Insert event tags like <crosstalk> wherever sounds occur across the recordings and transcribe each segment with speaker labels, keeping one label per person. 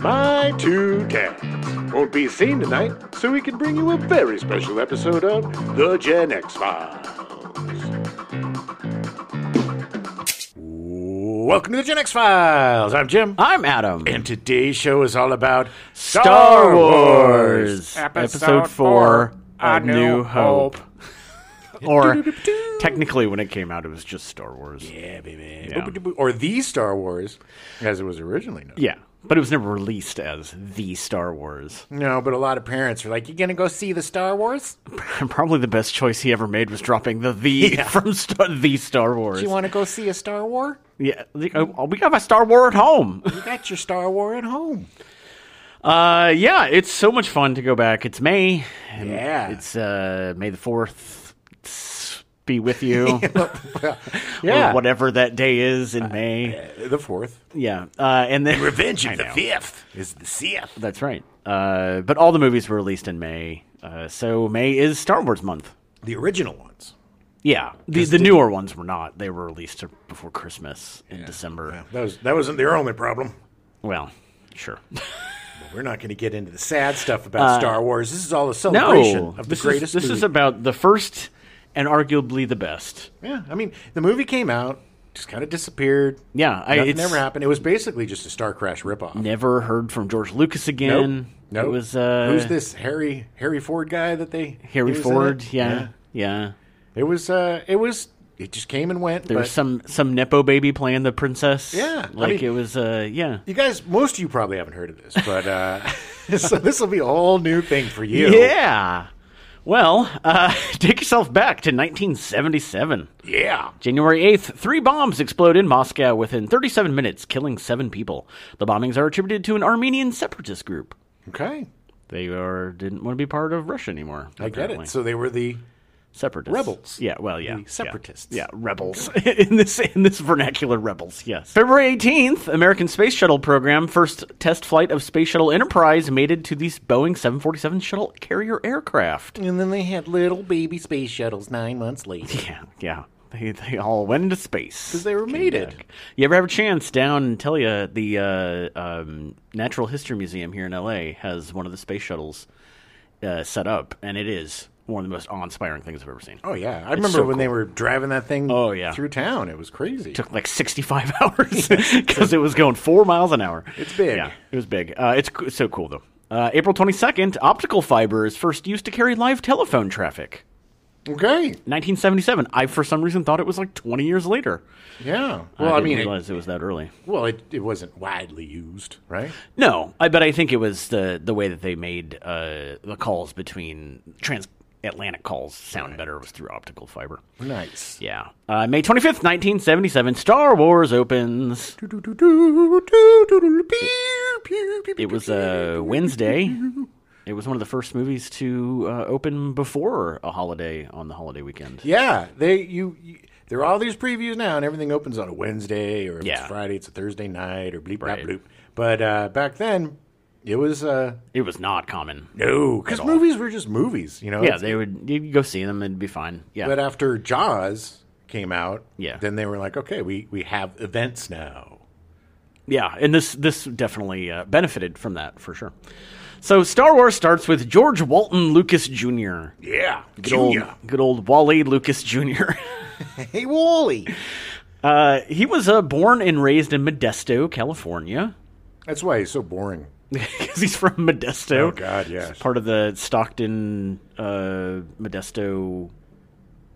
Speaker 1: my two cats. Won't be seen tonight, so we can bring you a very special episode of The Gen X Files. Welcome to The Gen X Files. I'm Jim.
Speaker 2: I'm Adam.
Speaker 1: And today's show is all about Star,
Speaker 2: Episode 4 A New Hope. or <laughs> technically, when it came out, it was just Star Wars. Yeah.
Speaker 1: Yeah, baby.
Speaker 2: Yeah.
Speaker 1: Or the Star Wars, as it was originally known.
Speaker 2: But it was never released as The Star Wars. <laughs>
Speaker 1: No, but a lot of parents are like, "You gonna go see the Star Wars?
Speaker 2: And probably the best choice he ever made was dropping the <laughs> The from Star, The Star Wars.
Speaker 1: Do you want to go see a Star War?
Speaker 2: yeah. the- oh, we got my Star War at <laughs> home.
Speaker 1: You got your Star War at home.
Speaker 2: Uh, yeah, it's so much fun to go back. It's May. and
Speaker 1: Yeah.
Speaker 2: It's uh, May the 4th. It's be with you.
Speaker 1: <laughs> Yeah.
Speaker 2: <laughs> Or whatever that day is in May.
Speaker 1: uh, The fourth,
Speaker 2: Yeah, uh, and then
Speaker 1: Revenge
Speaker 2: I
Speaker 1: of the
Speaker 2: know.
Speaker 1: Fifth, is the Sith.
Speaker 2: That's right. Uh, but all the movies were released in May, uh, so May is Star Wars month.
Speaker 1: The original ones.
Speaker 2: Yeah, the the newer ones were not. They were released before Christmas in December.
Speaker 1: That was that wasn't their only problem.
Speaker 2: Well,
Speaker 1: <laughs>
Speaker 2: sure.
Speaker 1: But we're not going to get into the sad stuff about Star Wars. This is all a celebration
Speaker 2: no,
Speaker 1: of the
Speaker 2: this
Speaker 1: greatest.
Speaker 2: is this
Speaker 1: movie.
Speaker 2: is about the first and arguably the best.
Speaker 1: yeah. I mean, the movie came out, just kind of disappeared.
Speaker 2: Yeah, I,
Speaker 1: Nothing
Speaker 2: it's
Speaker 1: never happened. It was basically just a Star Crash ripoff.
Speaker 2: never heard from George Lucas again.
Speaker 1: Nope.
Speaker 2: It was uh,
Speaker 1: Who's this Harry Harry Ford guy that they he
Speaker 2: Harry
Speaker 1: was in
Speaker 2: Ford.
Speaker 1: it?
Speaker 2: Yeah, yeah.
Speaker 1: It was uh it was it just came and went.
Speaker 2: There
Speaker 1: but
Speaker 2: was some some nepo baby playing the princess.
Speaker 1: Yeah, I
Speaker 2: like
Speaker 1: mean-
Speaker 2: it was. Uh, yeah.
Speaker 1: you guys most of you probably haven't heard of this, but uh so this will be a whole new thing for you.
Speaker 2: Yeah. Well, uh, <laughs> take yourself back to 1977.
Speaker 1: Yeah.
Speaker 2: January 8th, three bombs explode in Moscow within 37 minutes, killing seven people. The bombings are attributed to an Armenian separatist group.
Speaker 1: Okay.
Speaker 2: They are, didn't want to be part of Russia anymore.
Speaker 1: I get
Speaker 2: apparently.
Speaker 1: it. So they were the
Speaker 2: Separatists.
Speaker 1: Rebels.
Speaker 2: Yeah, well, yeah. yeah.
Speaker 1: separatists.
Speaker 2: Yeah, <laughs> rebels. in this in this vernacular rebels, yes. February 18th, American Space Shuttle program first test flight of Space Shuttle Enterprise mated to the Boeing 747 shuttle carrier aircraft.
Speaker 1: And then they had little baby space shuttles nine months later.
Speaker 2: Yeah, yeah. They, they all went into space.
Speaker 1: 'Cause they were mated.
Speaker 2: You ever have a chance down and tell you the uh, um, Natural History Museum here in LA has one of the space shuttles uh, set up, and it is one of the most awe inspiring things I've ever seen.
Speaker 1: Oh yeah. I remember
Speaker 2: so
Speaker 1: when they were driving that thing
Speaker 2: Oh, yeah.
Speaker 1: through town. It was crazy.
Speaker 2: took like 65 <laughs> hours because it was going four miles an hour.
Speaker 1: It's big.
Speaker 2: Yeah, it was big. Uh, it's co- so cool, though. Uh, April 22nd, optical fiber is first used to carry live telephone traffic.
Speaker 1: Okay.
Speaker 2: 1977. I, for some reason, thought it was like 20 years later.
Speaker 1: Yeah. Well, I,
Speaker 2: didn't
Speaker 1: mean, it,
Speaker 2: realize it was that early.
Speaker 1: well, it, it wasn't widely used, right?
Speaker 2: No, I, but I think it was the the way that they made uh, the calls between transatlantic calls sound better was through optical fiber.
Speaker 1: Nice.
Speaker 2: Yeah. Uh, May 25th, 1977, Star Wars opens. It was a
Speaker 1: <laughs>
Speaker 2: Wednesday. It was one of the first movies to uh, open before a holiday on the holiday weekend.
Speaker 1: Yeah, they you, you there are all these previews now, and everything opens on a Wednesday or if
Speaker 2: Yeah.
Speaker 1: it's Friday, it's a Thursday night or bleep blap
Speaker 2: Right.
Speaker 1: bloop. But uh, back then, it was uh,
Speaker 2: It was not common.
Speaker 1: no because movies were just movies, you know.
Speaker 2: Yeah, they would you could go see them and it'd be fine. Yeah.
Speaker 1: But after Jaws came out,
Speaker 2: Yeah.
Speaker 1: then they were like, okay, we we have events now.
Speaker 2: Yeah, and this this definitely uh, benefited from that for sure. So Star Wars starts with George Walton Lucas Jr.
Speaker 1: Yeah,
Speaker 2: Good old,
Speaker 1: Junior.
Speaker 2: good old Wally Lucas Jr.
Speaker 1: <laughs> Hey, Wally.
Speaker 2: <laughs> uh, he was uh, born and raised in Modesto, California,
Speaker 1: That's why he's so boring.
Speaker 2: <laughs> because he's from Modesto.
Speaker 1: Oh God, yes.
Speaker 2: part of the Stockton, uh, Modesto,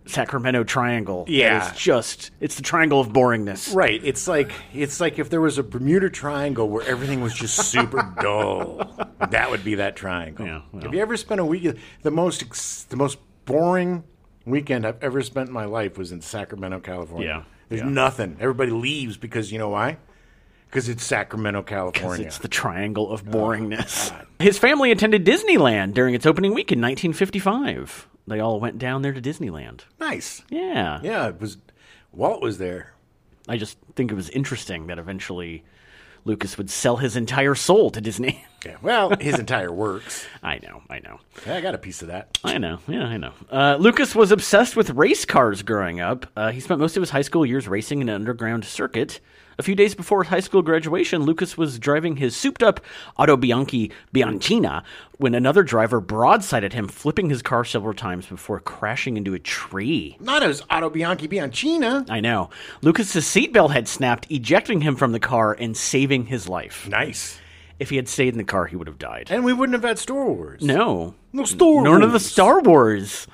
Speaker 2: Sacramento triangle. that
Speaker 1: Yeah.
Speaker 2: is just it's the triangle of boringness.
Speaker 1: Right. It's like it's like if there was a Bermuda Triangle where everything was just super
Speaker 2: <laughs>
Speaker 1: dull. That would be that triangle.
Speaker 2: Yeah, well.
Speaker 1: Have you ever spent a week the most ex- the most boring weekend I've ever spent in my life was in Sacramento, California.
Speaker 2: Yeah,
Speaker 1: There's
Speaker 2: yeah.
Speaker 1: nothing. Everybody leaves because you know why? Because it's Sacramento, California.
Speaker 2: It's the triangle
Speaker 1: Oh,
Speaker 2: of boringness. His family attended Disneyland during its opening week in 1955. They all went down there to Disneyland.
Speaker 1: nice.
Speaker 2: Yeah.
Speaker 1: Yeah, it was Walt was there.
Speaker 2: I just think it was interesting that eventually Lucas would sell his entire soul to Disney. <laughs>
Speaker 1: Yeah. Well, his entire works.
Speaker 2: I know, I know.
Speaker 1: I got a piece of that.
Speaker 2: I know, yeah, I know. Uh, Lucas was obsessed with race cars growing up. Uh, he spent most of his high school years racing in an underground circuit. A few days before his high school graduation, Lucas was driving his souped up Auto Bianchi Bianchina when another driver broadsided him, flipping his car several times before crashing into a tree.
Speaker 1: Not as Otto Bianchi Bianchina.
Speaker 2: I know. Lucas's seatbelt had snapped, ejecting him from the car and saving his life.
Speaker 1: Nice.
Speaker 2: If he had stayed in the car, he would have died.
Speaker 1: And we wouldn't have had Star Wars.
Speaker 2: No.
Speaker 1: No Star
Speaker 2: Nor of the
Speaker 1: Wars.
Speaker 2: Star Wars.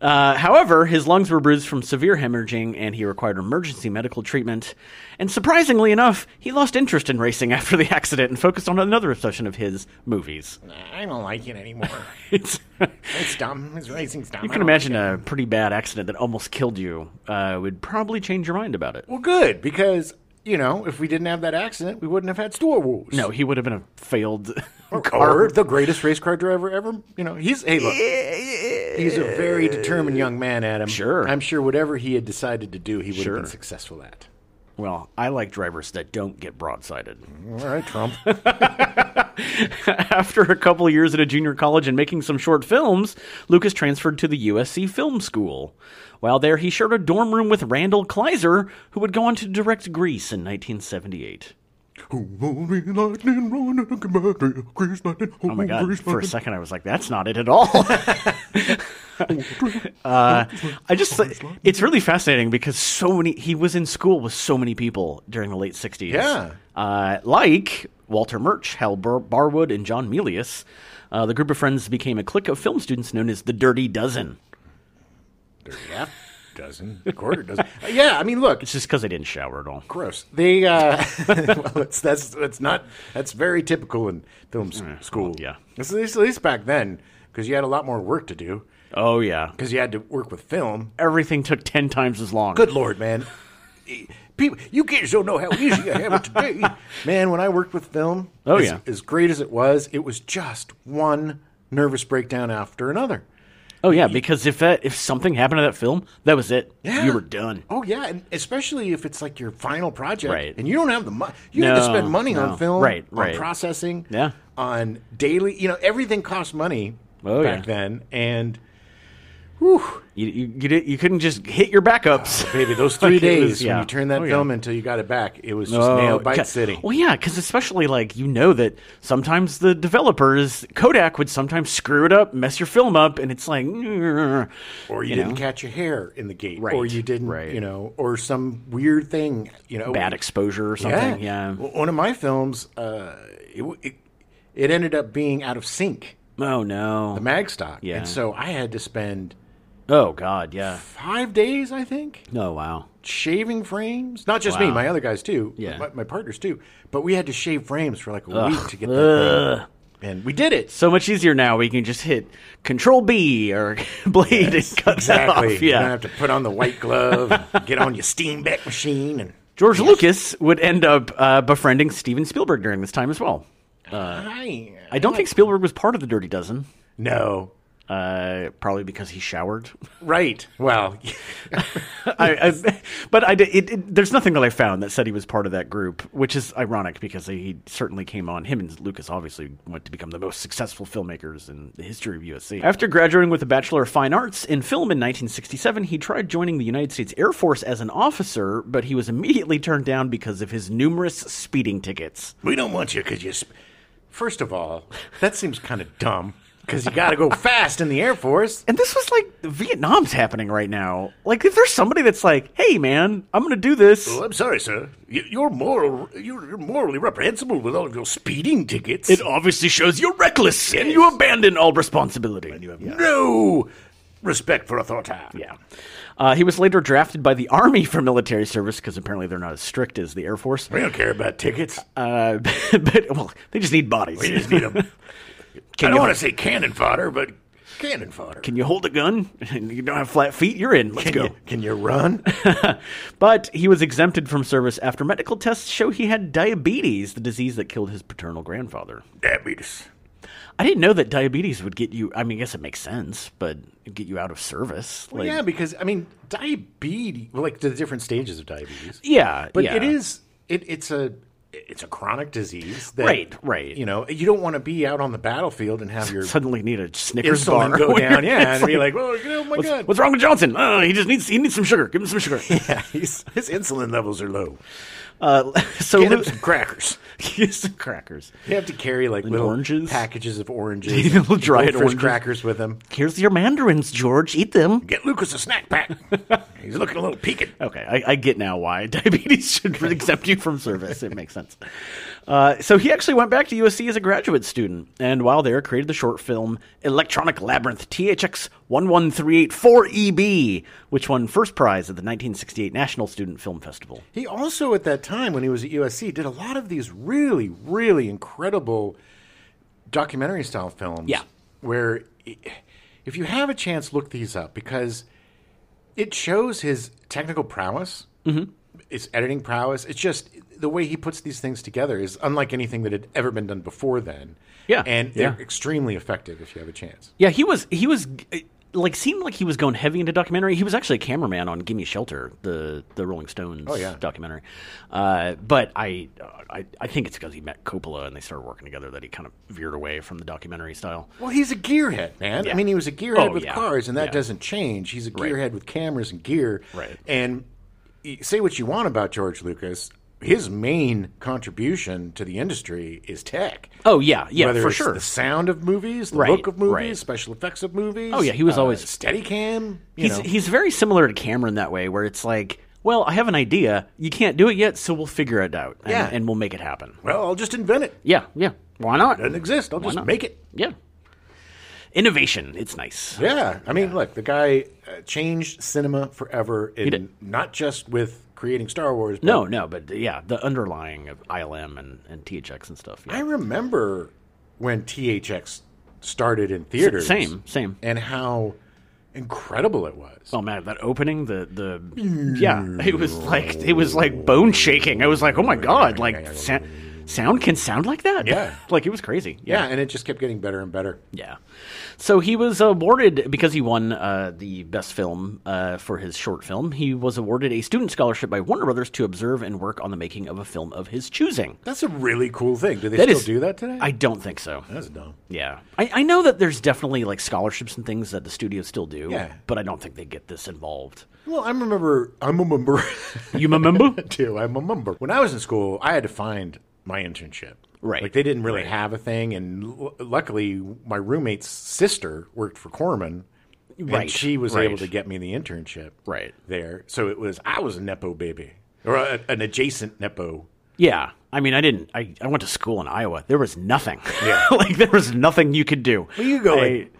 Speaker 2: Uh, however, his lungs were bruised from severe hemorrhaging and he required emergency medical treatment. And surprisingly enough, he lost interest in racing <laughs> after the accident and focused on another obsession of his movies. <laughs>
Speaker 1: I don't like it anymore.
Speaker 2: It's, you
Speaker 1: It's dumb. It's racing's dumb. You
Speaker 2: can imagine a pretty bad accident that almost killed you uh, would probably change your mind about it.
Speaker 1: Well, good because you know if we didn't have that accident, we wouldn't have had Star Wars.
Speaker 2: No, he would have been a failed <laughs>
Speaker 1: Or the greatest race car driver ever. You know, he's hey look, he's a very determined young man, Adam.
Speaker 2: Sure.
Speaker 1: I'm sure whatever he had decided to do, he would
Speaker 2: Sure.
Speaker 1: have been successful at.
Speaker 2: Well, I like drivers that don't get broadsided.
Speaker 1: All right, Trump. <laughs>
Speaker 2: <laughs> After a couple of years at a junior college and making some short films, Lucas transferred to the USC Film School. While there, he shared a dorm room with Randall Kleiser, who would go on to direct Grease in 1978. Oh my God, for a second I was like, that's not it at all. <laughs> uh, I just, it's really fascinating because so many, he was in school with so many people during the late 60s.
Speaker 1: Yeah.
Speaker 2: Uh, like Walter Murch, Hal Bar- Barwood, and John Melius, uh, the group of friends became a clique of film students known as the Dirty Dozen.
Speaker 1: Half dozen, quarter dozen. Uh, yeah, I mean, look,
Speaker 2: It's just because they didn't shower at all.
Speaker 1: gross. They uh, <laughs> well, it's, that's that's not that's very typical in film s- school.
Speaker 2: Mm, yeah.
Speaker 1: It's- at least, at least back then, because you had a lot more work to do
Speaker 2: Oh, yeah.
Speaker 1: because you had to work with film.
Speaker 2: Everything took 10 times as long.
Speaker 1: Good lord, man! E- People, you kids don't know how easy I have it today, man. When I worked with film,
Speaker 2: Oh,
Speaker 1: as-
Speaker 2: yeah.
Speaker 1: as great as it was, it was just one nervous breakdown after another.
Speaker 2: Oh, yeah, because if that, if something happened to that film, that was it.
Speaker 1: Yeah.
Speaker 2: You were done.
Speaker 1: Oh yeah, and especially if it's like your final project,
Speaker 2: Right.
Speaker 1: And you don't have the money. You have to
Speaker 2: No,
Speaker 1: spend money
Speaker 2: no.
Speaker 1: on film,
Speaker 2: Right,
Speaker 1: On
Speaker 2: right.
Speaker 1: processing,
Speaker 2: Yeah.
Speaker 1: On daily, you know, everything cost money
Speaker 2: Oh,
Speaker 1: back
Speaker 2: yeah.
Speaker 1: then, and
Speaker 2: You, you, you, did, you couldn't just hit your backups.
Speaker 1: baby,
Speaker 2: <laughs>
Speaker 1: those three
Speaker 2: Like, it
Speaker 1: days
Speaker 2: was-
Speaker 1: when you turned that
Speaker 2: Oh, yeah.
Speaker 1: film until you got it back, it was just
Speaker 2: Oh,
Speaker 1: nail bite
Speaker 2: ca-
Speaker 1: city.
Speaker 2: Well, yeah, because especially like you know that sometimes the developers Kodak would sometimes screw it up, mess your film up, and it's like,
Speaker 1: Or you, didn't catch your hair in the gate, or
Speaker 2: Right,
Speaker 1: you didn't,
Speaker 2: right.
Speaker 1: you know, or some weird thing, you know,
Speaker 2: bad exposure or something. Yeah.
Speaker 1: Well, one of my films, uh, it, w- it it ended up being out of sync,
Speaker 2: Oh no.
Speaker 1: the mag stock,
Speaker 2: Yeah.
Speaker 1: and so I had to spend.
Speaker 2: oh god. Yeah.
Speaker 1: five days, I think,
Speaker 2: Oh wow.
Speaker 1: shaving frames. Not just me,
Speaker 2: Wow.
Speaker 1: my other guys too.
Speaker 2: Yeah.
Speaker 1: My, my partners too. But we had to shave frames for like a week to get that done. And we did
Speaker 2: <laughs>
Speaker 1: it.
Speaker 2: So much easier now. We can just hit Control B or <laughs> Blade and cut that off.
Speaker 1: You don't
Speaker 2: Yeah.
Speaker 1: have to put on the white glove, and get on your steam back machine, and
Speaker 2: George Lucas would end up uh, befriending Steven Spielberg during this time as well. Uh,
Speaker 1: I,
Speaker 2: I don't think Spielberg was part of the Dirty Dozen.
Speaker 1: no.
Speaker 2: Uh, probably because he showered. <laughs>
Speaker 1: Right. Well, <laughs>
Speaker 2: I, I, but I, did- it, it, there's nothing that I found that said he was part of that group, which is ironic because he certainly came on. Him and Lucas obviously went to become the most successful filmmakers in the history of USC. After graduating with a Bachelor of Fine Arts in film in 1967, he tried joining the United States Air Force as an officer, but he was immediately turned down because of his numerous speeding tickets.
Speaker 1: we don't want you because you. Sp- First of all, that seems kind of dumb because you got to go fast in the Air Force.
Speaker 2: And this was like Vietnam's happening right now. Like, if there's somebody that's like, "Hey, man, I'm gonna do this,"
Speaker 1: Well, I'm sorry, sir. You- You're moral. You're you're morally reprehensible with all of your speeding tickets.
Speaker 2: It obviously shows you're reckless and you abandon all responsibility.
Speaker 1: no respect for authority.
Speaker 2: yeah. Uh, he was later drafted by the Army for military service because apparently they're not as strict as the Air Force.
Speaker 1: We don't care about
Speaker 2: <coughs>
Speaker 1: tickets.
Speaker 2: Uh, <laughs> but, well, they just need bodies.
Speaker 1: We just need
Speaker 2: <coughs>
Speaker 1: them. I don't want to say cannon fodder, but cannon fodder.
Speaker 2: Can you hold a gun? <laughs> you don't have flat feet? You're in. Let's go.
Speaker 1: you, can you run? <coughs>
Speaker 2: But he was exempted from service after medical tests show he had diabetes, the disease that killed his paternal grandfather.
Speaker 1: Diabetes.
Speaker 2: I didn't know that diabetes would get you. I mean, I guess it makes sense, but it'd get you out of service. Like,
Speaker 1: yeah, because I mean, diabetes. Well, like the different stages of diabetes.
Speaker 2: yeah,
Speaker 1: But
Speaker 2: yeah.
Speaker 1: it is. It, it's a. it's a chronic disease. That,
Speaker 2: Right, right.
Speaker 1: You know, you don't want to be out on the battlefield and have
Speaker 2: <laughs>
Speaker 1: your
Speaker 2: Suddenly need a Snickers
Speaker 1: insulin
Speaker 2: bar.
Speaker 1: go
Speaker 2: <laughs> It's
Speaker 1: down. Yeah, and
Speaker 2: like,
Speaker 1: be like, oh, you know, my
Speaker 2: what's,
Speaker 1: God.
Speaker 2: what's wrong with Johnson? Uh, he just needs he needs some sugar. Give him
Speaker 1: <laughs>
Speaker 2: some sugar.
Speaker 1: Yeah, he's, his insulin levels are low.
Speaker 2: Uh, so
Speaker 1: Get him
Speaker 2: <laughs> Lu-
Speaker 1: some crackers.
Speaker 2: get some crackers.
Speaker 1: You have to carry like little
Speaker 2: oranges?
Speaker 1: packages of oranges,
Speaker 2: <laughs> Little dried
Speaker 1: goldfish
Speaker 2: oranges.
Speaker 1: crackers with him.
Speaker 2: Here's your mandarins, George. Eat them.
Speaker 1: Get Lucas a snack pack. He's looking a little peaked.
Speaker 2: Okay, I, I get now why <laughs> diabetes should exempt you from service. It makes sense. Uh, so he actually went back to USC as a graduate student, and while there, created the short film Electronic Labyrinth THX 11384EB, E which won first prize at the 1968 National Student Film Festival.
Speaker 1: He also, at that time when he was at USC, did a lot of these really, really incredible documentary style films.
Speaker 2: Yeah.
Speaker 1: Where, i- if you have a chance, look these up because it shows his technical prowess, mm-hmm. his editing prowess. It's just the way he puts these things together is unlike anything that had ever been done before then.
Speaker 2: Yeah,
Speaker 1: And they're
Speaker 2: yeah.
Speaker 1: extremely effective if you have a chance.
Speaker 2: Yeah, he was he was uh, like seemed like he was going heavy into documentary. He was actually a cameraman on "Gimme Shelter," the the Rolling Stones
Speaker 1: Oh, yeah.
Speaker 2: documentary. Uh, but I, I I think it's because he met Coppola and they started working together that he kind of veered away from the documentary style.
Speaker 1: Well, he's a gearhead, man.
Speaker 2: Yeah.
Speaker 1: I mean, he was a gearhead
Speaker 2: Oh,
Speaker 1: with
Speaker 2: yeah.
Speaker 1: cars, and that
Speaker 2: Yeah.
Speaker 1: doesn't change. He's a
Speaker 2: Right.
Speaker 1: gearhead with cameras and gear.
Speaker 2: Right.
Speaker 1: And y- say what you want about George Lucas, his main contribution to the industry is tech.
Speaker 2: Oh yeah, yeah,
Speaker 1: Whether
Speaker 2: for
Speaker 1: it's
Speaker 2: sure.
Speaker 1: the sound of movies, the
Speaker 2: Right,
Speaker 1: look of movies,
Speaker 2: right.
Speaker 1: special effects of movies.
Speaker 2: Oh, yeah, he was
Speaker 1: uh,
Speaker 2: always-
Speaker 1: Steadicam. You
Speaker 2: He's
Speaker 1: know.
Speaker 2: he's very similar to Cameron that way, where it's like, well, I have an idea. You can't do it yet, so we'll figure it out. And,
Speaker 1: Yeah.
Speaker 2: and we'll make it happen.
Speaker 1: well, I'll just invent it.
Speaker 2: Yeah, yeah. Why not?
Speaker 1: Doesn't exist. I'll just
Speaker 2: not?
Speaker 1: make it.
Speaker 2: Yeah. Innovation. It's nice.
Speaker 1: Yeah, I mean, look, the guy uh, changed cinema forever, in,
Speaker 2: did.
Speaker 1: not just with creating Star Wars. But
Speaker 2: No, no, but yeah, the underlying of ILM and, and THX and stuff.
Speaker 1: I
Speaker 2: Yeah.
Speaker 1: remember when THX started in theaters.
Speaker 2: Same, same.
Speaker 1: And how incredible it was.
Speaker 2: Oh man, that opening, the the yeah, it was like it was like bone shaking. I was like, oh my god, like sa- sound can sound like that.
Speaker 1: Yeah.
Speaker 2: <laughs> like it was crazy.
Speaker 1: yeah. and it just kept getting better and better.
Speaker 2: Yeah. So he was awarded, because he won uh, the best film uh, for his short film, he was awarded a student scholarship by Warner Brothers to observe and work on the making of a film of his choosing.
Speaker 1: That's a really cool thing. Do they
Speaker 2: That
Speaker 1: still
Speaker 2: is-
Speaker 1: do that today?
Speaker 2: I don't think so.
Speaker 1: That's dumb.
Speaker 2: Yeah. I, I know that there's definitely like scholarships and things that the studios still do,
Speaker 1: Yeah.
Speaker 2: but I don't think they get this involved.
Speaker 1: Well, I remember. I'm a member <laughs>
Speaker 2: You remember?
Speaker 1: too. I'm a member. When I was in school, I had to find my internship.
Speaker 2: Right.
Speaker 1: Like they didn't really have a thing, and l- luckily, my roommate's sister worked for Corman.
Speaker 2: Right,
Speaker 1: And she was
Speaker 2: right.
Speaker 1: able to get me the internship.
Speaker 2: Right.
Speaker 1: There. So it was, I was a Nepo baby or a, an adjacent Nepo.
Speaker 2: yeah. I mean, I didn't. I, I went to school in Iowa. There was nothing.
Speaker 1: Yeah.
Speaker 2: <laughs> like, there was nothing you could do.
Speaker 1: Well, you go
Speaker 2: I-
Speaker 1: like,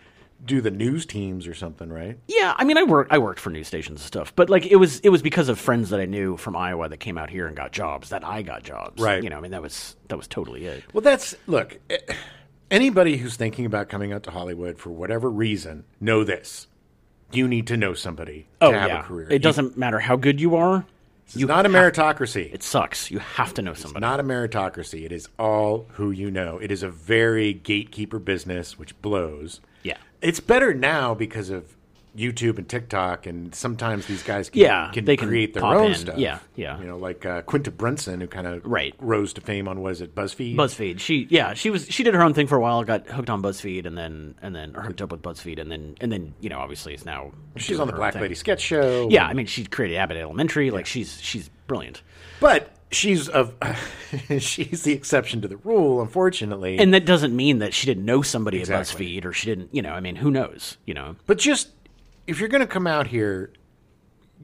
Speaker 1: do the news teams or something, right?
Speaker 2: Yeah, I mean, I worked I worked for news stations and stuff, but like it was it was because of friends that I knew from Iowa that came out here and got jobs that I got jobs.
Speaker 1: Right.
Speaker 2: You know, I mean that was that was totally it.
Speaker 1: Well, that's look. eh, Anybody who's thinking about coming out to Hollywood for whatever reason, know this: you need to know somebody to have a career.
Speaker 2: Oh, It doesn't matter how good you are.
Speaker 1: It's not a meritocracy.
Speaker 2: It sucks. You have to know somebody.
Speaker 1: not a meritocracy. It is all who you know. It is a very gatekeeper business, which blows.
Speaker 2: Yeah.
Speaker 1: It's better now because of YouTube and TikTok, and sometimes these guys can,
Speaker 2: Yeah,
Speaker 1: can
Speaker 2: they can
Speaker 1: create their
Speaker 2: pop
Speaker 1: own
Speaker 2: in.
Speaker 1: stuff.
Speaker 2: Yeah, yeah.
Speaker 1: You know, like uh, Quinta Brunson, who kind of
Speaker 2: Right.
Speaker 1: rose to fame on, was it BuzzFeed?
Speaker 2: BuzzFeed. She yeah, she was she did her own thing for a while, got hooked on BuzzFeed and then and then or hooked up with BuzzFeed and then and then, you know, obviously is now
Speaker 1: She's
Speaker 2: doing
Speaker 1: on the
Speaker 2: her own
Speaker 1: Black
Speaker 2: thing.
Speaker 1: Lady Sketch Show.
Speaker 2: Yeah, I mean she created Abbott Elementary, like she's she's brilliant.
Speaker 1: But she's of <laughs> she's the exception to the rule, unfortunately.
Speaker 2: And that doesn't mean that she didn't know somebody
Speaker 1: Exactly.
Speaker 2: at BuzzFeed or she didn't, you know, I mean, who knows, you know.
Speaker 1: But just if you're going to come out here,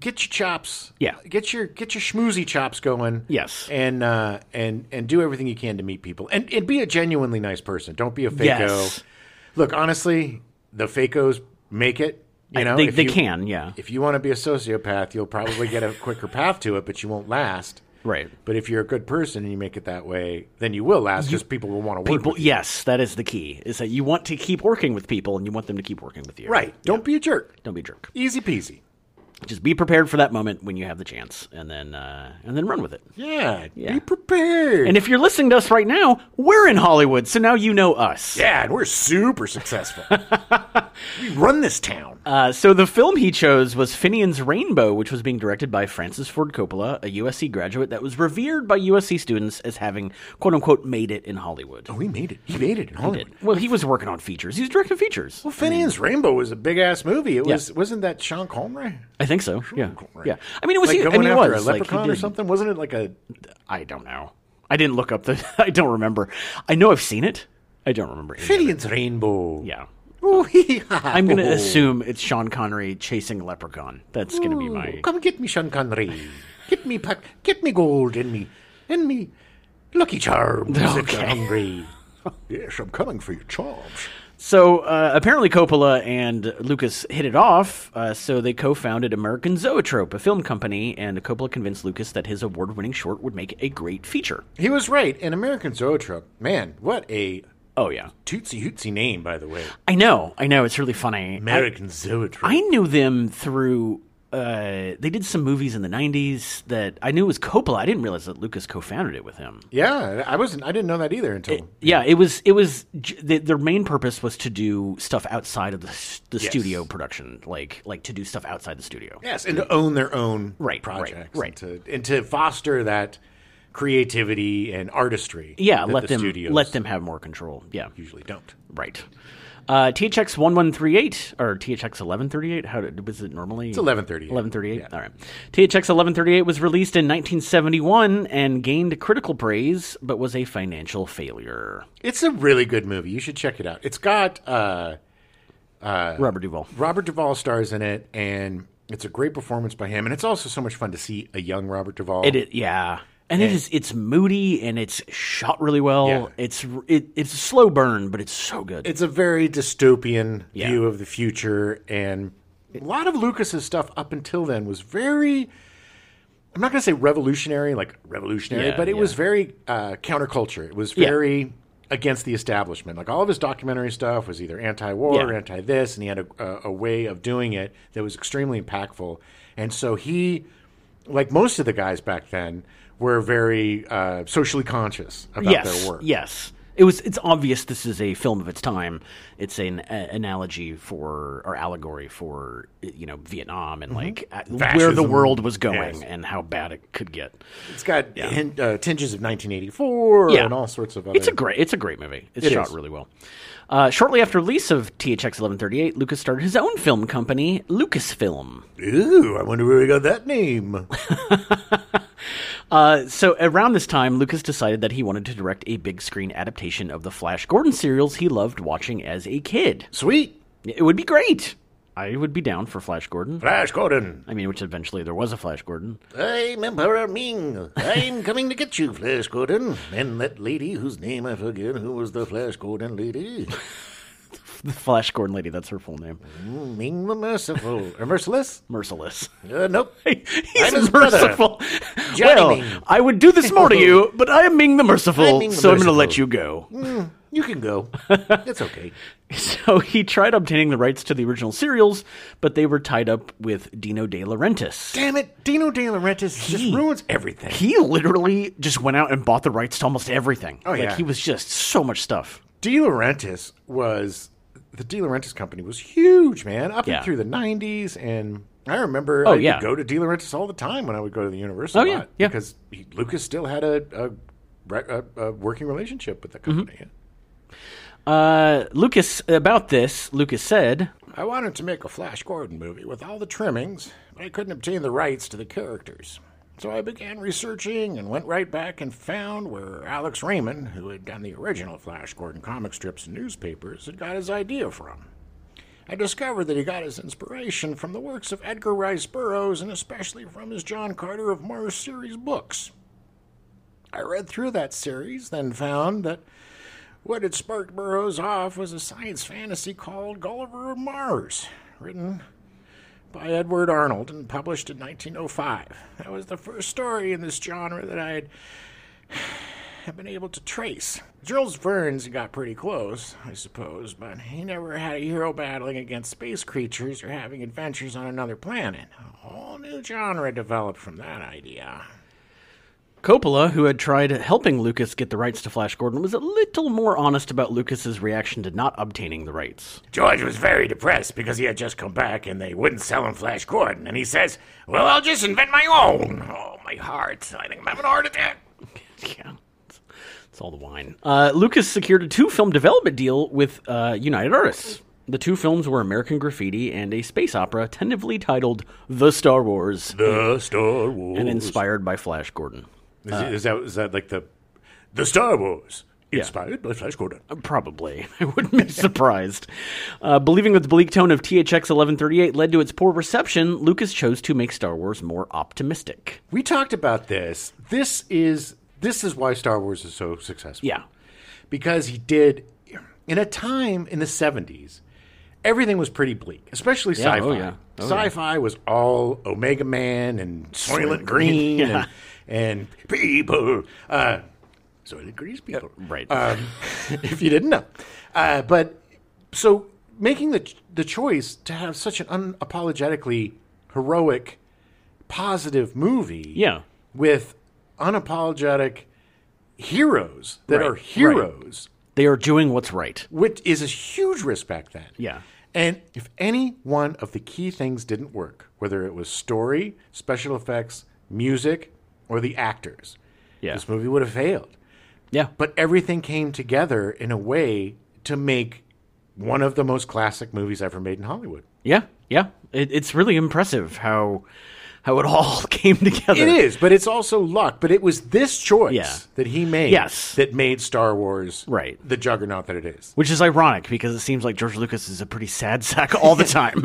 Speaker 1: get your chops.
Speaker 2: Yeah.
Speaker 1: Get your get your schmoozy chops going.
Speaker 2: Yes.
Speaker 1: And uh, and and do everything you can to meet people and and be a genuinely nice person. Don't be a fako.
Speaker 2: Yes.
Speaker 1: Look, honestly, the fakos make it. You know,
Speaker 2: they,
Speaker 1: if
Speaker 2: they
Speaker 1: you-
Speaker 2: can, yeah.
Speaker 1: If you want to be a sociopath, you'll probably get a quicker path to it, but you won't last.
Speaker 2: Right.
Speaker 1: But if you're a good person and you make it that way, then you will last because people will want to work.
Speaker 2: People,
Speaker 1: with you.
Speaker 2: yes, that is the key. Is that you want to keep working with people and you want them to keep working with you.
Speaker 1: Right. Don't be a jerk.
Speaker 2: Don't be a jerk.
Speaker 1: Easy peasy.
Speaker 2: Just be prepared for that moment when you have the chance, and then uh, and then run with it.
Speaker 1: Yeah.
Speaker 2: Yeah.
Speaker 1: Be prepared.
Speaker 2: And if you're listening to us right now, we're in Hollywood, so now you know us. <laughs>
Speaker 1: Yeah, and we're super successful. we run this town.
Speaker 2: Uh, so the film he chose was Finian's Rainbow, which was being directed by Francis Ford Coppola, a USC graduate that was revered by USC students as having "quote unquote" made it in Hollywood.
Speaker 1: Oh, he made it. He made it in Hollywood.
Speaker 2: Well, he was working on features. He was directing features.
Speaker 1: Well, Finian's Rainbow was a big ass movie. It was wasn't that Sean Connery?
Speaker 2: I think so. Yeah,
Speaker 1: Connery.
Speaker 2: yeah. I mean, it was.
Speaker 1: Like
Speaker 2: he, I
Speaker 1: going
Speaker 2: mean, it
Speaker 1: after
Speaker 2: was
Speaker 1: a
Speaker 2: like, he
Speaker 1: leprechaun or
Speaker 2: did-
Speaker 1: something. Wasn't it like a?
Speaker 2: I don't know. I didn't look up the. <laughs> I don't remember. I know I've seen it. I don't remember. any of it.
Speaker 1: Finian's Rainbow.
Speaker 2: <laughs> Yeah. Oh,
Speaker 1: Ooh, hee-haw.
Speaker 2: I'm going to
Speaker 1: Oh.
Speaker 2: assume it's Sean Connery chasing a leprechaun. That's going to be my.
Speaker 1: Come get me, Sean Connery. Get me, pack, get me gold and me, and me, Lucky Charms. If you're
Speaker 2: Okay. <laughs>
Speaker 1: hungry. yes, I'm coming for your charms.
Speaker 2: So uh, apparently Coppola and Lucas hit it off. Uh, so they co-founded American Zoetrope, a film company, and Coppola convinced Lucas that his award-winning short would make a great feature.
Speaker 1: He was right. An American Zoetrope. Man, what a
Speaker 2: Oh yeah,
Speaker 1: tootsy hootsy name, by the way.
Speaker 2: I know, I know. It's really funny. I,
Speaker 1: American Zoetrope.
Speaker 2: I knew them through. Uh, they did some movies in the '90s that I knew was Coppola. I didn't realize that Lucas co-founded it with him.
Speaker 1: yeah, I wasn't. I didn't know that either until.
Speaker 2: Yeah, it was. It was. j- The, their main purpose was to do stuff outside of the, s- the
Speaker 1: Yes.
Speaker 2: studio production, like like to do stuff outside the studio.
Speaker 1: Yes, and to own their own
Speaker 2: Right, right,
Speaker 1: projects,
Speaker 2: right.
Speaker 1: And, to, and to foster that creativity and artistry.
Speaker 2: Yeah,
Speaker 1: that
Speaker 2: let
Speaker 1: the
Speaker 2: them
Speaker 1: studios
Speaker 2: let them have more control. Yeah,
Speaker 1: usually don't.
Speaker 2: right. Uh, THX one one three eight or THX eleven thirty eight. How did, was it normally? It's
Speaker 1: 1138.
Speaker 2: Eleven thirty eight. All right. THX eleven thirty eight was released in nineteen seventy one and gained critical praise, but was a financial failure.
Speaker 1: It's a really good movie. You should check it out. It's got uh,
Speaker 2: Robert Duvall.
Speaker 1: Robert Duvall stars in it, and it's a great performance by him. And it's also so much fun to see a young Robert Duvall.
Speaker 2: It is, yeah. And it is it's moody and it's shot really well.
Speaker 1: Yeah.
Speaker 2: It's r- it, it's a slow burn, but it's so good.
Speaker 1: It's a very dystopian
Speaker 2: Yeah.
Speaker 1: view of the future, and a lot of Lucas's stuff up until then was very. I'm not going to say revolutionary, like revolutionary,
Speaker 2: Yeah,
Speaker 1: but it
Speaker 2: yeah.
Speaker 1: was very uh, counterculture. It was
Speaker 2: Yeah.
Speaker 1: very against the establishment. Like all of his documentary stuff was either anti-war,
Speaker 2: Yeah.
Speaker 1: or anti-this, and he had a, a, a way of doing it that was extremely impactful. And so he, like most of the guys back then, were very uh, socially conscious about
Speaker 2: yes.
Speaker 1: their work.
Speaker 2: Yes. It was it's obvious this is a film of its time. It's an a- analogy for or allegory for you know Vietnam and like uh, where the
Speaker 1: Mm-hmm. Fascism.
Speaker 2: world was going
Speaker 1: Yes.
Speaker 2: and how bad it could get.
Speaker 1: It's got hin- uh, tinges of 1984
Speaker 2: Yeah.
Speaker 1: and all sorts of other.
Speaker 2: It's a great it's a great movie. It's
Speaker 1: It
Speaker 2: shot
Speaker 1: is.
Speaker 2: really well. Uh, shortly after release of THX 1138, Lucas started his own film company, Lucasfilm.
Speaker 1: Ooh, I wonder where he got that name.
Speaker 2: Uh, so around this time, Lucas decided that he wanted to direct a big screen adaptation of the Flash Gordon serials he loved watching as a kid.
Speaker 1: <laughs> Sweet
Speaker 2: It would be great. I would be down for Flash Gordon.
Speaker 1: Flash Gordon.
Speaker 2: I mean, which eventually there was a Flash Gordon.
Speaker 1: I'm Emperor Ming. I'm coming to get you, Flash Gordon, and that lady whose name I forget, who was the Flash Gordon lady,
Speaker 2: The Flash Gordon lady, that's her full name.
Speaker 1: Ming the Merciful or Merciless?
Speaker 2: Merciless. <laughs>
Speaker 1: Uh, nope.
Speaker 2: He's
Speaker 1: I'm his brother,
Speaker 2: merciful.
Speaker 1: Johnny
Speaker 2: Well,
Speaker 1: Ming.
Speaker 2: I would do this more
Speaker 1: <laughs>
Speaker 2: to you, but I am Ming the Merciful,
Speaker 1: I'm Ming the
Speaker 2: so I'm going to
Speaker 1: Merciful.
Speaker 2: let you go. <laughs>
Speaker 1: You can go. <laughs> It's okay.
Speaker 2: So he tried obtaining the rights to the original serials, but they were tied up with Dino De Laurentiis.
Speaker 1: Damn it, Dino De Laurentiis just ruins everything.
Speaker 2: he literally just went out and bought the rights to almost everything.
Speaker 1: Oh,
Speaker 2: like,
Speaker 1: yeah.
Speaker 2: he was just so much stuff.
Speaker 1: De Laurentiis was the De Laurentiis company was huge, man, up
Speaker 2: Yeah.
Speaker 1: and through the '90s, and I remember
Speaker 2: Oh,
Speaker 1: I would
Speaker 2: yeah.
Speaker 1: go to De Laurentiis all the time when I would go to the university.
Speaker 2: Oh,
Speaker 1: a
Speaker 2: yeah,
Speaker 1: lot,
Speaker 2: yeah.
Speaker 1: because he, Lucas still had a, a, re- a, a working relationship with the
Speaker 2: Mm-hmm.
Speaker 1: company.
Speaker 2: Uh, Lucas, about this, Lucas said,
Speaker 1: I wanted to make a Flash Gordon movie with all the trimmings, but I couldn't obtain the rights to the characters. So I began researching and went right back and found where Alex Raymond, who had done the original Flash Gordon comic strips and newspapers, had got his idea from. I discovered that he got his inspiration from the works of Edgar Rice Burroughs and especially from his John Carter of Mars series books. I read through that series, then found that what had sparked Burroughs off was a science fantasy called Gulliver of Mars, written by Edward Arnold and published in 1905. That was the first story in this genre that I had <sighs> have been able to trace. Jules Verne's got pretty close, I suppose, but he never had a hero battling against space creatures or having adventures on another planet. A whole new genre developed from that idea.
Speaker 2: Coppola, who had tried helping Lucas get the rights to Flash Gordon, was a little more honest about Lucas's reaction to not obtaining the rights.
Speaker 3: George was very depressed because he had just come back and they wouldn't sell him Flash Gordon. And he says, Well, I'll just invent my own. Oh, my heart. I think I'm having a heart attack.
Speaker 2: Yeah, it's, it's all the wine. Uh, Lucas secured a two-film development deal with uh, United Artists. The two films were American Graffiti and a space opera tentatively titled The Star Wars
Speaker 3: The Star Wars.
Speaker 2: and inspired by Flash Gordon.
Speaker 1: Is, is that is that like the the Star Wars inspired by Flash Gordon?
Speaker 2: Uh, Probably. <laughs> I wouldn't be surprised. Uh, believing that the bleak tone of THX 1138 led to its poor reception, Lucas chose to make Star Wars more optimistic.
Speaker 1: We talked about this. This is this is why Star Wars is so successful.
Speaker 2: Yeah.
Speaker 1: because he did in a time in the 70s everything was pretty bleak especially
Speaker 2: Yeah,
Speaker 1: sci-fi
Speaker 2: oh yeah, oh yeah.
Speaker 1: sci-fi was all omega man and soylent green
Speaker 2: Yeah. <laughs>
Speaker 1: and, and people uh, soylent green's people
Speaker 2: Uh, Right.
Speaker 1: um, <laughs> if you didn't know uh, but so making the, the choice to have such an unapologetically heroic positive movie
Speaker 2: Yeah.
Speaker 1: with unapologetic heroes that
Speaker 2: Right,
Speaker 1: are
Speaker 2: right.
Speaker 1: heroes
Speaker 2: they are doing what's right.
Speaker 1: which is a huge risk back then.
Speaker 2: Yeah.
Speaker 1: And if any one of the key things didn't work, whether it was story, special effects, music, or the actors,
Speaker 2: Yeah.
Speaker 1: this movie would have failed.
Speaker 2: Yeah.
Speaker 1: But everything came together in a way to make one of the most classic movies ever made in Hollywood.
Speaker 2: Yeah. Yeah. It, it's really impressive how how it all <laughs> came together.
Speaker 1: It is, but it's also luck. But it was this choice
Speaker 2: Yeah.
Speaker 1: that he made
Speaker 2: Yes.
Speaker 1: that made Star Wars
Speaker 2: Right.
Speaker 1: the juggernaut that it is.
Speaker 2: Which is ironic because it seems like George Lucas is a pretty sad sack all
Speaker 1: <laughs>
Speaker 2: the time.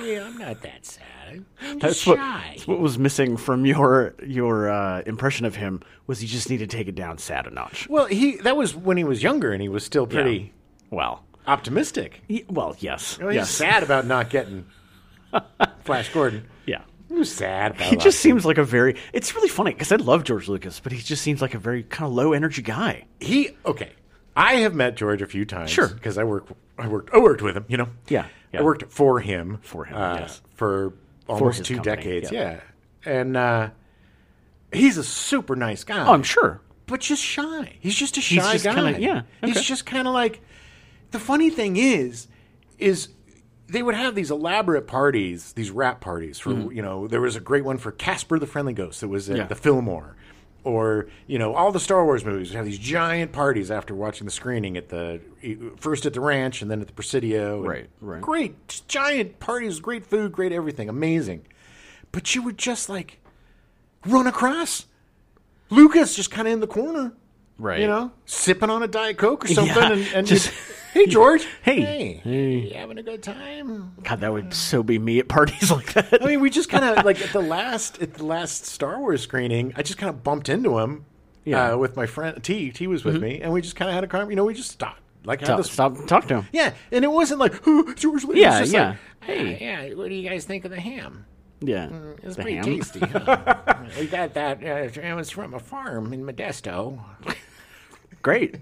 Speaker 3: Yeah, I'm not that sad. I'm
Speaker 2: that's,
Speaker 3: just
Speaker 2: what,
Speaker 3: shy.
Speaker 2: that's what was missing from your your uh, impression of him was he just needed to take it down sad a notch.
Speaker 1: Well, he that was when he was younger, and he was still pretty
Speaker 2: Well,
Speaker 1: optimistic.
Speaker 2: y- well, yes,
Speaker 1: You know, Oh, he's
Speaker 2: yes,
Speaker 1: sad about not
Speaker 2: <laughs>
Speaker 1: getting Flash Gordon.
Speaker 2: yeah.
Speaker 1: He was sad about
Speaker 2: He
Speaker 1: that.
Speaker 2: just seems like a very. It's really funny because I love George Lucas, but he just seems like a very kind of low energy guy.
Speaker 1: he okay. I have met George a few times,
Speaker 2: Sure.
Speaker 1: because I work, I worked, I worked with him. You know,
Speaker 2: Yeah, yeah.
Speaker 1: I worked for him, for
Speaker 2: him, yes.
Speaker 1: for almost
Speaker 2: his
Speaker 1: two
Speaker 2: company,
Speaker 1: decades,
Speaker 2: yeah.
Speaker 1: yeah. And uh, he's a super nice guy.
Speaker 2: Oh, I'm sure.
Speaker 1: but just shy. He's just a shy
Speaker 2: just
Speaker 1: guy.
Speaker 2: kinda- yeah, okay.
Speaker 1: He's just kind of like. The funny thing is, is they would have these elaborate parties, these rap parties for you know. There was a great one for Casper the Friendly Ghost that was at
Speaker 2: Mm-hmm. Yeah.
Speaker 1: the Fillmore, or you know all the Star Wars movies would have these giant parties after watching the screening at the e, first at the ranch and then at the Presidio. and
Speaker 2: Right, right.
Speaker 1: Great giant parties, great food, great everything, amazing. But you would just like run across Lucas just kind of in the corner,
Speaker 2: Right.
Speaker 1: You know, sipping on a diet coke or something, <laughs>
Speaker 2: Yeah,
Speaker 1: and, and
Speaker 2: just-
Speaker 1: just hey George, <laughs>
Speaker 2: Hey.
Speaker 1: hey, hey, having a good time.
Speaker 2: God, that would so be me at parties <laughs> like that.
Speaker 1: I mean, we just kind of like at the last at the last Star Wars screening, I just kind of bumped into him,
Speaker 2: Yeah.
Speaker 1: uh, with my friend T. T was with me, and we just kind of had a conversation. You know, we just stopped, like had
Speaker 2: Stop,
Speaker 1: this,
Speaker 2: stop, talk to him.
Speaker 1: yeah, and it wasn't like "Ooh, George, Lucas,"
Speaker 2: Yeah,
Speaker 1: just
Speaker 2: yeah,
Speaker 1: like, "Ah,
Speaker 3: Hey, yeah, what do you guys think of the ham?
Speaker 2: yeah.
Speaker 3: It's
Speaker 2: The
Speaker 3: pretty
Speaker 2: ham.
Speaker 1: <laughs>
Speaker 3: tasty. huh? we got that. Uh, it was from a farm in Modesto.
Speaker 2: Great.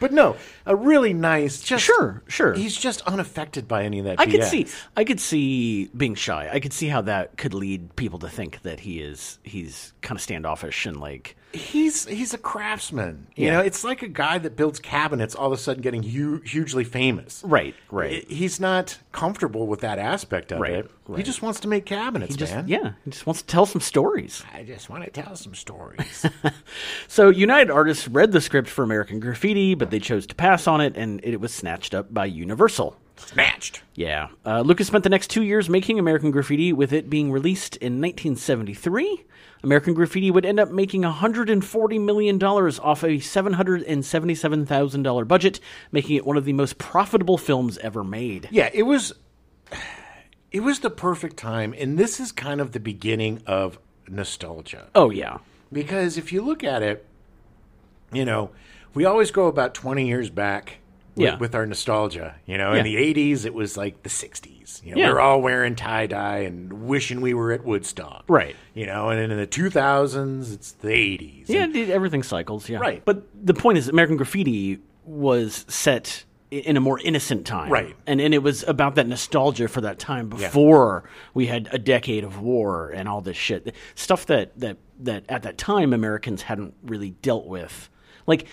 Speaker 1: but no, a really nice, just
Speaker 2: <laughs> Sure, sure.
Speaker 1: He's just unaffected by any of that.
Speaker 2: I could
Speaker 1: BS.
Speaker 2: see, I could see being shy. I could see how that could lead people to think that he is, he's kind of standoffish and like,
Speaker 1: he's he's a craftsman. You
Speaker 2: Yeah.
Speaker 1: know, it's like a guy that builds cabinets all of a sudden getting hu- hugely famous.
Speaker 2: right, right.
Speaker 1: I- He's not comfortable with that aspect of
Speaker 2: Right,
Speaker 1: it. He
Speaker 2: right.
Speaker 1: just wants to make cabinets,
Speaker 2: just,
Speaker 1: man.
Speaker 2: yeah, he just wants to tell some stories.
Speaker 3: I just want to tell some stories.
Speaker 1: <laughs>
Speaker 2: So United Artists read the script for American Graffiti, but they chose to pass on it, and it was snatched up by Universal.
Speaker 3: Snatched.
Speaker 2: Yeah, uh, Lucas spent the next two years making American Graffiti, with it being released in 1973. American Graffiti would end up making 140 million dollars off a 777,000 dollar budget, making it one of the most profitable films ever made.
Speaker 1: Yeah, it was it was the perfect time, and this is kind of the beginning of nostalgia.
Speaker 2: Oh yeah,
Speaker 1: Because if you look at it, you know, we always go about 20 years back with,
Speaker 2: Yeah.
Speaker 1: with our nostalgia. You know,
Speaker 2: Yeah.
Speaker 1: in the 80s, it was like the 60s. You know,
Speaker 2: Yeah.
Speaker 1: we were all wearing tie dye and wishing we were at Woodstock.
Speaker 2: Right.
Speaker 1: You know, and in the 2000s, it's the 80s.
Speaker 2: yeah, it- everything cycles. Yeah,
Speaker 1: Right.
Speaker 2: But the point is, American Graffiti was set i- in a more innocent time.
Speaker 1: Right.
Speaker 2: And and it was about that nostalgia for that time before we had a decade of war and all this shit. Stuff that that that at that time Americans hadn't really dealt with. Like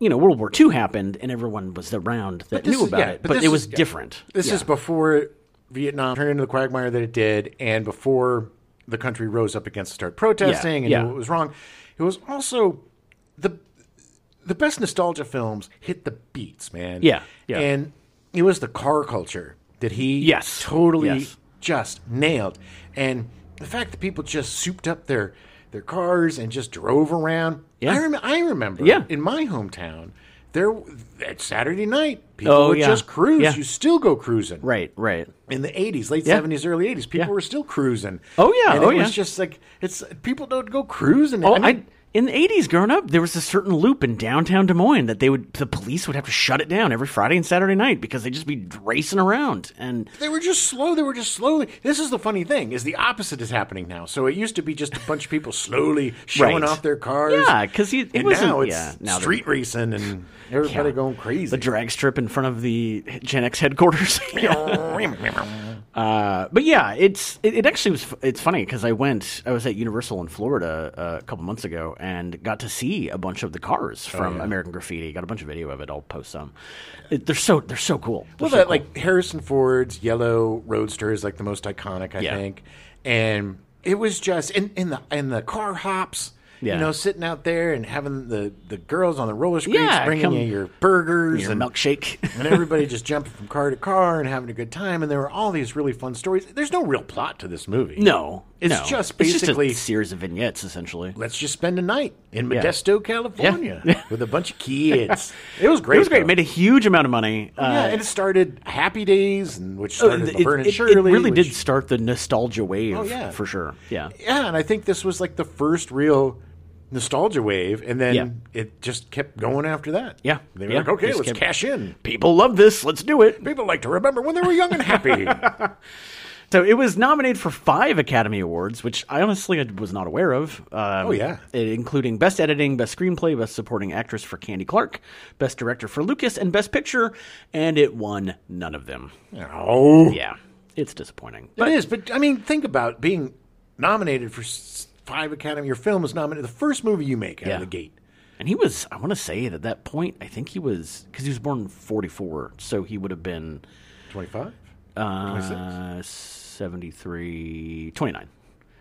Speaker 2: you know, World War II happened and everyone was around that
Speaker 1: this
Speaker 2: knew
Speaker 1: is-
Speaker 2: about
Speaker 1: yeah,
Speaker 2: it,
Speaker 1: but
Speaker 2: but,
Speaker 1: this
Speaker 2: it
Speaker 1: is-
Speaker 2: was
Speaker 1: yeah.
Speaker 2: different.
Speaker 1: This
Speaker 2: Yeah.
Speaker 1: is before Vietnam turned into the quagmire that it did, and before the country rose up against start protesting and
Speaker 2: yeah.
Speaker 1: knew what was wrong. It was also the the best nostalgia films hit the beats, man.
Speaker 2: Yeah, yeah.
Speaker 1: And it was the car culture that he
Speaker 2: Yes,
Speaker 1: totally
Speaker 2: yes.
Speaker 1: just nailed, and the fact that people just souped up their their cars and just drove around.
Speaker 2: Yeah.
Speaker 1: I, rem- I remember.
Speaker 2: Yeah.
Speaker 1: in my hometown. There, at Saturday night, people
Speaker 2: Oh,
Speaker 1: would
Speaker 2: yeah.
Speaker 1: just cruise.
Speaker 2: Yeah.
Speaker 1: You still go cruising
Speaker 2: right, right.
Speaker 1: in the 80s, late
Speaker 2: Yeah.
Speaker 1: 70s, early 80s. People
Speaker 2: Yeah.
Speaker 1: were still cruising.
Speaker 2: Oh, yeah.
Speaker 1: And
Speaker 2: Oh,
Speaker 1: it
Speaker 2: yeah.
Speaker 1: was just like it's people don't go cruising.
Speaker 2: Oh, I,
Speaker 1: I mean,
Speaker 2: in the '80s, growing up, there was a certain loop in downtown Des Moines that they would the police would have to shut it down every Friday and Saturday night because they'd just be racing around. And
Speaker 1: they were just slow. They were just slowly. This is the funny thing is the opposite is happening now. So it used to be just a bunch of people
Speaker 2: <laughs>
Speaker 1: slowly showing
Speaker 2: Right.
Speaker 1: off their cars.
Speaker 2: yeah, because it, it
Speaker 1: and
Speaker 2: wasn't.
Speaker 1: now it's
Speaker 2: yeah, now they're-
Speaker 1: street racing and everybody going crazy.
Speaker 2: the drag strip in front of the Gen X headquarters.
Speaker 1: <laughs>
Speaker 2: <laughs> Yeah. <laughs> Uh, but yeah, it's it, it actually was. f- It's funny because I went. I was at Universal in Florida uh, a couple months ago and got to see a bunch of the cars
Speaker 1: Oh,
Speaker 2: from American Graffiti. Got a bunch of video of it. I'll post some. It- they're so they're so cool. They're
Speaker 1: Well,
Speaker 2: so
Speaker 1: that
Speaker 2: cool.
Speaker 1: like Harrison Ford's yellow roadster is like the most iconic, I
Speaker 2: Yeah.
Speaker 1: think. And it was just in, in the in the car hops,
Speaker 2: Yeah.
Speaker 1: you know, sitting out there and having the, the girls on the roller skates
Speaker 2: Yeah,
Speaker 1: bringing
Speaker 2: come-
Speaker 1: you your burgers
Speaker 2: your
Speaker 1: and
Speaker 2: milkshake. <laughs>
Speaker 1: and everybody just jumping from car to car and having a good time. And there were all these really fun stories. There's no real plot to this movie.
Speaker 2: No,
Speaker 1: It's
Speaker 2: no.
Speaker 1: just
Speaker 2: it's
Speaker 1: basically-
Speaker 2: just a series of vignettes, essentially.
Speaker 1: Let's just spend a night in Modesto, California,
Speaker 2: Yeah. <laughs>
Speaker 1: with a bunch of kids. It was great.
Speaker 2: it was great.
Speaker 1: though.
Speaker 2: Made a huge amount of money.
Speaker 1: yeah,
Speaker 2: Uh,
Speaker 1: and it started Happy Days, and which
Speaker 2: oh,
Speaker 1: started
Speaker 2: it,
Speaker 1: Laverne and
Speaker 2: it- it
Speaker 1: Shirley.
Speaker 2: really
Speaker 1: which-
Speaker 2: did start the nostalgia wave.
Speaker 1: Oh, yeah.
Speaker 2: for sure. Yeah,
Speaker 1: Yeah, and I think this was like the first real nostalgia wave, and then
Speaker 2: Yeah.
Speaker 1: it just kept going after that.
Speaker 2: Yeah.
Speaker 1: they were
Speaker 2: Yeah.
Speaker 1: like, okay,
Speaker 2: Just
Speaker 1: let's
Speaker 2: kept-
Speaker 1: cash
Speaker 2: <laughs>
Speaker 1: in.
Speaker 2: people love this. Let's do it.
Speaker 1: People like to remember when they were young and
Speaker 2: <laughs>
Speaker 1: happy.
Speaker 2: So it was nominated for five Academy Awards, which I honestly was not aware of. Um,
Speaker 1: Oh, yeah.
Speaker 2: it- including Best Editing, Best Screenplay, Best Supporting Actress for Candy Clark, Best Director for Lucas, and Best Picture, and it won none of them.
Speaker 1: oh,
Speaker 2: Yeah, it's disappointing.
Speaker 1: it is. But I mean, think about being nominated for s- five Academy. Your film is nominated. The first movie you make out
Speaker 2: Yeah.
Speaker 1: of the gate.
Speaker 2: And he was, I want to say that at that point, I think he was, because he was born in 44, so he would have been
Speaker 1: Twenty-five.
Speaker 2: uh, 73, 29.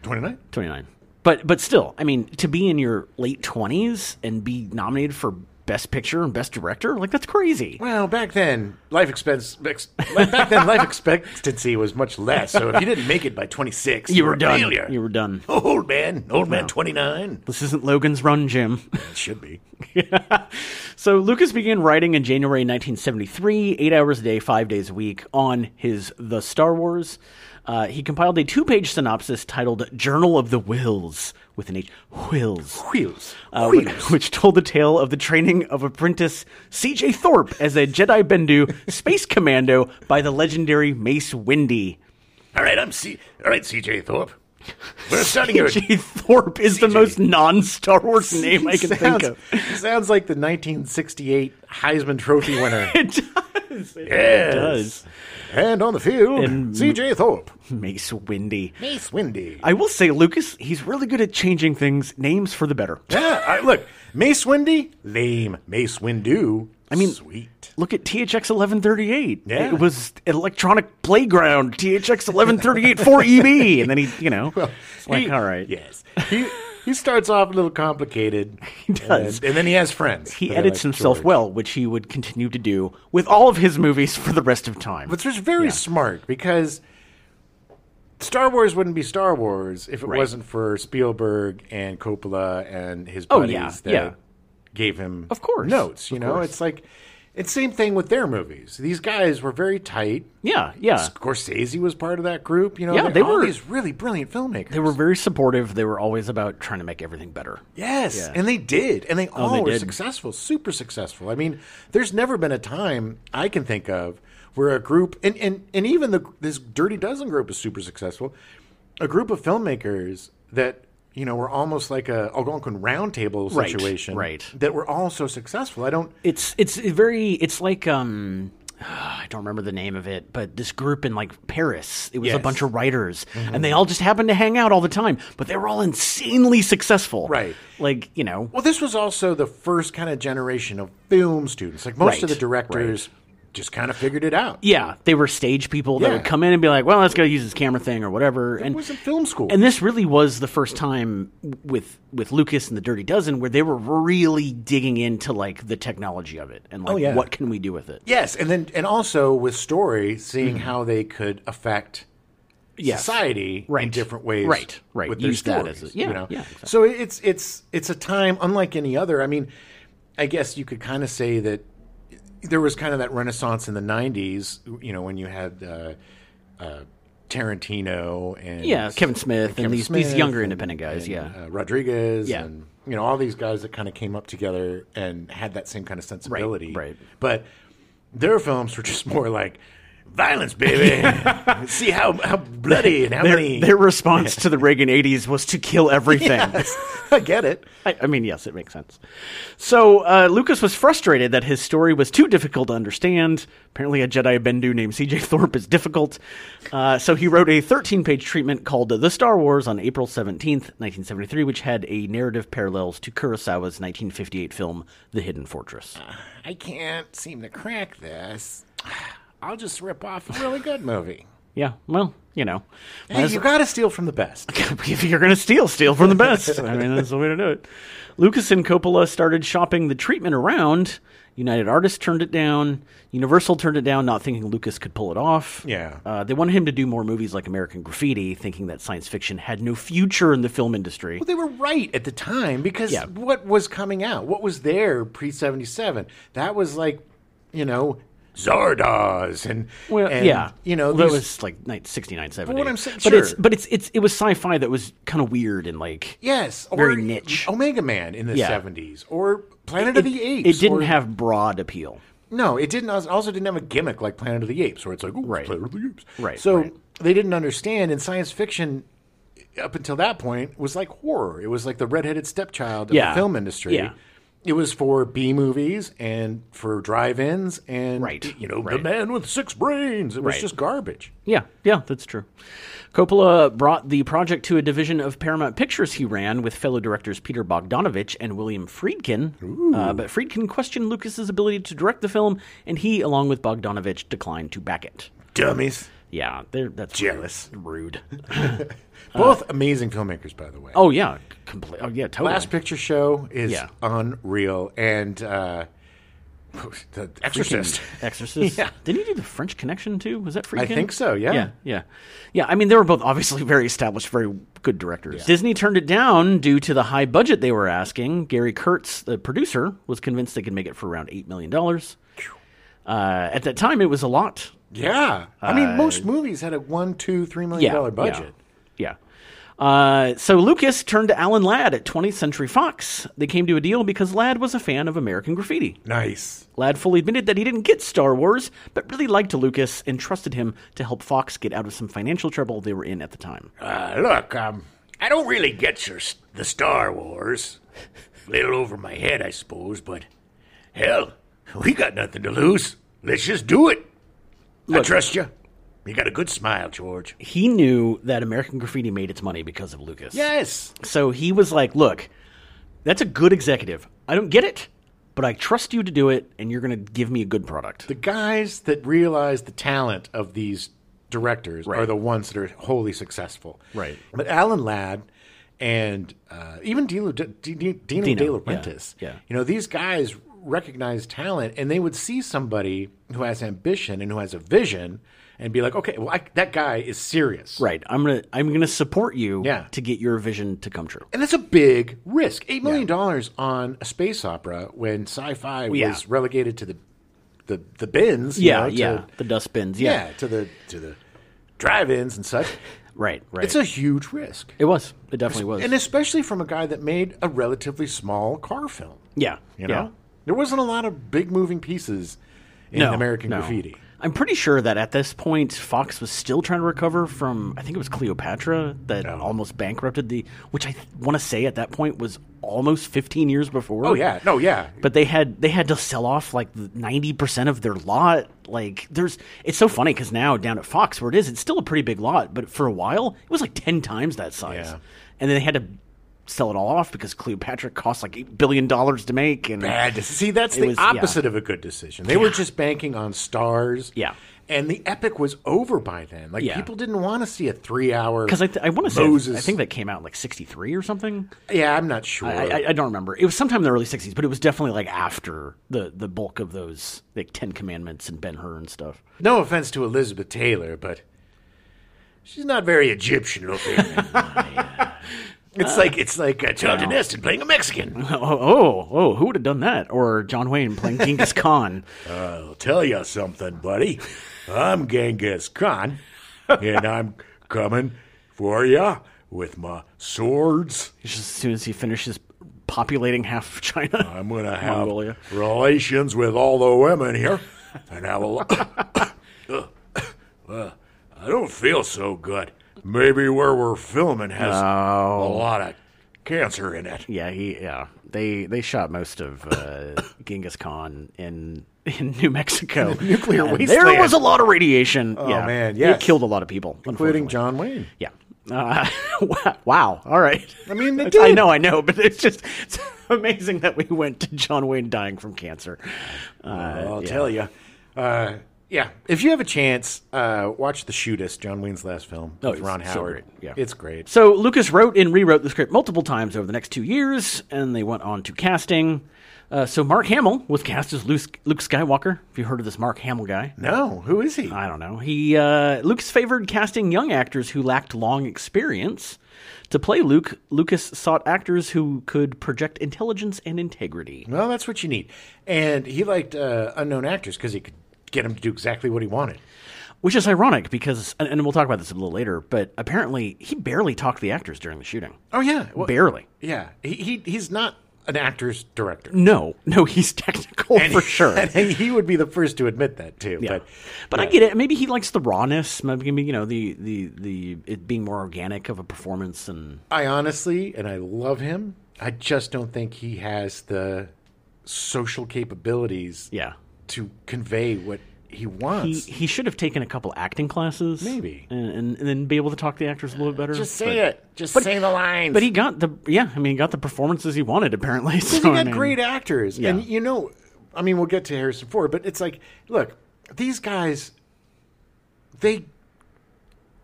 Speaker 1: 29?
Speaker 2: 29. But, but still, I mean, to be in your late 20s and be nominated for Best Picture and Best Director, like, that's crazy.
Speaker 1: Well, back then, life expense ex- <laughs> back then life expectancy was much less. So if you didn't make it by twenty six,
Speaker 2: You were done.
Speaker 1: Failure.
Speaker 2: You were done.
Speaker 1: <laughs> old man, old man, twenty nine.
Speaker 2: This isn't Logan's Run, Jim. <laughs>
Speaker 1: It should be.
Speaker 2: So Lucas began writing in January 1973, eight hours a day, five days a week, on his The Star Wars. Uh, he compiled a two-page synopsis titled "Journal of the Wills" with an H, Wills,
Speaker 1: Wheels.
Speaker 2: uh, which,
Speaker 1: <laughs>
Speaker 2: which told the tale of the training of apprentice C.J. Thorpe as a Jedi Bendu space commando by the legendary Mace Windu.
Speaker 3: All right, I'm C. All right, CJ Thorpe.
Speaker 2: <laughs>
Speaker 3: We're starting your.
Speaker 2: C.J. Thorpe is the most non-Star Wars name I can think of. <laughs>
Speaker 1: Sounds like the 1968 Heisman Trophy winner.
Speaker 2: It does. <laughs> It
Speaker 1: Yes.
Speaker 2: does.
Speaker 1: and on the field,
Speaker 2: And-
Speaker 1: C.J. Thorpe,
Speaker 2: Mace Windu.
Speaker 1: Mace Windy.
Speaker 2: I will say, Lucas, he's really good at changing things names for the better.
Speaker 1: yeah, I, look, Mace Windy, lame. Mace Windu, I
Speaker 2: mean-
Speaker 1: sweet.
Speaker 2: Look at THX 1138.
Speaker 1: Yeah.
Speaker 2: It was electronic playground, THX 1138
Speaker 1: <laughs>
Speaker 2: 4EB. E And then he, you know, it's like,
Speaker 1: He-
Speaker 2: all right.
Speaker 1: yes. He he starts off a little
Speaker 2: <laughs>
Speaker 1: complicated. he
Speaker 2: does.
Speaker 1: and, then he has friends.
Speaker 2: He
Speaker 1: that are
Speaker 2: edits
Speaker 1: like
Speaker 2: himself
Speaker 1: George.
Speaker 2: well, which he would continue to do with all of his movies for the rest of time.
Speaker 1: which was very smart because Star Wars wouldn't be Star Wars if it
Speaker 2: Right.
Speaker 1: wasn't for Spielberg and Coppola and his
Speaker 2: Oh,
Speaker 1: buddies
Speaker 2: yeah,
Speaker 1: that
Speaker 2: yeah.
Speaker 1: gave him
Speaker 2: Of course,
Speaker 1: notes. You
Speaker 2: of
Speaker 1: know,
Speaker 2: course.
Speaker 1: it's like it's same thing with their movies. These guys were very tight.
Speaker 2: yeah, yeah.
Speaker 1: Scorsese was part of that group. You know,
Speaker 2: Yeah,
Speaker 1: they're
Speaker 2: they
Speaker 1: all
Speaker 2: were-
Speaker 1: these really brilliant filmmakers.
Speaker 2: They were very supportive. They were always about trying to make everything better.
Speaker 1: Yes, and they did, and they all
Speaker 2: Oh, they
Speaker 1: were
Speaker 2: did.
Speaker 1: successful, super successful. I mean, there's never been a time I can think of where a group, and and and even the this Dirty Dozen group is super successful. A group of filmmakers that you know, we're almost like a Algonquin roundtable
Speaker 2: Right,
Speaker 1: situation.
Speaker 2: right.
Speaker 1: That we're all so successful. I don't.
Speaker 2: It's it's very it's like um <sighs> I don't remember the name of it, but this group in like Paris, it was a
Speaker 1: Yes. Mm-hmm.
Speaker 2: bunch of writers, and they all just happened to hang out all the time. But they were all insanely successful,
Speaker 1: Right.
Speaker 2: Like you know,
Speaker 1: Well, this was also the first kind of generation of film students. Like most
Speaker 2: Right, E
Speaker 1: of the directors just kind of figured it out.
Speaker 2: yeah, they were stage people that
Speaker 1: Yeah.
Speaker 2: would come in and be like, "Well, let's go use this camera thing or whatever."
Speaker 1: It
Speaker 2: and
Speaker 1: wasn't film school.
Speaker 2: and this really was the first time w- with with Lucas and the Dirty Dozen where they were really digging into like the technology of it and like
Speaker 1: Oh, yeah.
Speaker 2: what can we do with it.
Speaker 1: yes, and then and also with story, seeing how they could affect
Speaker 2: Mm-hmm. Yes.
Speaker 1: society in
Speaker 2: Right.
Speaker 1: different ways.
Speaker 2: Right, right.
Speaker 1: With their
Speaker 2: Use that as a-
Speaker 1: stories,
Speaker 2: yeah,
Speaker 1: you know?
Speaker 2: yeah, exactly.
Speaker 1: So it's it's it's a time unlike any other. I mean, I guess you could kind of say that there was kind of that renaissance in the '90s. You know, when you had. Uh, uh, Tarantino and
Speaker 2: Yeah, Kevin Smith and these- these younger independent guys,
Speaker 1: and,
Speaker 2: yeah.
Speaker 1: uh, Rodriguez,
Speaker 2: Yeah.
Speaker 1: and you know all these guys that kind of came up together and had that same kind of sensibility.
Speaker 2: right.
Speaker 1: But their films were just <laughs> more like violence,
Speaker 2: <laughs>
Speaker 1: baby. See how how bloody and how many.
Speaker 2: Their response to the Reagan 80s was to kill everything.
Speaker 1: <laughs> I get it.
Speaker 2: <laughs> I, I mean, yes, it makes sense. So uh, Lucas was frustrated that his story was too difficult to understand. Apparently, a Jedi Bendu named C.J. Thorpe is difficult. Uh, so he wrote a 13-page treatment called "The Star Wars" on April 17th, 1973, which had a narrative parallels to Kurosawa's 1958 film *The Hidden Fortress*.
Speaker 1: I can't seem to crack this. I'll just rip off a really good movie.
Speaker 2: Yeah, well, you know,
Speaker 1: Hey, you got to steal from the best.
Speaker 2: if <laughs> you're going to steal, steal from the best. I mean, that's the way to do it. Lucas and Coppola started shopping the treatment around. United Artists turned it down. Universal turned it down, not thinking Lucas could pull it off.
Speaker 1: Yeah.
Speaker 2: Uh, they wanted him to do more movies like American Graffiti, thinking that science fiction had no future in the film industry.
Speaker 1: Well, they were right at the time because
Speaker 2: Yeah.
Speaker 1: what was coming out? What was there pre seventy seven? That was like, you know, Zardoz and
Speaker 2: Well,
Speaker 1: and,
Speaker 2: yeah,
Speaker 1: you know,
Speaker 2: that
Speaker 1: these,
Speaker 2: was like ni- 69, 70.
Speaker 1: what I'm saying-
Speaker 2: but it's
Speaker 1: sure.
Speaker 2: but it's it's it was sci-fi that was kind of weird and like
Speaker 1: yes, or
Speaker 2: very niche.
Speaker 1: Omega Man in the
Speaker 2: Yeah.
Speaker 1: seventies or Planet of the Apes.
Speaker 2: It didn't
Speaker 1: or-
Speaker 2: have broad appeal.
Speaker 1: no, it didn't. Also also didn't have a gimmick like Planet of the Apes, where it's like, oh,
Speaker 2: Right.
Speaker 1: Planet of the Apes.
Speaker 2: Right,
Speaker 1: So
Speaker 2: right.
Speaker 1: they didn't understand, and science fiction. Up until that point, was like horror. It was like the redheaded stepchild of
Speaker 2: Yeah.
Speaker 1: the film industry.
Speaker 2: Yeah.
Speaker 1: It was for B movies and for drive-ins and
Speaker 2: Right.
Speaker 1: you know the
Speaker 2: Right.
Speaker 1: man with six brains. It was
Speaker 2: Right.
Speaker 1: just garbage.
Speaker 2: Yeah, yeah, that's true. Coppola brought the project to a division of Paramount Pictures he ran with fellow directors Peter Bogdanovich and William Friedkin. Uh, but Friedkin questioned Lucas's ability to direct the film, and he, along with Bogdanovich, declined to back it.
Speaker 1: Dummies.
Speaker 2: Yeah, they're, that's
Speaker 1: Jealous.
Speaker 2: rude. <laughs>
Speaker 1: Uh, Both amazing filmmakers, by the way.
Speaker 2: Oh yeah, compl- oh yeah, totally.
Speaker 1: Last Picture Show is
Speaker 2: Yeah.
Speaker 1: unreal, and uh, <laughs> the Exorcist. <laughs>
Speaker 2: Exorcist. Didn't he do the French Connection too? Was that Friedkin?
Speaker 1: I think so. Yeah.
Speaker 2: Yeah, yeah, yeah. I mean, they were both obviously very established, very good directors. Disney turned it down due to the high budget they were asking. Gary Kurtz, the producer, was convinced they could make it for around eight million dollars. Uh, at that time, it was a lot.
Speaker 1: Yeah. I mean, most movies had a one, two, three million dollar budget.
Speaker 2: Yeah. Uh, so Lucas turned to Alan Ladd at 20th Century Fox. They came to a deal because Ladd was a fan of American Graffiti.
Speaker 1: Nice.
Speaker 2: Ladd fully admitted that he didn't get Star Wars, but really liked Lucas and trusted him to help Fox get out of some financial trouble they were in at the time.
Speaker 3: Uh, look, um, I don't really get your s- the Star Wars. A little over my head, I suppose, but hell, we got nothing to lose. Let's just do it. I trust you. You got a good smile, George.
Speaker 2: he knew that American Graffiti made its money because of Lucas.
Speaker 1: Yes.
Speaker 2: So he was like, look, that's a good executive. I don't get it, but I trust you to do it, and you're going to give me a good product.
Speaker 1: The guys that realize the talent of these directors are the ones that are wholly successful.
Speaker 2: Right.
Speaker 1: But Alan Ladd and uh, even Dino, D- D- Dino, De
Speaker 2: Dino, yeah,
Speaker 1: Laurentiis,
Speaker 2: yeah.
Speaker 1: you know, these guys recognize talent and they would see somebody who has ambition and who has a vision and be like, okay, well, I, that guy is serious.
Speaker 2: right. I'm going to I'm going to support you
Speaker 1: Yeah.
Speaker 2: to get your vision to come true.
Speaker 1: And that's a big risk. Eight million dollars on a space opera when sci-fi
Speaker 2: yeah.
Speaker 1: was relegated to the the, the bins. you
Speaker 2: Yeah,
Speaker 1: know, to-
Speaker 2: yeah. The dustbins. Yeah.
Speaker 1: yeah, to the to the drive-ins and such.
Speaker 2: <laughs> Right, right.
Speaker 1: It's a huge risk,
Speaker 2: it was. It definitely was.
Speaker 1: and especially from a guy that made a relatively small car film.
Speaker 2: yeah.
Speaker 1: You
Speaker 2: yeah.
Speaker 1: know, there wasn't a lot of big moving pieces in
Speaker 2: No,
Speaker 1: American
Speaker 2: no.
Speaker 1: Graffiti.
Speaker 2: I'm pretty sure that at this point Fox was still trying to recover from I think it was Cleopatra that
Speaker 1: Oh.
Speaker 2: almost bankrupted the which I want to say at that point was almost 15 years before.
Speaker 1: Oh yeah, no yeah.
Speaker 2: But they had they had to sell off like 90% of their lot. Like there's it's so funny cuz now down at Fox where it is it's still a pretty big lot, but for a while it was like 10 times that size.
Speaker 1: Yeah.
Speaker 2: And then they had to sell it all off because Cleopatra cost like 8 billion dollars to make and
Speaker 1: bad. dec- See, that's
Speaker 2: It
Speaker 1: the
Speaker 2: was- yeah.
Speaker 1: opposite of a good decision. They were just banking on stars.
Speaker 2: Yeah.
Speaker 1: And the epic was over by then. Like
Speaker 2: Yeah.
Speaker 1: people didn't want to see a three-hour.
Speaker 2: Because I, th- I want to say,
Speaker 1: Moses.
Speaker 2: I think that came out in like 63 or something.
Speaker 1: yeah, I'm not sure.
Speaker 2: I, I, I don't remember. It was sometime in the early 60s, but it was definitely like after the, the bulk of those, like Ten Commandments and Ben Hur and stuff. <laughs>
Speaker 1: no offense to Elizabeth Taylor, but
Speaker 3: She's not very Egyptian looking. <laughs>
Speaker 1: it's like it's like uh, a
Speaker 3: John Dinestin playing a Mexican.
Speaker 2: Oh, oh, oh, who would have done that? Or John Wayne
Speaker 1: <laughs>
Speaker 2: playing Genghis Khan.
Speaker 3: I'll tell you something, buddy. I'm Genghis Khan, and I'm coming for ya with my swords.
Speaker 2: Just as soon as he finishes populating half of
Speaker 1: Uh-huh.
Speaker 2: China.
Speaker 3: I'm going to have
Speaker 2: Mongolia.
Speaker 3: relations with all the women here and have a lot.
Speaker 1: <coughs>
Speaker 3: I don't feel so good. Maybe where we're filming has a lot of cancer in it.
Speaker 2: <laughs> Yeah, he, yeah. They they shot most of uh, <coughs> Genghis Khan in in New Mexico.
Speaker 1: <laughs> nuclear
Speaker 2: And There
Speaker 1: wasteland.
Speaker 2: was a lot of radiation. Oh yeah.
Speaker 1: man, yes.
Speaker 2: It killed a lot of people,
Speaker 1: including
Speaker 2: unfortunately.
Speaker 1: John Wayne.
Speaker 2: Yeah. Uh, <laughs> wow. All right.
Speaker 1: I mean, they
Speaker 2: <laughs> I
Speaker 1: did.
Speaker 2: know, I know, but it's just it's amazing that we went to John Wayne dying from cancer. Uh,
Speaker 1: I'll tell you. Uh, yeah, if you have a chance, uh, watch The Shootist, John Wayne's last film
Speaker 2: Oh,
Speaker 1: with
Speaker 2: it's
Speaker 1: Ron
Speaker 2: so
Speaker 1: Howard.
Speaker 2: great, yeah.
Speaker 1: It's great.
Speaker 2: so Lucas wrote and rewrote the script multiple times over the next two years, and they went on to casting. Uh, so Mark Hamill was cast as Luke, Luke Skywalker. If you heard of this Mark Hamill guy,
Speaker 1: No, who is he?
Speaker 2: I don't know. He uh, Lucas favored casting young actors who lacked long experience to play Luke. Lucas sought actors who could project intelligence and integrity.
Speaker 1: Well, that's what you need. And he liked uh, unknown actors because he could get him to do exactly what he wanted.
Speaker 2: Which is ironic because, and, and we'll talk about this a little later, but apparently he barely talked to the actors during the shooting.
Speaker 1: Oh yeah, well,
Speaker 2: Barely.
Speaker 1: yeah. He, he he's not an actor's director.
Speaker 2: No, no, he's <laughs> technical for sure.
Speaker 1: <laughs> And he would be the first to admit that too.
Speaker 2: yeah.
Speaker 1: But
Speaker 2: But, I get it. Maybe he likes the rawness. Maybe you know the the the it being more organic of a performance. And
Speaker 1: I honestly, and I love him. I just don't think he has the social capabilities
Speaker 2: yeah,
Speaker 1: to convey what he
Speaker 2: he
Speaker 1: wants.
Speaker 2: he should have taken a couple acting classes,
Speaker 1: Maybe.
Speaker 2: and and, and then be able to talk to the actors a little bit better.
Speaker 1: just
Speaker 2: but,
Speaker 1: say it. Just say the lines.
Speaker 2: But he got the yeah. I mean, he got the performances he wanted apparently. <laughs> So,
Speaker 1: Because
Speaker 2: I
Speaker 1: you got
Speaker 2: mean,
Speaker 1: great actors. And
Speaker 2: Yeah.
Speaker 1: you know, I mean, we'll get to Harrison Ford, but it's like, look, these guys, they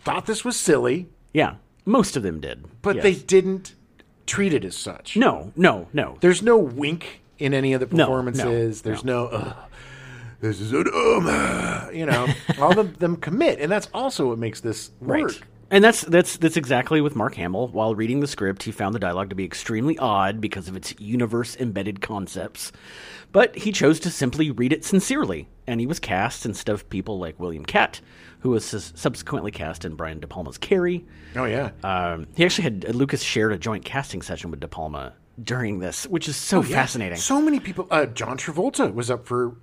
Speaker 1: thought this was silly,
Speaker 2: Yeah, most of them did,
Speaker 1: but
Speaker 2: yes.
Speaker 1: they didn't treat it as such.
Speaker 2: no no no.
Speaker 1: There's no wink in any of the
Speaker 2: no,
Speaker 1: performances. There's no, Ugh, this is an um, you
Speaker 2: <laughs>
Speaker 1: know, all of them commit. And that's also what makes this work.
Speaker 2: And that's that's that's exactly with Mark Hamill. While reading the script, he found the dialogue to be extremely odd because of its universe embedded concepts. But he chose to simply read it sincerely, and he was cast instead of people like William Catt, who was sus- subsequently cast in Brian De Palma's Carrie.
Speaker 1: Oh, yeah.
Speaker 2: Um, he actually had uh, Lucas shared a joint casting session with De Palma during this, which is
Speaker 1: Oh,
Speaker 2: so fascinating.
Speaker 1: So many people. Uh, John Travolta was up for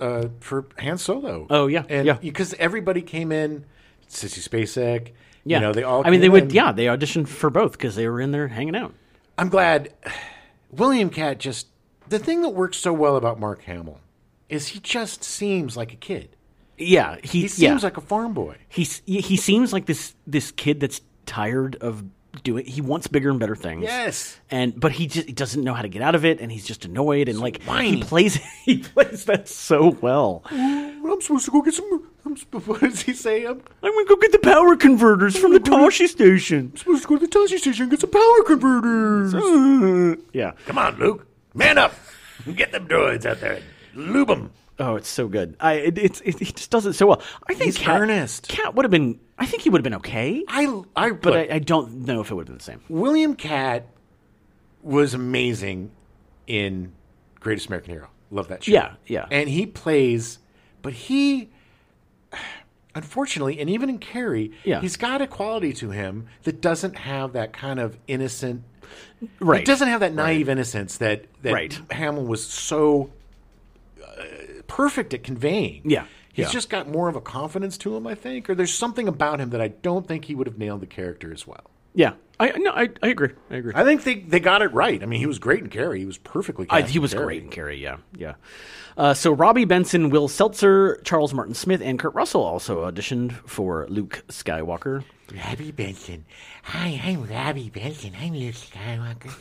Speaker 1: uh, for Han Solo.
Speaker 2: Oh, yeah,
Speaker 1: and
Speaker 2: yeah.
Speaker 1: because everybody came in, Sissy Spacek.
Speaker 2: yeah,
Speaker 1: you know they all.
Speaker 2: I mean, they
Speaker 1: came
Speaker 2: would.
Speaker 1: in.
Speaker 2: Yeah, they auditioned for both because they were in there hanging out.
Speaker 1: I'm glad <sighs> William Cat just the thing that works so well about Mark Hamill is he just seems like a kid.
Speaker 2: Yeah,
Speaker 1: He
Speaker 2: he, yeah.
Speaker 1: seems like a farm boy.
Speaker 2: He's he he seems like this this kid that's tired of doing. He wants bigger and better things.
Speaker 1: Yes.
Speaker 2: And but he just he doesn't know how to get out of it, and he's just annoyed and like he
Speaker 1: whiny.
Speaker 2: plays <laughs> he plays that so well.
Speaker 1: Well, I'm supposed to go get some. I'm, sp- <laughs> what does he say? I'm
Speaker 2: I'm gonna go get the power converters from the Toshi station.
Speaker 1: supposed to go to the Tashi station and get some power converters.
Speaker 2: Yeah.
Speaker 3: Come on, Luke. Man up. Get them droids out there. Lube them.
Speaker 2: Oh, it's so good. I it, it's it, he just does it so well. I think
Speaker 1: He's
Speaker 2: Cat,
Speaker 1: earnest.
Speaker 2: Cat would have been. I think he would have been okay,
Speaker 1: I, I,
Speaker 2: but I, I don't know if it would have been the same.
Speaker 1: William Cat was amazing in Greatest American Hero. Love that show.
Speaker 2: Yeah, yeah.
Speaker 1: And he plays, but he, <sighs> unfortunately, and even in Carrie,
Speaker 2: Yeah.
Speaker 1: he's got a quality to him that doesn't have that kind of innocent.
Speaker 2: Right.
Speaker 1: It doesn't have that naive innocence that that
Speaker 2: Right.
Speaker 1: Hamill was so uh, perfect at conveying.
Speaker 2: Yeah.
Speaker 1: He's
Speaker 2: Yeah.
Speaker 1: just got more of a confidence to him, I think, or there's something about him that I don't think he would have nailed the character as well.
Speaker 2: Yeah, I no, I, I agree. I agree.
Speaker 1: I think they, they got it right. I mean, he was great in Carrie. He was perfectly.
Speaker 2: I,
Speaker 1: cast
Speaker 2: he
Speaker 1: in
Speaker 2: was
Speaker 1: Carrie.
Speaker 2: great in Carrie, yeah, yeah. Uh, so Robbie Benson, Will Seltzer, Charles Martin Smith, and Kurt Russell also auditioned for Luke Skywalker.
Speaker 4: Robbie Benson. Hi, I'm Robbie Benson. I'm Luke Skywalker.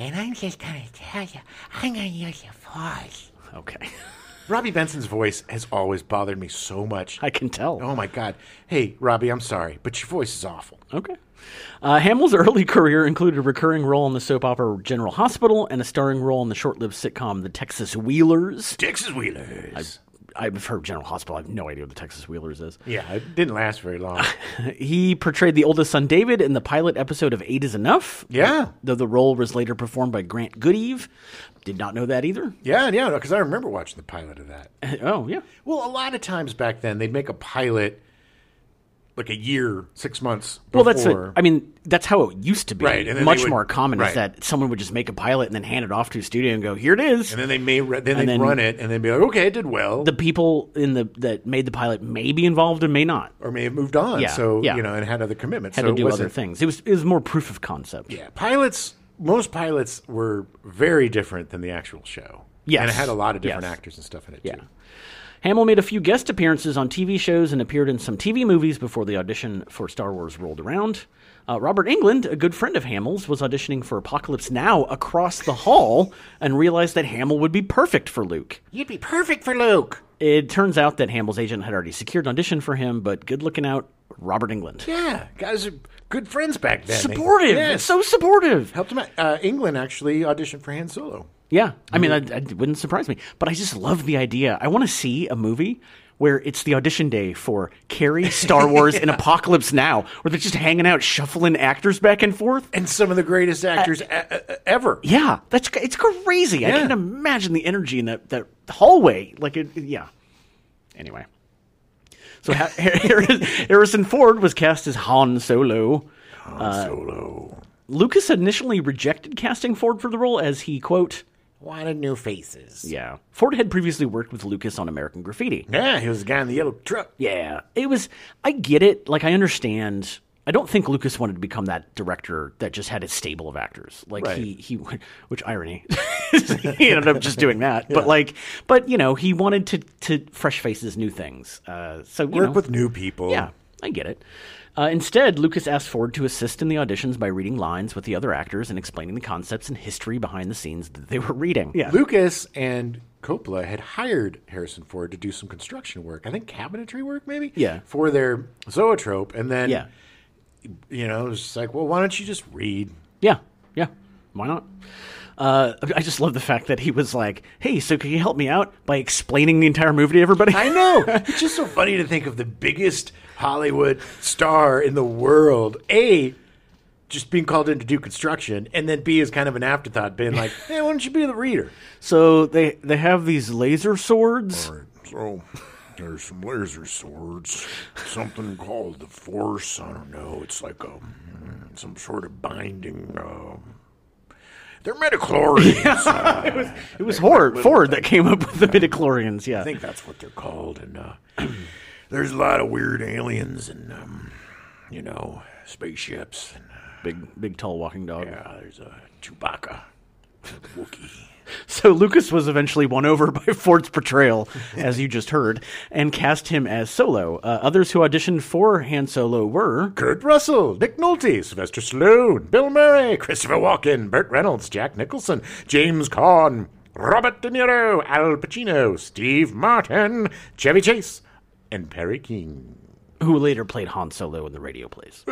Speaker 4: And I'm just gonna tell you, I'm gonna use the force.
Speaker 2: Okay, <laughs>
Speaker 1: Robbie Benson's voice has always bothered me so much.
Speaker 2: I can tell.
Speaker 1: Oh my God! Hey, Robbie, I'm sorry, but your voice is awful.
Speaker 2: Okay. Uh, Hamill's early career included a recurring role in the soap opera General Hospital and a starring role in the short-lived sitcom The Texas Wheelers.
Speaker 3: Texas Wheelers.
Speaker 2: I've heard General Hospital. I have no idea what The Texas Wheelers is.
Speaker 1: Yeah, it didn't last very
Speaker 2: <laughs>
Speaker 1: long.
Speaker 2: He portrayed the oldest son David in the pilot episode of Eight Is Enough.
Speaker 1: Yeah.
Speaker 2: Though the role was later performed by Grant Goodeve. Did not know that either. <laughs>
Speaker 1: Yeah, yeah, because I remember watching the pilot of that.
Speaker 2: Oh yeah.
Speaker 1: Well, a lot of times back then, they'd make a pilot like a year, six months
Speaker 2: Well,
Speaker 1: before.
Speaker 2: that's it. I mean, that's how it used to be.
Speaker 1: Right, and then
Speaker 2: Much
Speaker 1: they would-
Speaker 2: more common is
Speaker 1: right.
Speaker 2: that someone would just make a pilot and then hand it off to a studio and go, "Here it is."
Speaker 1: and then they may re- then they
Speaker 2: then-
Speaker 1: would run it and then be like, okay, it did well,
Speaker 2: the people in the that made the pilot may be involved and may not.
Speaker 1: or may have moved on.
Speaker 2: Yeah,
Speaker 1: so
Speaker 2: yeah.
Speaker 1: you know, and had other commitments.
Speaker 2: Had
Speaker 1: so
Speaker 2: to
Speaker 1: it
Speaker 2: do other
Speaker 1: wasn't-
Speaker 2: things. It was it was more proof of concept.
Speaker 1: Yeah, pilots. Most pilots were very different than the actual show.
Speaker 2: Yes.
Speaker 1: and it had a lot of different
Speaker 2: Yes.
Speaker 1: actors and stuff in it too.
Speaker 2: Hamill made a few guest appearances on TV shows and appeared in some TV movies before the audition for Star Wars rolled around. Uh, Robert England, a good friend of Hamill's, was auditioning for Apocalypse Now across the hall and realized that Hamill would be perfect for Luke.
Speaker 4: You'd be perfect for Luke.
Speaker 2: It turns out that Hamill's agent had already secured an audition for him, but good looking out, Robert England.
Speaker 1: Yeah, guys are good friends back then. They-
Speaker 2: Supportive.
Speaker 1: Yes.
Speaker 2: So supportive.
Speaker 1: helped him out. Uh, England actually auditioned for Han Solo.
Speaker 2: Yeah, I mean, I, I- it wouldn't surprise me, but I just love the idea. I want to see a movie where it's the audition day for Carrie, Star <laughs> Wars, and Apocalypse Now, where they're just hanging out, shuffling actors back and forth.
Speaker 1: and some of the greatest actors e- e- ever.
Speaker 2: Yeah, that's ca- it's crazy. I
Speaker 1: Yeah.
Speaker 2: can imagine the energy in that that hallway. Like, it, it- yeah. Anyway, so Ha- <laughs> Harrison Ford was cast as Han Solo. Uh,
Speaker 1: Solo.
Speaker 2: Lucas initially rejected casting Ford for the role, as he quote.
Speaker 4: Wanted new faces.
Speaker 2: Yeah. Ford had previously worked with Lucas on American Graffiti.
Speaker 1: Yeah, he was the guy in the yellow truck.
Speaker 2: Yeah, it was. I get it. Like, I understand. I don't think Lucas wanted to become that director that just had a stable of actors. Like
Speaker 1: Right.
Speaker 2: he he, <laughs> which irony, he ended up just doing that. But like, but you know, he wanted to to fresh faces, new things. Uh, so you know,
Speaker 1: Work with new people.
Speaker 2: yeah, I get it. Uh, instead, Lucas asked Ford to assist in the auditions by reading lines with the other actors and explaining the concepts and history behind the scenes that they were reading. Yeah,
Speaker 1: Lucas and Coppola had hired Harrison Ford to do some construction work. I think cabinetry work, maybe?
Speaker 2: Yeah.
Speaker 1: For their zoetrope. And then,
Speaker 2: yeah.
Speaker 1: you know, it was just like, well, why don't you just read?
Speaker 2: Yeah, yeah. Why not? Uh, I just love the fact that he was like, "Hey, so can you help me out by explaining the entire movie to everybody?"
Speaker 1: I know. it's just so funny to think of the biggest Hollywood star in the world. A. Just being called in to do construction, and then B is kind of an afterthought, being
Speaker 3: <laughs>
Speaker 1: like, "Hey, why don't you be the reader?"
Speaker 2: <laughs> so they they have these laser swords.
Speaker 3: So there's some laser swords, something called the Force. I don't know. It's like a mm, some sort of binding. Um,
Speaker 1: <laughs>
Speaker 3: they're metachlorians. uh,
Speaker 2: It was Ford, Ford that came up with the midichlorians. Yeah,
Speaker 3: I think that's what they're called. And uh, <clears throat> there's a lot of weird aliens and um, you know spaceships. And,
Speaker 2: big big tall walking dog.
Speaker 3: uh, there's a Chewbacca, a Wookiee.
Speaker 2: So Lucas was eventually won over by <laughs> Ford's portrayal, as you just heard, and cast him as Solo. Uh, others who auditioned for Han Solo were
Speaker 1: Kurt Russell, Nick Nolte, Sylvester Stallone, Bill Murray, Christopher Walken, Burt Reynolds, Jack Nicholson, James Caan, Robert De Niro, Al Pacino, Steve Martin, Chevy Chase, and Perry King.
Speaker 2: who later played Han Solo in the radio plays.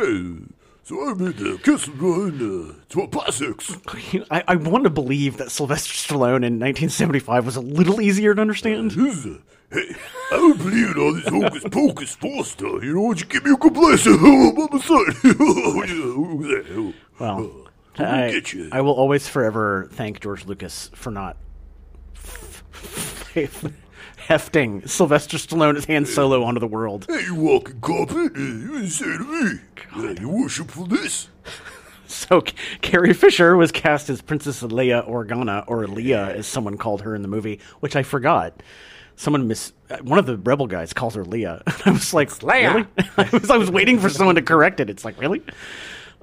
Speaker 3: So I made the kiss and uh, to a plastics.
Speaker 2: <laughs> I, I want to believe that Sylvester Stallone in 1975 was a little easier to understand.
Speaker 3: Who's the- Hey, I don't believe in all this hocus pocus force stuff. You know, would you give me a complacer? I'm on my side. <laughs> Who's that?
Speaker 2: Well,
Speaker 3: Who would
Speaker 2: I,
Speaker 3: Uh, get you?
Speaker 2: I will always forever thank George Lucas for not <laughs> hefting Sylvester Stallone as Han Solo onto the world.
Speaker 3: eh? Hey, you walking carpet. uh, You didn't say to me. Yeah, you worshipful this.
Speaker 2: So C- Carrie Fisher was cast as Princess Leia Organa, or Leia as someone called her in the movie, which I forgot. Someone miss uh, one of the rebel guys calls her Leia. <laughs> I was like,
Speaker 1: Leia.
Speaker 2: Really? <laughs> I was I was waiting for someone to correct it. It's like really.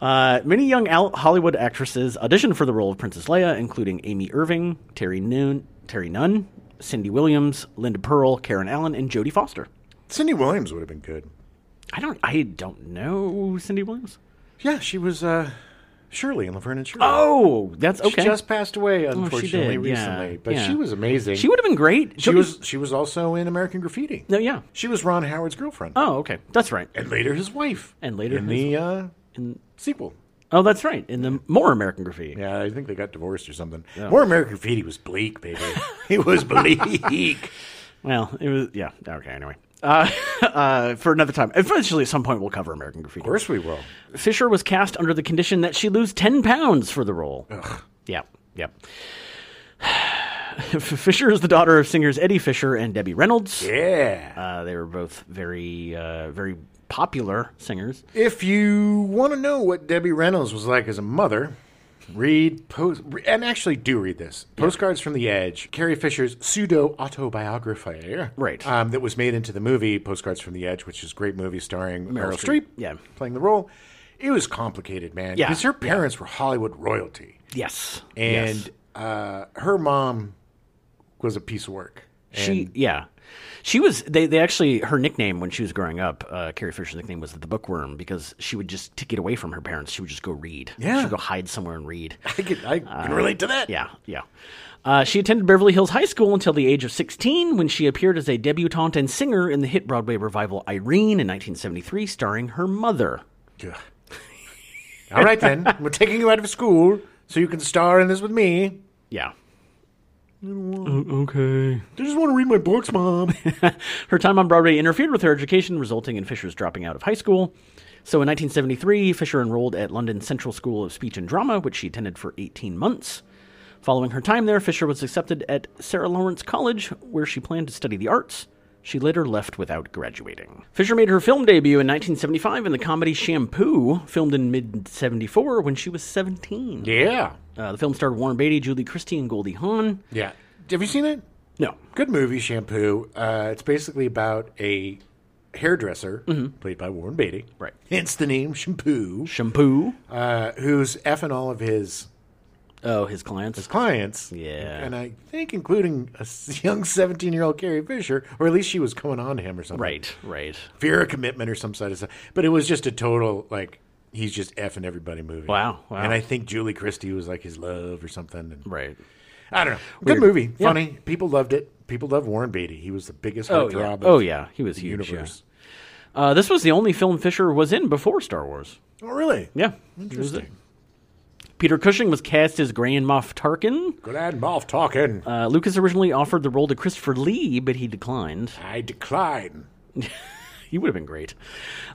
Speaker 2: Uh, many young Al- Hollywood actresses auditioned for the role of Princess Leia, including Amy Irving, Terry Noon, Terry Nunn, Cindy Williams, Linda Pearl, Karen Allen, and Jodie Foster.
Speaker 1: Cindy Williams would have been good.
Speaker 2: I don't. I don't know Cindy Williams.
Speaker 1: Yeah, she was uh, Shirley in Laverne and Shirley.
Speaker 2: Oh, that's okay.
Speaker 1: She just passed away,
Speaker 3: Oh,
Speaker 1: unfortunately,
Speaker 2: did, yeah,
Speaker 1: recently. But
Speaker 2: yeah.
Speaker 1: she was amazing.
Speaker 2: She would have been great.
Speaker 1: She
Speaker 2: Jodie-
Speaker 1: was. She was also in American Graffiti.
Speaker 2: No, yeah.
Speaker 1: She was Ron Howard's girlfriend,
Speaker 2: Oh, okay. That's right.
Speaker 1: and later his wife,
Speaker 2: And later
Speaker 1: in
Speaker 2: his
Speaker 1: the uh, sequel.
Speaker 2: Oh, that's right. In the more American Graffiti.
Speaker 1: Yeah, I think they got divorced or something. More American Graffiti was bleak, <laughs> baby. it was bleak.
Speaker 2: Well, it was. Yeah. Okay. Anyway. Uh, <laughs> uh, for another time. Eventually, at some point, we'll cover American Graffiti.
Speaker 1: of course we will.
Speaker 2: Fisher was cast under the condition that she lose 10 pounds for the role. Ugh. Yeah, yeah. <sighs> Fisher is the daughter of singers Eddie Fisher and Debbie Reynolds.
Speaker 1: Yeah.
Speaker 2: Uh, they were both very, uh, very popular singers.
Speaker 1: If you want to know what Debbie Reynolds was like as a mother, read post re- and actually do read this postcards from the edge carrie fisher's pseudo autobiography
Speaker 2: Right.
Speaker 1: um, that was made into the movie postcards from the edge which is a great movie starring meryl,
Speaker 2: Streep,
Speaker 1: streep,
Speaker 2: yeah.
Speaker 1: playing the role it was complicated man
Speaker 2: Yeah,
Speaker 1: because her parents were hollywood royalty
Speaker 2: Yes,
Speaker 1: and
Speaker 2: yes.
Speaker 1: uh, her mom was a piece of work
Speaker 2: she, yeah, she was. They, they actually her nickname when she was growing up, uh, Carrie Fisher's nickname was the bookworm because she would just to get away from her parents, she would just go read.
Speaker 1: Yeah.
Speaker 2: she'd go hide somewhere and read.
Speaker 1: i can, I can relate to that
Speaker 2: Yeah, yeah. Uh, she attended Beverly Hills High School until the age of 16 when she appeared as a debutante and singer in the hit Broadway revival Irene in 1973, starring her mother.
Speaker 1: Ugh. All right, <laughs> then. We're taking you out of school so you can star in this with me.
Speaker 2: Yeah.
Speaker 1: I just want to read my books, Mom. <laughs>
Speaker 2: Her time on Broadway interfered with her education, resulting in Fisher's dropping out of high school. So in 1973, Fisher enrolled at London Central School of Speech and Drama, which she attended for 18 months. Following her time there, Fisher was accepted at Sarah Lawrence College, where she planned to study the arts. She later left without graduating. Fisher made her film debut in 1975 in the comedy Shampoo, filmed in mid 74 when she was 17.
Speaker 1: yeah.
Speaker 2: Uh, the film starred Warren Beatty, Julie Christie, and Goldie Hawn.
Speaker 1: Yeah. Have you seen it?
Speaker 2: No.
Speaker 1: Good movie, Shampoo. Uh, it's basically about a hairdresser played by Warren Beatty.
Speaker 2: Right.
Speaker 1: Hence the name Shampoo,
Speaker 2: Shampoo.
Speaker 1: uh, who's effing all of his
Speaker 2: Oh, his clients.
Speaker 1: clients.
Speaker 2: Yeah.
Speaker 1: And I think including a s- <laughs> young 17 year old Carrie Fisher, or at least she was coming on to him or something.
Speaker 2: Right, right.
Speaker 1: fear of commitment or some sort of stuff. But it was just a total like he's just effing everybody movie.
Speaker 2: Wow, wow.
Speaker 1: And I think Julie Christie was like his love or something. And
Speaker 2: Right.
Speaker 1: I don't know. Good movie, funny. People loved it. People loved Warren Beatty. He was the biggest
Speaker 2: Oh
Speaker 1: heartthrob
Speaker 2: yeah.
Speaker 1: of
Speaker 2: oh yeah, he was
Speaker 1: the
Speaker 2: huge. yeah.
Speaker 1: universe.
Speaker 2: Uh, this was the only film Fisher was in before Star Wars.
Speaker 1: Oh really?
Speaker 2: Yeah, He was
Speaker 1: Interesting.
Speaker 2: it. Peter Cushing was cast as Grand Moff Tarkin.
Speaker 1: Good ad mouth talking.
Speaker 2: Uh, Lucas originally offered the role to Christopher Lee, but he declined.
Speaker 1: I decline.
Speaker 2: He would have been great.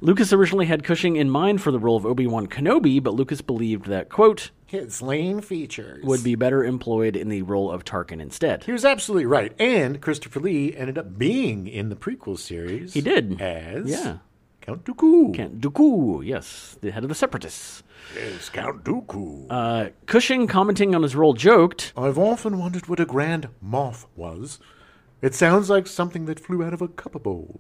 Speaker 2: Lucas originally had Cushing in mind for the role of Obi Wan Kenobi, but Lucas believed that quote
Speaker 1: His lean features.
Speaker 2: would be better employed in the role of Tarkin instead.
Speaker 1: he was absolutely right. And Christopher Lee ended up being in the prequel series.
Speaker 2: He did.
Speaker 1: As
Speaker 2: Yeah.
Speaker 1: Count Dooku.
Speaker 2: Count Dooku, yes, the head of the Separatists.
Speaker 1: Yes, Count Dooku.
Speaker 2: Uh, Cushing, commenting on his role, joked,
Speaker 1: I've often wondered what a grand moth was. It sounds like something that flew out of a cupboard.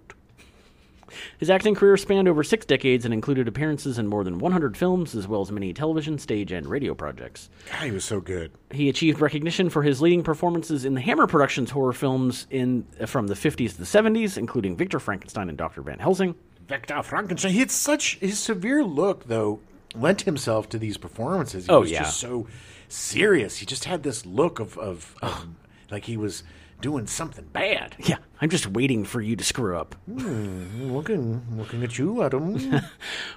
Speaker 2: His acting career spanned over six decades and included appearances in more than 100 films, as well as many television, stage, and radio projects.
Speaker 1: God, Ah, he was so good.
Speaker 2: He achieved recognition for his leading performances in the Hammer Productions horror films in uh, from the 50s to the 70s, including Victor Frankenstein and Dr. Van Helsing.
Speaker 1: Victor Frankenstein. He had such his severe look, though, lent himself to these performances. He
Speaker 2: Oh,
Speaker 1: was
Speaker 2: yeah.
Speaker 1: just so serious. He just had this look of, of um, like he was doing something bad.
Speaker 2: Yeah, I'm just waiting for you to screw up.
Speaker 1: Looking, looking at you, Adam.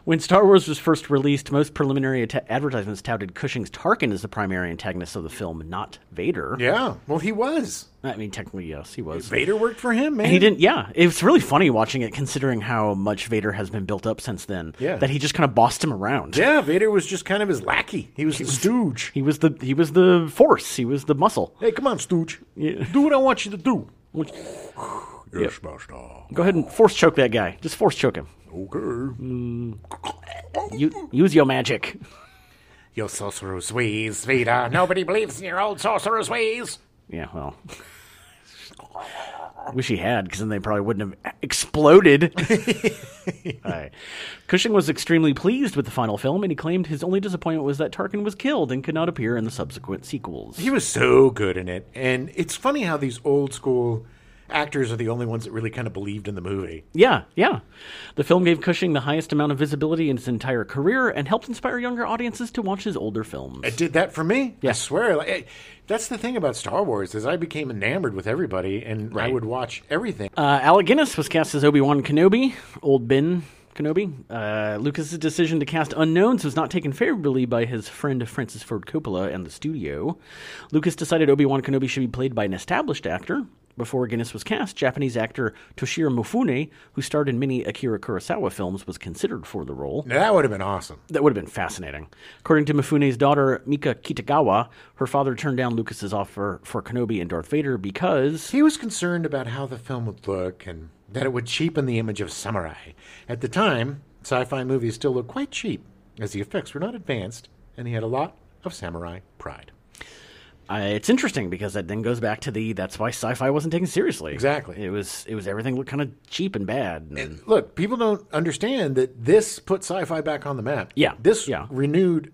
Speaker 2: When Star Wars was first released, most preliminary at- advertisements touted Cushing's Tarkin as the primary antagonist of the film, not Vader.
Speaker 1: yeah, well, he was.
Speaker 2: I mean, technically, yes, he was.
Speaker 1: Vader worked for him, man.
Speaker 2: And he didn't. Yeah, it's really funny watching it, considering how much Vader has been built up since then.
Speaker 1: Yeah.
Speaker 2: that he just kind of bossed him around.
Speaker 1: Yeah, Vader was just kind of his lackey. He was the stooge.
Speaker 2: He was the he was the force. He was the muscle.
Speaker 1: Hey, come on, Stooge. Do what I want you to do.
Speaker 2: Which-
Speaker 1: Yes, master.
Speaker 2: Go ahead and force choke that guy. Just force choke him.
Speaker 1: Okay.
Speaker 2: You, use your magic.
Speaker 1: Your sorcerer's ways, Vader. Nobody believes in your old sorcerer's ways.
Speaker 2: Yeah, well. <laughs> Wish he had, because then they probably wouldn't have
Speaker 1: <laughs>
Speaker 2: exploded. All right. Cushing was extremely pleased with the final film, and he claimed his only disappointment was that Tarkin was killed and could not appear in the subsequent sequels.
Speaker 1: He was so good in it, and it's funny how these old school actors are the only ones that really kind of believed in the movie.
Speaker 2: Yeah, yeah. The film gave Cushing the highest amount of visibility in his entire career and helped inspire younger audiences to watch his older films.
Speaker 1: It did that for me.
Speaker 2: Yeah.
Speaker 1: I swear. Like, eh, that's the thing about Star Wars is I became enamored with everybody, and I would watch everything.
Speaker 2: Uh, Alec Guinness was cast as Obi Wan Kenobi, old Ben Kenobi. Uh, Lucas's decision to cast unknowns was not taken favorably by his friend Francis Ford Coppola and the studio. Lucas decided Obi Wan Kenobi should be played by an established actor. Before Guinness was cast, Japanese actor Toshiro Mifune, who starred in many Akira Kurosawa films, was considered for the role.
Speaker 1: now, that would have been awesome.
Speaker 2: That would have been fascinating. According to Mifune's daughter, Mika Kitagawa, her father turned down Lucas's offer for Kenobi and Darth Vader because
Speaker 1: He was concerned about how the film would look and that it would cheapen the image of samurai. At the time, sci fi movies still looked quite cheap, as the effects were not advanced, and he had a lot of samurai pride.
Speaker 2: Uh, it's interesting because that then goes back to the that's why sci-fi wasn't taken seriously.
Speaker 1: Exactly.
Speaker 2: It was it was everything looked kind of cheap and bad. and-
Speaker 1: Look, people don't understand that this put sci fi back on the map.
Speaker 2: Yeah,
Speaker 1: This
Speaker 2: yeah.
Speaker 1: renewed.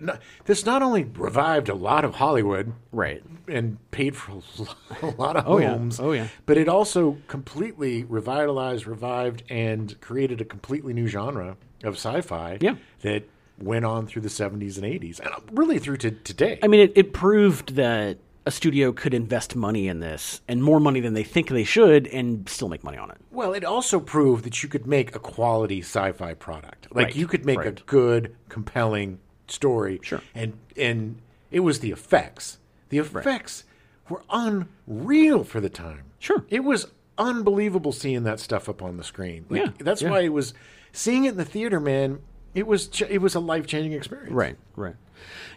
Speaker 1: no- This not only revived a lot of Hollywood
Speaker 2: right.
Speaker 1: and paid for <laughs> a lot of
Speaker 2: Oh, yeah.
Speaker 1: homes,
Speaker 2: Oh, yeah.
Speaker 1: but it also completely revitalized, revived, and created a completely new genre of sci-fi
Speaker 2: Yeah.
Speaker 1: that went on through the 70s and 80s, and really through to today.
Speaker 2: I mean, it, it proved that a studio could invest money in this and more money than they think they should and still make money on it.
Speaker 1: Well, it also proved that you could make a quality sci-fi product. Like
Speaker 2: Right,
Speaker 1: you could make a
Speaker 2: right.
Speaker 1: good, compelling story. Sure. And and it was the effects. The effects were unreal for the time.
Speaker 2: Sure.
Speaker 1: It was unbelievable seeing that stuff up on the screen. Like,
Speaker 2: Yeah,
Speaker 1: That's
Speaker 2: yeah.
Speaker 1: why it was seeing it in the theater, man. It was ch- it was a life changing experience.
Speaker 2: Right, right.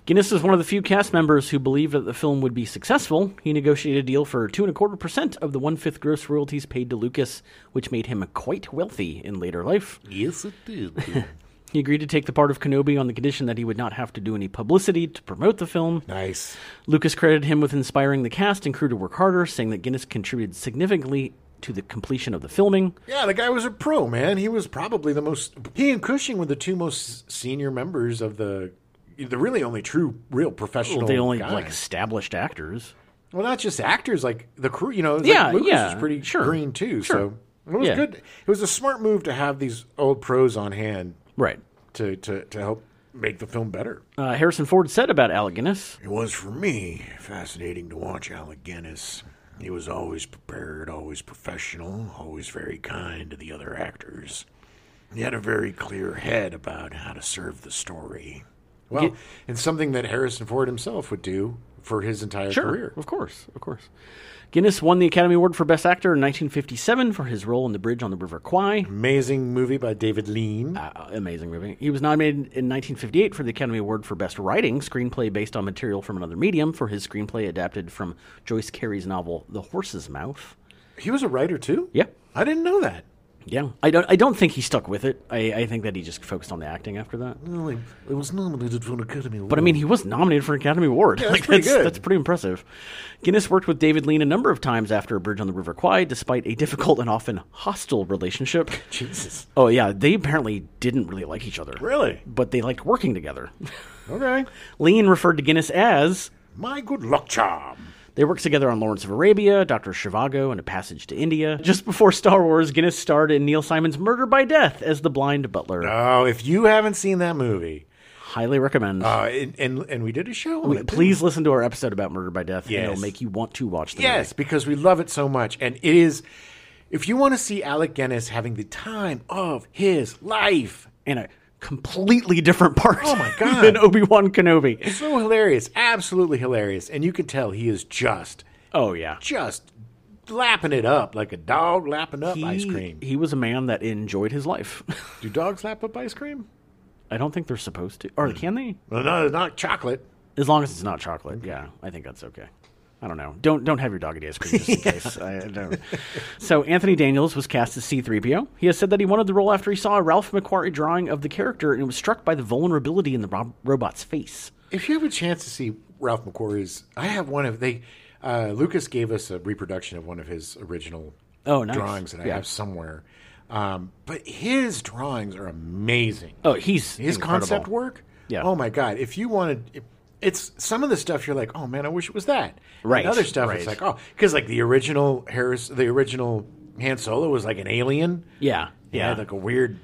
Speaker 2: Guinness was one of the few cast members who believed that the film would be successful. He negotiated a deal for two and a quarter percent of the one fifth gross royalties paid to Lucas, which made him quite wealthy in later life.
Speaker 3: Yes, it did.
Speaker 2: He agreed to take the part of Kenobi on the condition that he would not have to do any publicity to promote the film.
Speaker 1: <laughs> Nice.
Speaker 2: Lucas credited him with inspiring the cast and crew to work harder, saying that Guinness contributed significantly to the completion of the filming.
Speaker 1: Yeah, the guy was a pro, man. He was probably the most. He and Cushing were the two most senior members of the, the really only true, real professional.
Speaker 2: Well, they only
Speaker 1: guys.
Speaker 2: like established actors.
Speaker 1: well, not just actors, like the crew. You know, like
Speaker 2: Yeah,
Speaker 1: Lucas
Speaker 2: yeah,
Speaker 1: was pretty
Speaker 2: sure,
Speaker 1: green too.
Speaker 2: sure.
Speaker 1: So it was
Speaker 2: Yeah.
Speaker 1: good. It was a smart move to have these old pros on hand
Speaker 2: Right.
Speaker 1: to to, to help make the film better.
Speaker 2: Uh, Harrison Ford said about Alec Guinness,
Speaker 3: It was for me fascinating to watch Alec Guinness. He was always prepared, always professional, always very kind to the other actors. He had a very clear head about how to serve the story.
Speaker 1: Well, and something that Harrison Ford himself would do for his entire
Speaker 2: Sure,
Speaker 1: career.
Speaker 2: of course, of course. Guinness won the Academy Award for Best Actor in 1957 for his role in The Bridge on the River Kwai.
Speaker 1: Amazing movie by David Lean.
Speaker 2: Uh, amazing movie. He was nominated in 1958 for the Academy Award for Best Writing, screenplay based on material from another medium, for his screenplay adapted from Joyce Carey's novel *The Horse's Mouth*.
Speaker 1: he was a writer too.
Speaker 2: Yeah.
Speaker 1: I didn't know that.
Speaker 2: Yeah, I don't. I don't think he stuck with it. I, I think that he just focused on the acting after that.
Speaker 1: Well, it, it was nominated for an Academy Award.
Speaker 2: But I mean, he was nominated for an Academy Award.
Speaker 1: Hmm.
Speaker 2: <laughs>
Speaker 1: that's pretty good.
Speaker 2: that's pretty impressive. Guinness worked with David Lean a number of times after *A Bridge on the River Kwai*, despite a difficult and often hostile relationship.
Speaker 1: Jesus.
Speaker 2: Oh yeah, they apparently didn't really like each other.
Speaker 1: Really?
Speaker 2: But they liked working together. <laughs>
Speaker 1: Okay.
Speaker 2: Lean referred to Guinness as
Speaker 1: My good luck charm.
Speaker 2: They worked together on Lawrence of Arabia, Dr. Shivago, and A Passage to India. Just before Star Wars, Guinness starred in Neil Simon's Murder by Death as the blind butler.
Speaker 1: Oh, if you haven't seen that movie,
Speaker 2: Highly recommend.
Speaker 1: uh, and, and and we did a show on it. didn't
Speaker 2: Please listen to our episode about Murder by Death.
Speaker 1: Yes.
Speaker 2: And it'll make you want to watch the
Speaker 1: we? yes, because we love it so much, and it is. If you want to see Alec Guinness having the time of his life,
Speaker 2: movie in a completely different part
Speaker 1: Oh
Speaker 2: <laughs>
Speaker 1: my God.
Speaker 2: than Obi-Wan Kenobi.
Speaker 1: so hilarious, absolutely hilarious, and you can tell he is just
Speaker 2: Oh, yeah.
Speaker 1: just lapping it up like a dog lapping up ice
Speaker 2: He-
Speaker 1: cream.
Speaker 2: He was a man that enjoyed his life. <laughs>
Speaker 1: Do dogs lap up ice cream?
Speaker 2: I don't think they're supposed to. Or can they?
Speaker 1: Well, no, not chocolate.
Speaker 2: As long as it's not chocolate, yeah, I think that's okay. I don't know. Don't don't have your dog at ESP just in case. I I don't. So Anthony Daniels was cast as C-3PO. He has said that he wanted the role after he saw a Ralph McQuarrie drawing of the character and was struck by the vulnerability in the rob- robot's face.
Speaker 1: If you have a chance to see Ralph McQuarrie's, I have one of they. Uh, Lucas gave us a reproduction of one of his original
Speaker 2: Oh, nice.
Speaker 1: drawings that I
Speaker 2: Yeah.
Speaker 1: have somewhere. Um, but his drawings are amazing.
Speaker 2: Oh, he's
Speaker 1: his
Speaker 2: incredible.
Speaker 1: concept work.
Speaker 2: Yeah.
Speaker 1: Oh my god! If you wanted, if- it's some of the stuff you're like, oh man, I wish it was that.
Speaker 2: Right,
Speaker 1: And other stuff, it's
Speaker 2: right.
Speaker 1: like, oh, because like the original Harris, the original Han Solo was like an alien.
Speaker 2: Yeah,
Speaker 1: He
Speaker 2: yeah.
Speaker 1: had, like a
Speaker 2: <laughs>
Speaker 1: weird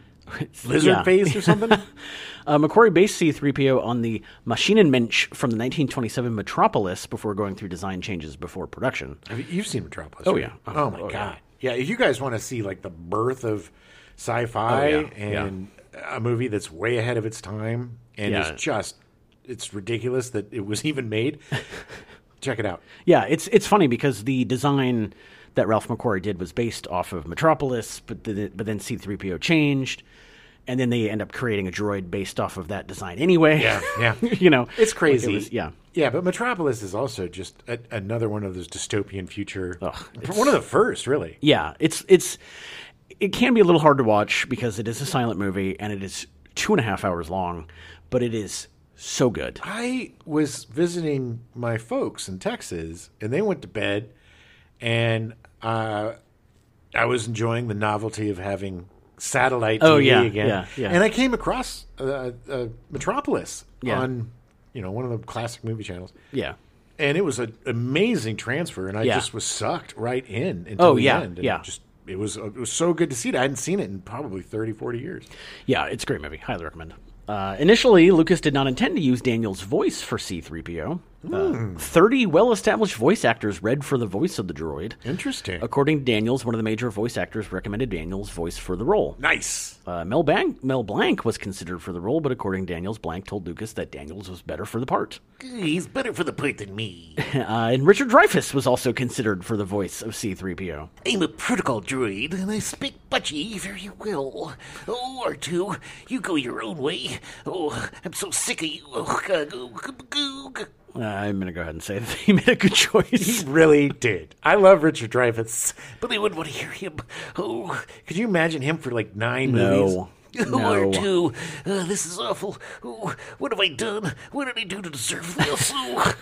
Speaker 1: lizard
Speaker 2: Yeah.
Speaker 1: face or
Speaker 2: <laughs>
Speaker 1: something.
Speaker 2: Uh, McQuarrie based C-3PO on the Maschinenmensch from the 1927 Metropolis before going through design changes before production.
Speaker 1: Have you- You've seen Metropolis.
Speaker 2: Oh,
Speaker 1: right?
Speaker 2: yeah.
Speaker 1: Oh,
Speaker 2: Oh,
Speaker 1: my
Speaker 2: oh, yeah.
Speaker 1: god. Yeah. If you guys want to see like the birth of sci-fi
Speaker 2: Oh, yeah, yeah.
Speaker 1: and a movie that's way ahead of its time and
Speaker 2: Yeah.
Speaker 1: is just it's ridiculous that it was <laughs> even made. Check it out.
Speaker 2: Yeah, it's it's funny because the design that Ralph McQuarrie did was based off of Metropolis, but the, but then C-3PO changed, and then they end up creating a droid based off of that design anyway.
Speaker 1: Yeah, yeah.
Speaker 2: <laughs> you know,
Speaker 1: It's crazy.
Speaker 2: was- yeah.
Speaker 1: Yeah, but Metropolis is also just a, another one of those dystopian future.
Speaker 2: Ugh,
Speaker 1: one of the first, really.
Speaker 2: yeah. It's it's it can be a little hard to watch because it is a silent movie and it is two and a half hours long, but it is so good.
Speaker 1: I was visiting my folks in Texas, and they went to bed, and uh, I was enjoying the novelty of having satellite TV
Speaker 2: Oh, yeah,
Speaker 1: again.
Speaker 2: yeah, yeah.
Speaker 1: And I came across uh, uh, Metropolis
Speaker 2: Yeah.
Speaker 1: on, you know, one of the classic movie channels.
Speaker 2: Yeah.
Speaker 1: and it was an amazing transfer, and I
Speaker 2: Yeah.
Speaker 1: just was sucked right in until
Speaker 2: Oh,
Speaker 1: the
Speaker 2: yeah,
Speaker 1: end. And
Speaker 2: yeah.
Speaker 1: just it was it was so good to see it. I hadn't seen it in probably 30, 40 years.
Speaker 2: Yeah, it's a great movie. Highly recommend. Uh, initially, Lucas did not intend to use Daniel's voice for C3PO. Uh, 30 well established voice actors read for the voice of the droid.
Speaker 1: Interesting.
Speaker 2: According to Daniels, one of the major voice actors recommended Daniel's voice for the role.
Speaker 1: Nice.
Speaker 2: Uh, Mel, Blanc, Mel Blanc was considered for the role, but according to Daniels, Blanc told Lucas that Daniels was better for the part.
Speaker 3: He's better for the plate than me.
Speaker 2: Uh, and Richard Dreyfuss was also considered for the voice of C3PO.
Speaker 3: I'm a protocol droid, and I speak budgie very well. Oh, R2, you go your own way. Oh, I'm so sick of you. Oh, g- g- g- g-
Speaker 2: Uh, I'm going to go ahead and say <laughs> that he made a good choice.
Speaker 1: He really did. I love Richard Dreyfuss.
Speaker 3: But they wouldn't want to hear him. Oh,
Speaker 1: Could you imagine him for like nine movies?
Speaker 2: No.
Speaker 3: Or
Speaker 2: No.
Speaker 3: two. Uh, this is awful. Oh, what have I done? What did I do to deserve this? Oh.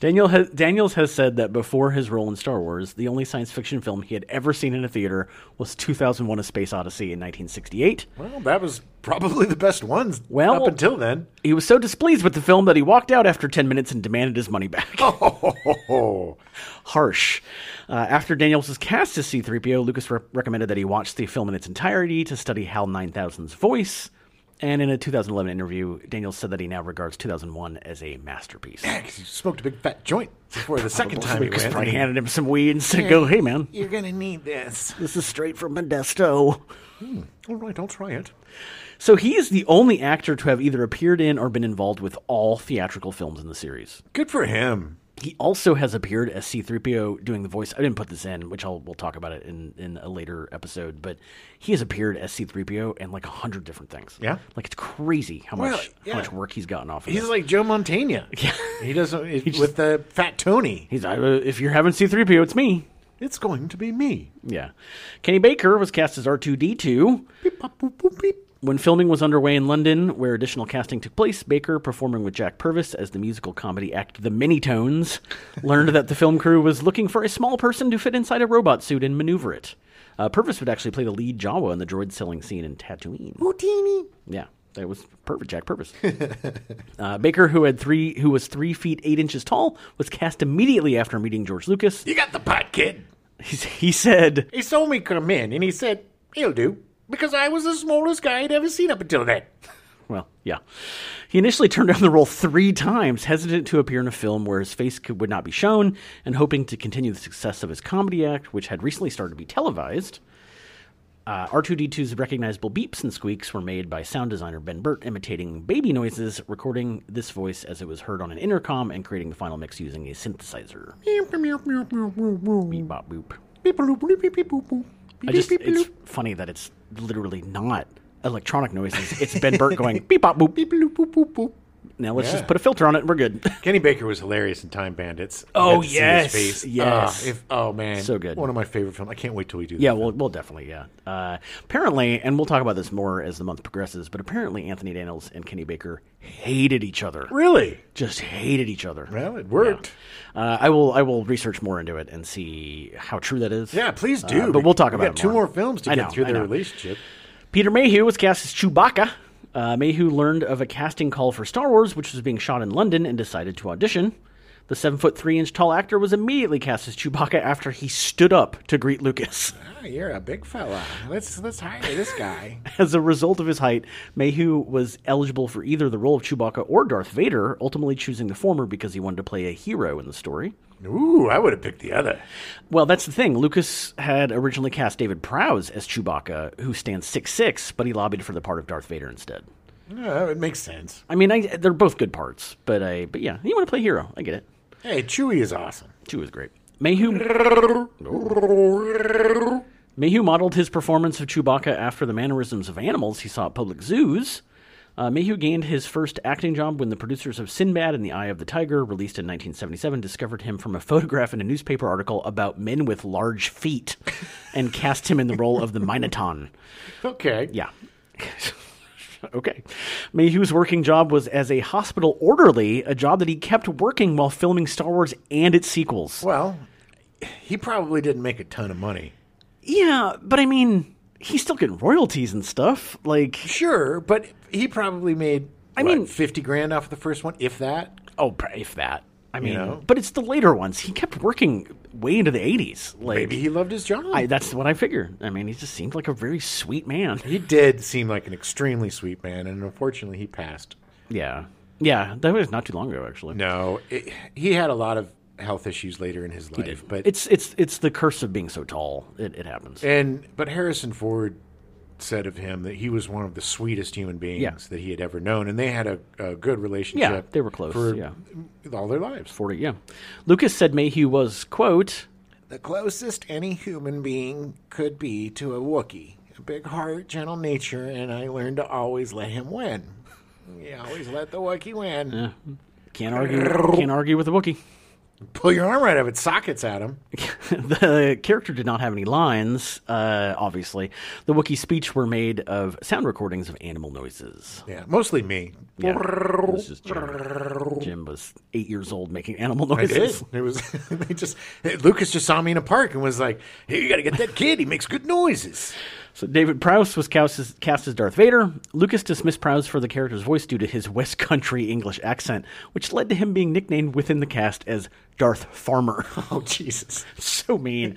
Speaker 2: Daniel has, Daniels has said that before his role in Star Wars, the only science fiction film he had ever seen in a theater was 2001: A Space Odyssey in 1968.
Speaker 1: Well, that was probably the best ones
Speaker 2: Well-
Speaker 1: up until then.
Speaker 2: He was so displeased with the film that he walked out after 10 minutes and demanded his money back.
Speaker 1: Oh,
Speaker 2: Harsh. Uh, after Daniels was cast as C-3PO, Lucas re- recommended that he watch the film in its entirety to study Hal 9000's voice. And in a 2011 interview, Daniels said that he now regards 2001 as a masterpiece.
Speaker 1: 'cause he smoked a big fat joint before the second time he
Speaker 2: Lucas
Speaker 1: went.
Speaker 2: probably handed him some weed and said, "Go, hey man,
Speaker 3: You're going to need this.
Speaker 2: this is straight from Modesto."
Speaker 1: All right, I'll try it.
Speaker 2: So he is the only actor to have either appeared in or been involved with all theatrical films in the series.
Speaker 1: Good for him.
Speaker 2: He also has appeared as C-3PO doing the voice. I didn't put this in, which I'll we'll talk about it in in a later episode. But he has appeared as C-3PO in like a hundred different things.
Speaker 1: Yeah.
Speaker 2: like it's crazy how much
Speaker 1: Well, yeah.
Speaker 2: how much work he's gotten off. Of
Speaker 1: He's
Speaker 2: this.
Speaker 1: like Joe Montana. Yeah. He doesn't with the fat Tony.
Speaker 2: he's like, "Uh, if you're having C-3PO, it's me.
Speaker 1: It's going to be me.
Speaker 2: Yeah, Kenny Baker was cast as R2D2.
Speaker 1: Beep, pop, boop, boop, beep.
Speaker 2: When filming was underway in London, where additional casting took place, Baker, performing with Jack Purvis as the musical comedy act The Minitones, learned that the film crew was looking for a small person to fit inside a robot suit and maneuver it. Uh, Purvis would actually play the lead Jawa in the droid selling scene in Tatooine.
Speaker 1: Houdini.
Speaker 2: Yeah, that was perfect, Jack Purvis. uh, Baker, who had three, who was three feet eight inches tall, was cast immediately after meeting George Lucas.
Speaker 1: You got the pot, kid.
Speaker 2: He said,
Speaker 1: He saw me come in and he said, He'll do. Because I was the smallest guy he'd ever seen up until then.
Speaker 2: Well, yeah. He initially turned down the role three times, hesitant to appear in a film where his face could, would not be shown, and hoping to continue the success of his comedy act, which had recently started to be televised. Uh, R2D2's recognizable beeps and squeaks were made by sound designer Ben Burt imitating baby noises, recording this voice as it was heard on an intercom, and creating the final mix using a synthesizer. Beep, bop, boop. I just, it's funny that it's <laughs> literally not electronic noises. It's Ben Burt going beep, bop, boop, Now let's
Speaker 1: Yeah.
Speaker 2: just put a filter on it and we're good. <laughs>
Speaker 1: Kenny Baker was hilarious in Time Bandits. You had
Speaker 2: Oh,
Speaker 1: to see his
Speaker 2: yes,
Speaker 1: face. Ah,
Speaker 2: yes.
Speaker 1: if- oh man,
Speaker 2: So good.
Speaker 1: One of my favorite films. I can't wait till we do.
Speaker 2: yeah,
Speaker 1: that.
Speaker 2: well, well, definitely, yeah. Uh, apparently, and we'll talk about this more as the month progresses, but apparently Anthony Daniels and Kenny Baker hated each other.
Speaker 1: really.
Speaker 2: Just hated each other.
Speaker 1: Well, it worked.
Speaker 2: Uh, I will I will research more into it and see how true that is.
Speaker 1: Yeah, Uh, please do.
Speaker 2: but we'll talk
Speaker 1: We've
Speaker 2: about
Speaker 1: got
Speaker 2: it
Speaker 1: two
Speaker 2: more.
Speaker 1: more films to
Speaker 2: I
Speaker 1: get
Speaker 2: know,
Speaker 1: through
Speaker 2: I
Speaker 1: their
Speaker 2: know.
Speaker 1: relationship.
Speaker 2: Peter Mayhew was cast as Chewbacca. Uh, Mayhew learned of a casting call for Star Wars, which was being shot in London, and decided to audition. The seven foot three inch tall actor was immediately cast as Chewbacca after he stood up to greet Lucas. <laughs>
Speaker 1: Ah, you're a big fella. Let's let's hire this guy.
Speaker 2: As a result of his height, Mayhew was eligible for either the role of Chewbacca or Darth Vader, ultimately choosing the former because he wanted to play a hero in the story.
Speaker 1: <laughs> Ooh, I would have picked the other.
Speaker 2: Well, that's the thing. Lucas had originally cast David Prowse as Chewbacca, who stands six six, but he lobbied for the part of Darth Vader instead.
Speaker 1: No, it makes sense.
Speaker 2: I mean, I, they're both good parts, but I, but yeah, you want to play hero. I get it.
Speaker 1: Hey, Chewie is awesome.
Speaker 2: Two is great. Mayhew, Mayhew modeled his performance of Chewbacca after the mannerisms of animals he saw at public zoos. Uh, Mayhew gained his first acting job when the producers of Sinbad and the Eye of the Tiger, released in 1977, discovered him from a photograph in a newspaper article about men with large feet and cast him in the role of the Minotaur.
Speaker 1: Okay.
Speaker 2: Yeah. <laughs> okay. Mayhew's working job was as a hospital orderly, a job that he kept working while filming Star Wars and its sequels.
Speaker 1: Well, he probably didn't make a ton of money.
Speaker 2: Yeah, but I mean, he's still getting royalties and stuff. Like,
Speaker 1: Sure, but he probably made.
Speaker 2: I
Speaker 1: what,
Speaker 2: mean-
Speaker 1: fifty grand off the first one, if that.
Speaker 2: oh, pr- if that. I mean,
Speaker 1: know?
Speaker 2: but it's the later ones. He kept working way into the 80s. Like,
Speaker 1: Maybe he loved his job.
Speaker 2: I, that's what I figured. I mean, he just seemed like a very sweet man.
Speaker 1: he did seem like an extremely sweet man, and unfortunately, he passed.
Speaker 2: Yeah. Yeah, that was not too long ago, actually.
Speaker 1: No, it, he had a lot of health issues later in his life, but
Speaker 2: It's it's it's the curse of being so tall. It, it happens.
Speaker 1: and but Harrison Ford said of him that he was one of the sweetest human beings
Speaker 2: Yeah.
Speaker 1: that he had ever known, and they had a, a good relationship.
Speaker 2: Yeah, they were close.
Speaker 1: for
Speaker 2: yeah.
Speaker 1: all their lives.
Speaker 2: 40, yeah. Lucas said Mayhew was, quote,
Speaker 1: The closest any human being could be to a Wookiee. A big heart, gentle nature, and I learned to always let him win. Yeah, always let the Wookiee win.
Speaker 2: can't argue,
Speaker 1: <laughs>
Speaker 2: can't argue with a Wookiee. <laughs>
Speaker 1: Pull your arm right out of its sockets at him.
Speaker 2: the character did not have any lines, uh, obviously. The Wookiee speech were made of sound recordings of animal noises.
Speaker 1: Yeah, mostly me.
Speaker 2: Yeah, it was just Jim. Jim was eight years old making animal
Speaker 1: I did.
Speaker 2: noises.
Speaker 1: It was. <laughs> They just. Lucas just saw me in a park and was like, "Hey, you gotta get that kid. He makes good noises."
Speaker 2: So David Prowse was cast as, cast as Darth Vader. Lucas dismissed Prowse for the character's voice due to his <laughs> West Country English accent, which led to him being nicknamed within the cast as Darth Farmer.
Speaker 1: <laughs> Oh Jesus!
Speaker 2: so mean.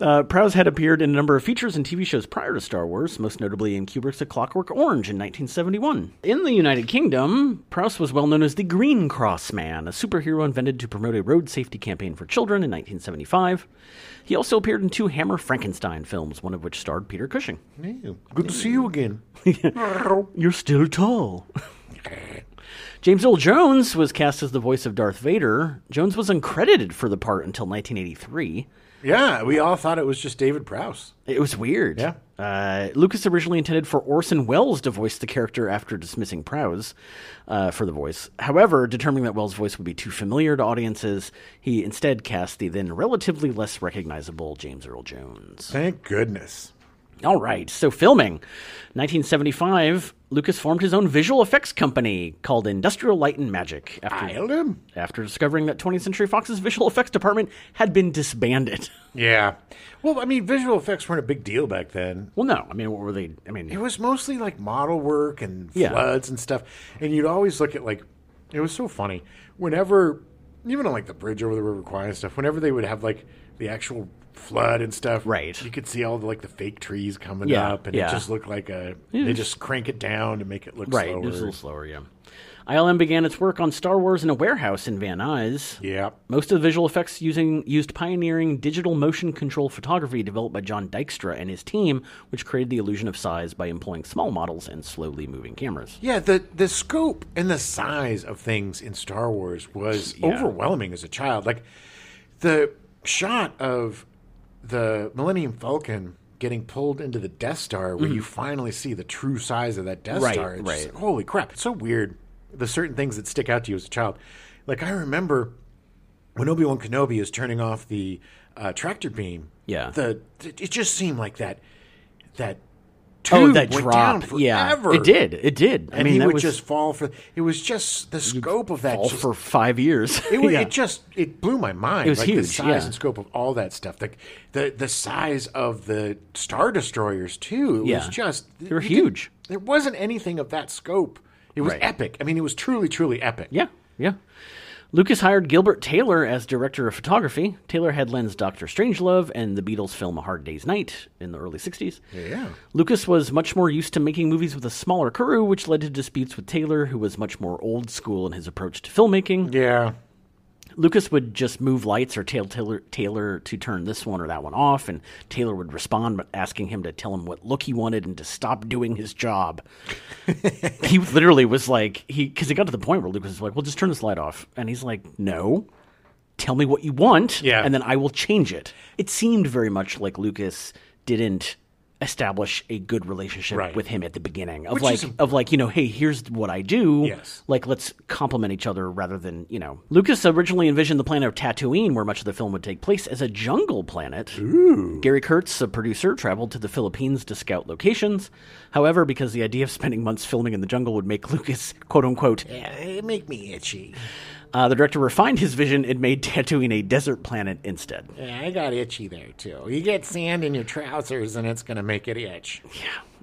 Speaker 2: Uh, Prowse had appeared in a number of features and TV shows prior to Star Wars, most notably in Kubrick's A Clockwork Orange in 1971. In the United Kingdom, Prowse was well known as the Green Cross Man, a superhero invented to promote a road safety campaign for children in 1975. He also appeared in two Hammer Frankenstein films, one of which starred Peter Cushing.
Speaker 1: Yeah. Good to see you <laughs> again.
Speaker 2: You're still tall. <laughs> James Earl Jones was cast as the voice of Darth Vader. Jones was uncredited for the part until 1983.
Speaker 1: Yeah, we all thought it was just David Prowse.
Speaker 2: It was weird.
Speaker 1: Yeah.
Speaker 2: Uh, Lucas originally intended for Orson Welles to voice the character after dismissing Prowse uh, for the voice. However, determining that Welles' voice would be too familiar to audiences, he instead cast the then relatively less recognizable James Earl Jones.
Speaker 1: Thank goodness.
Speaker 2: All right, so filming. 1975, Lucas formed his own visual effects company called Industrial Light and Magic after,
Speaker 1: Nailed him.
Speaker 2: after discovering that 20th Century Fox's visual effects department had been disbanded. <laughs>
Speaker 1: Yeah. Well, I mean, visual effects weren't a big deal back then.
Speaker 2: Well, no, I mean, what were they? I mean,
Speaker 1: It was mostly like model work and
Speaker 2: Yeah.
Speaker 1: floods and stuff. And you'd always look at like it was so funny. Whenever even on like the bridge over the river Kwai and stuff, whenever they would have like the actual flood and stuff.
Speaker 2: Right.
Speaker 1: You could see all the like the fake trees coming
Speaker 2: Yeah,
Speaker 1: up and
Speaker 2: yeah.
Speaker 1: it just looked like a they just crank it down to make it look
Speaker 2: Right,
Speaker 1: slower.
Speaker 2: it was a little slower, yeah. ILM began its work on Star Wars in a warehouse in Van Nuys.
Speaker 1: yeah.
Speaker 2: Most of the visual effects using used pioneering digital motion control photography developed by John Dykstra and his team, which created the illusion of size by employing small models and slowly moving cameras.
Speaker 1: Yeah, the, the scope and the size of things in Star Wars was overwhelming as a child. Like the shot of the Millennium Falcon getting pulled into the Death Star, where you finally see the true size of that Death
Speaker 2: Mm-hmm. Right,
Speaker 1: Star. It's just
Speaker 2: right.
Speaker 1: like, holy crap! It's so weird the certain things that stick out to you as a child. Like I remember when Obi Wan Kenobi is turning off the uh, tractor beam.
Speaker 2: Yeah.
Speaker 1: the it just seemed like that that tube
Speaker 2: Oh, that
Speaker 1: went
Speaker 2: drop.
Speaker 1: down forever.
Speaker 2: yeah, it did. It did. I
Speaker 1: And
Speaker 2: mean,
Speaker 1: he
Speaker 2: that
Speaker 1: would
Speaker 2: was
Speaker 1: just fall for. It was just the scope of that.
Speaker 2: all
Speaker 1: just-
Speaker 2: for
Speaker 1: <laughs>
Speaker 2: five years.
Speaker 1: it, wa-
Speaker 2: Yeah.
Speaker 1: it just it blew my mind.
Speaker 2: It was
Speaker 1: like The
Speaker 2: huge,
Speaker 1: size
Speaker 2: yeah.
Speaker 1: and scope of all that stuff. Like the the size of the star destroyers too. It
Speaker 2: Yeah.
Speaker 1: was just
Speaker 2: They were
Speaker 1: you didn't-
Speaker 2: huge.
Speaker 1: There wasn't anything of that scope. It was
Speaker 2: Right.
Speaker 1: epic. I mean, it was truly, truly epic.
Speaker 2: Yeah, yeah. Lucas hired Gilbert Taylor as director of photography. Taylor had lensed Doctor Strangelove and the Beatles' film A Hard Day's Night in the early 60s.
Speaker 1: Yeah.
Speaker 2: Lucas was much more used to making movies with a smaller crew, which led to disputes with Taylor, who was much more old school in his approach to filmmaking.
Speaker 1: Yeah.
Speaker 2: Lucas would just move lights or tell Taylor, Taylor to turn this one or that one off, and Taylor would respond by asking him to tell him what look he wanted and to stop doing his
Speaker 1: <laughs>
Speaker 2: job. he literally was like, he because it got to the point where Lucas was like, "Well, just turn this light off," and he's like, "No, tell me what you want,
Speaker 1: Yeah.
Speaker 2: and then I will change it." It seemed very much like Lucas didn't establish a good relationship
Speaker 1: Right.
Speaker 2: with him at the beginning of
Speaker 1: Which
Speaker 2: like
Speaker 1: is a-
Speaker 2: of like you know hey here's what i do
Speaker 1: Yes.
Speaker 2: like let's complement each other rather than you know lucas originally envisioned the planet of tatooine where much of the film would take place as a jungle planet gary kurtz a producer traveled to the philippines to scout locations however because the idea of spending months filming in the jungle would make lucas quote unquote
Speaker 4: Yeah, it make me itchy.
Speaker 2: uh, the director refined his vision and made tatooine a desert planet instead
Speaker 4: Yeah, I got itchy there too. You get sand in your trousers and it's gonna make it itch.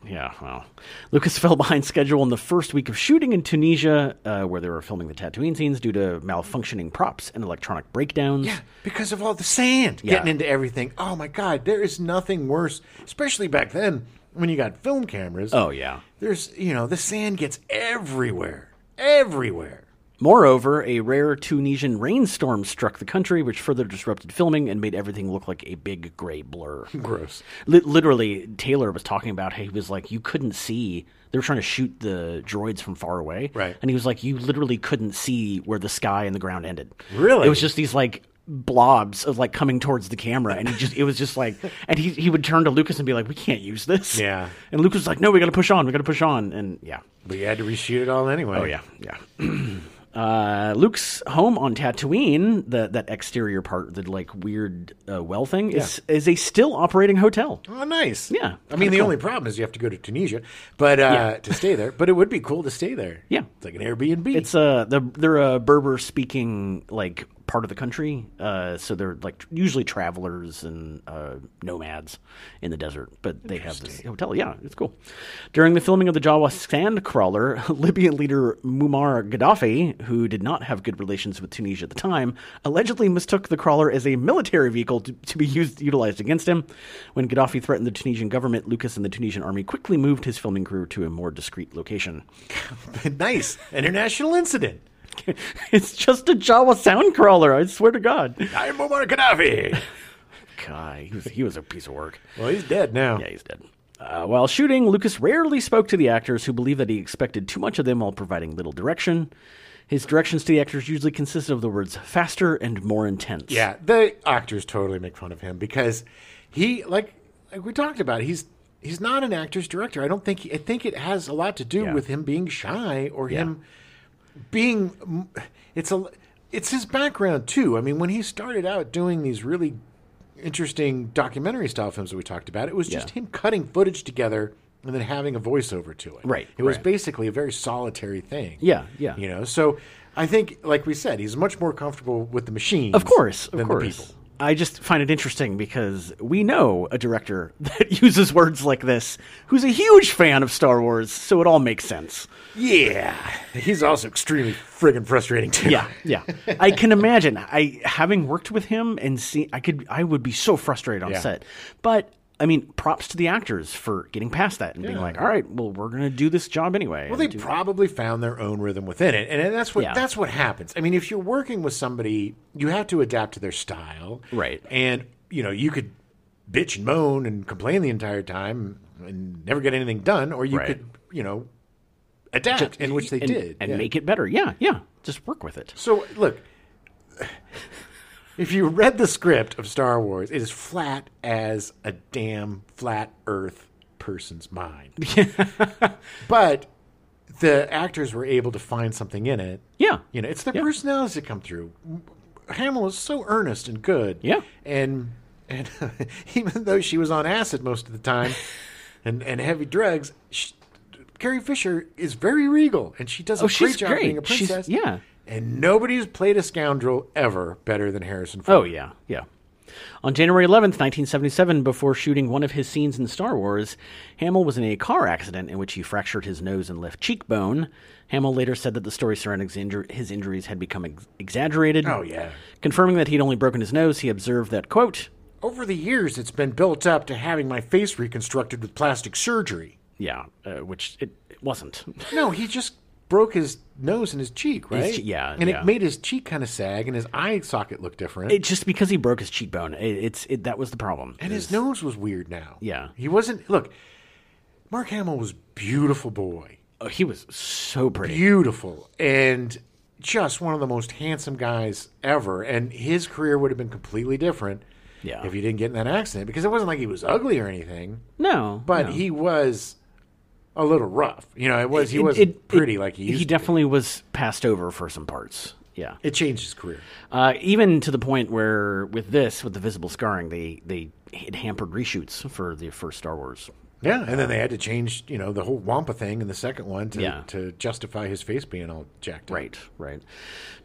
Speaker 2: Yeah, well, Lucas fell behind schedule in the first week of shooting in Tunisia, uh, where they were filming the Tatooine scenes due to malfunctioning props and electronic breakdowns.
Speaker 1: Yeah, because of all the sand
Speaker 2: Yeah.
Speaker 1: getting into everything. Oh my God, there is nothing worse, especially back then when you got film cameras.
Speaker 2: Oh, yeah.
Speaker 1: There's, you know, the sand gets everywhere, everywhere.
Speaker 2: Moreover, a rare Tunisian rainstorm struck the country, which further disrupted filming and made everything look like a big gray blur.
Speaker 1: Gross.
Speaker 2: Li- literally, Taylor was talking about how he was like, you couldn't see. They were trying to shoot the droids from far away.
Speaker 1: Right.
Speaker 2: And he was like, you literally couldn't see where the sky and the ground ended.
Speaker 1: Really?
Speaker 2: It was just these like blobs of like coming towards the camera. And he just, it was just like, and he, he would turn to Lucas and be like, we can't use this.
Speaker 1: Yeah.
Speaker 2: And Lucas was like, no, we got to push on. We got to push on. And yeah.
Speaker 1: But you had to reshoot it all anyway.
Speaker 2: Oh yeah, yeah. <clears throat> Uh, Luke's home on Tatooine, the, that exterior part, the like weird uh, well thing, is is a still operating hotel.
Speaker 1: Oh, nice.
Speaker 2: Yeah,
Speaker 1: I mean, the
Speaker 2: kinda cool.
Speaker 1: only problem is you have to go to Tunisia, but uh,
Speaker 2: Yeah.
Speaker 1: to stay there. But it would be cool to stay there.
Speaker 2: Yeah.
Speaker 1: it's like an Airbnb.
Speaker 2: It's uh, the, they're a Berber speaking like part of the country, uh, so they're like tr- usually travelers and uh, nomads in the desert, but they have this hotel. Yeah, it's cool. During the filming of the Jawa Sandcrawler, <laughs> Libyan leader Muammar Gaddafi, who did not have good relations with Tunisia at the time, allegedly mistook the crawler as a military vehicle to, to be used utilized against him. When Gaddafi threatened the Tunisian government, Lucas and the Tunisian army quickly moved his filming crew to a more discreet location.
Speaker 1: <laughs> nice international
Speaker 2: <laughs>
Speaker 1: incident.
Speaker 2: it's just a Jawa sound crawler. I swear to God.
Speaker 1: I'm Muammar Gaddafi.
Speaker 2: God, he was, he was a piece of work.
Speaker 1: well, he's dead now.
Speaker 2: Yeah, he's dead. Uh, while shooting, Lucas rarely spoke to the actors, who believed that he expected too much of them while providing little direction. His directions to the actors usually consisted of the words faster and more intense.
Speaker 1: Yeah, the actors totally make fun of him because he like like we talked about. He's he's not an actor's director. I don't think. He, I think it has a lot to do
Speaker 2: Yeah.
Speaker 1: with him being shy or him being. m- It's a it's his background too. I mean, when he started out doing these really interesting documentary style films that we talked about, it was just him cutting footage together and then having a voiceover to it.
Speaker 2: Right,
Speaker 1: It was
Speaker 2: right.
Speaker 1: basically a very solitary thing.
Speaker 2: Yeah, yeah.
Speaker 1: You know, so. I think, like we said, he's much more comfortable with the machine
Speaker 2: Of course, of
Speaker 1: than the
Speaker 2: course.
Speaker 1: people.
Speaker 2: I just find it interesting because we know a director <laughs> that uses words like this who's a huge fan of Star Wars, so it all makes sense.
Speaker 1: Yeah, he's also extremely friggin' frustrating too.
Speaker 2: Yeah, yeah. I can imagine. I having worked with him and see, I could, I would be so frustrated on
Speaker 1: Yeah.
Speaker 2: set. But I mean, props to the actors for getting past that and being
Speaker 1: Yeah.
Speaker 2: like, "All right, well, we're gonna do this job anyway."
Speaker 1: Well,
Speaker 2: and
Speaker 1: they
Speaker 2: do-
Speaker 1: probably found their own rhythm within it, and that's what
Speaker 2: Yeah.
Speaker 1: that's what happens. I mean, if you're working with somebody, you have to adapt to their style,
Speaker 2: Right.
Speaker 1: And you know, you could bitch and moan and complain the entire time and never get anything done, or you
Speaker 2: Right.
Speaker 1: could, you know, adapt, in which they
Speaker 2: and,
Speaker 1: did,
Speaker 2: and
Speaker 1: yeah.
Speaker 2: make it better. Yeah, yeah. Just work with it.
Speaker 1: So look, if you read the script of Star Wars, it is flat as a damn flat Earth person's mind. but the actors were able to find something in it.
Speaker 2: Yeah.
Speaker 1: You know, it's their
Speaker 2: Yeah.
Speaker 1: personalities that come through. Hamill is so earnest and good.
Speaker 2: Yeah.
Speaker 1: And and <laughs> even though she was on acid most of the
Speaker 2: <laughs>
Speaker 1: time and, and heavy drugs, she, Carrie Fisher is very regal and she does a
Speaker 2: Oh,
Speaker 1: great
Speaker 2: she's
Speaker 1: job
Speaker 2: great.
Speaker 1: being a
Speaker 2: She's-
Speaker 1: princess.
Speaker 2: yeah.
Speaker 1: And nobody's played a scoundrel ever better than Harrison Ford.
Speaker 2: Oh yeah, yeah. On January 11th, 1977, before shooting one of his scenes in Star Wars, Hamill was in a car accident in which he fractured his nose and left cheekbone. Hamill later said that the story surrounding his, injur- his injuries had become ex- exaggerated.
Speaker 1: Oh, yeah.
Speaker 2: Confirming that he'd only broken his nose, he observed that, quote,
Speaker 1: Over the years, it's been built up to having my face reconstructed with plastic surgery.
Speaker 2: yeah, uh, which it, it wasn't. <laughs>
Speaker 1: No, he just broke his nose and his cheek, right?
Speaker 2: che- yeah,
Speaker 1: and
Speaker 2: yeah.
Speaker 1: it made his cheek kind of sag, and his eye socket looked different,
Speaker 2: It, just because he broke his cheekbone, it, it's it, that was the problem.
Speaker 1: and his nose was weird now.
Speaker 2: Yeah.
Speaker 1: he wasn't. Look, Mark Hamill was beautiful boy,
Speaker 2: Oh, he was so pretty.
Speaker 1: beautiful, and just one of the most handsome guys ever. And his career would have been completely different,
Speaker 2: Yeah.
Speaker 1: if he didn't get in that accident because it wasn't like he was ugly or anything,
Speaker 2: No,
Speaker 1: but
Speaker 2: no.
Speaker 1: he was. A little rough, you know. It was he
Speaker 2: It-
Speaker 1: wasn't
Speaker 2: it-
Speaker 1: pretty
Speaker 2: it-
Speaker 1: like he used.
Speaker 2: He
Speaker 1: to be.
Speaker 2: definitely was passed over for some parts. Yeah.
Speaker 1: it changed his career.
Speaker 2: Uh, even to the point where, with this, with the visible scarring, they they it hampered reshoots for the first Star Wars.
Speaker 1: Yeah, and then they had to change, you know, the whole Wampa thing in the second one to,
Speaker 2: Yeah.
Speaker 1: to justify his face being all jacked up.
Speaker 2: Right, right.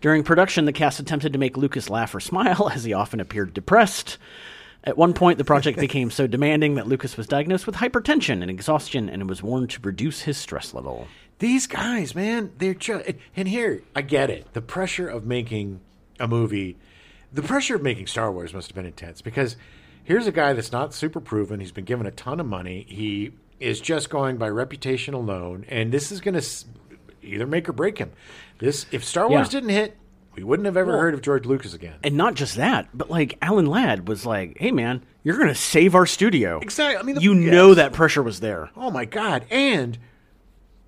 Speaker 2: During production, the cast attempted to make Lucas laugh or <laughs> smile, as he often appeared depressed. At one point,
Speaker 1: <laughs>
Speaker 2: the project became so demanding that Lucas was diagnosed with hypertension and exhaustion, and was warned to reduce his stress level.
Speaker 1: These guys, man, they're just. And here, I get it. The pressure of making a movie, the pressure of making Star Wars must have been intense because here's a guy that's not super proven. He's been given a ton of money. He is just going by reputation alone, and this is going to either make or break him. This, if Star Wars
Speaker 2: Yeah.
Speaker 1: didn't hit, we wouldn't have ever heard of George Lucas again.
Speaker 2: And not just that, but like Alan Ladd was like, "Hey, man, you're going to save our studio."
Speaker 1: Exactly. I mean, the-
Speaker 2: you
Speaker 1: yes.
Speaker 2: know that pressure was there.
Speaker 1: oh my god and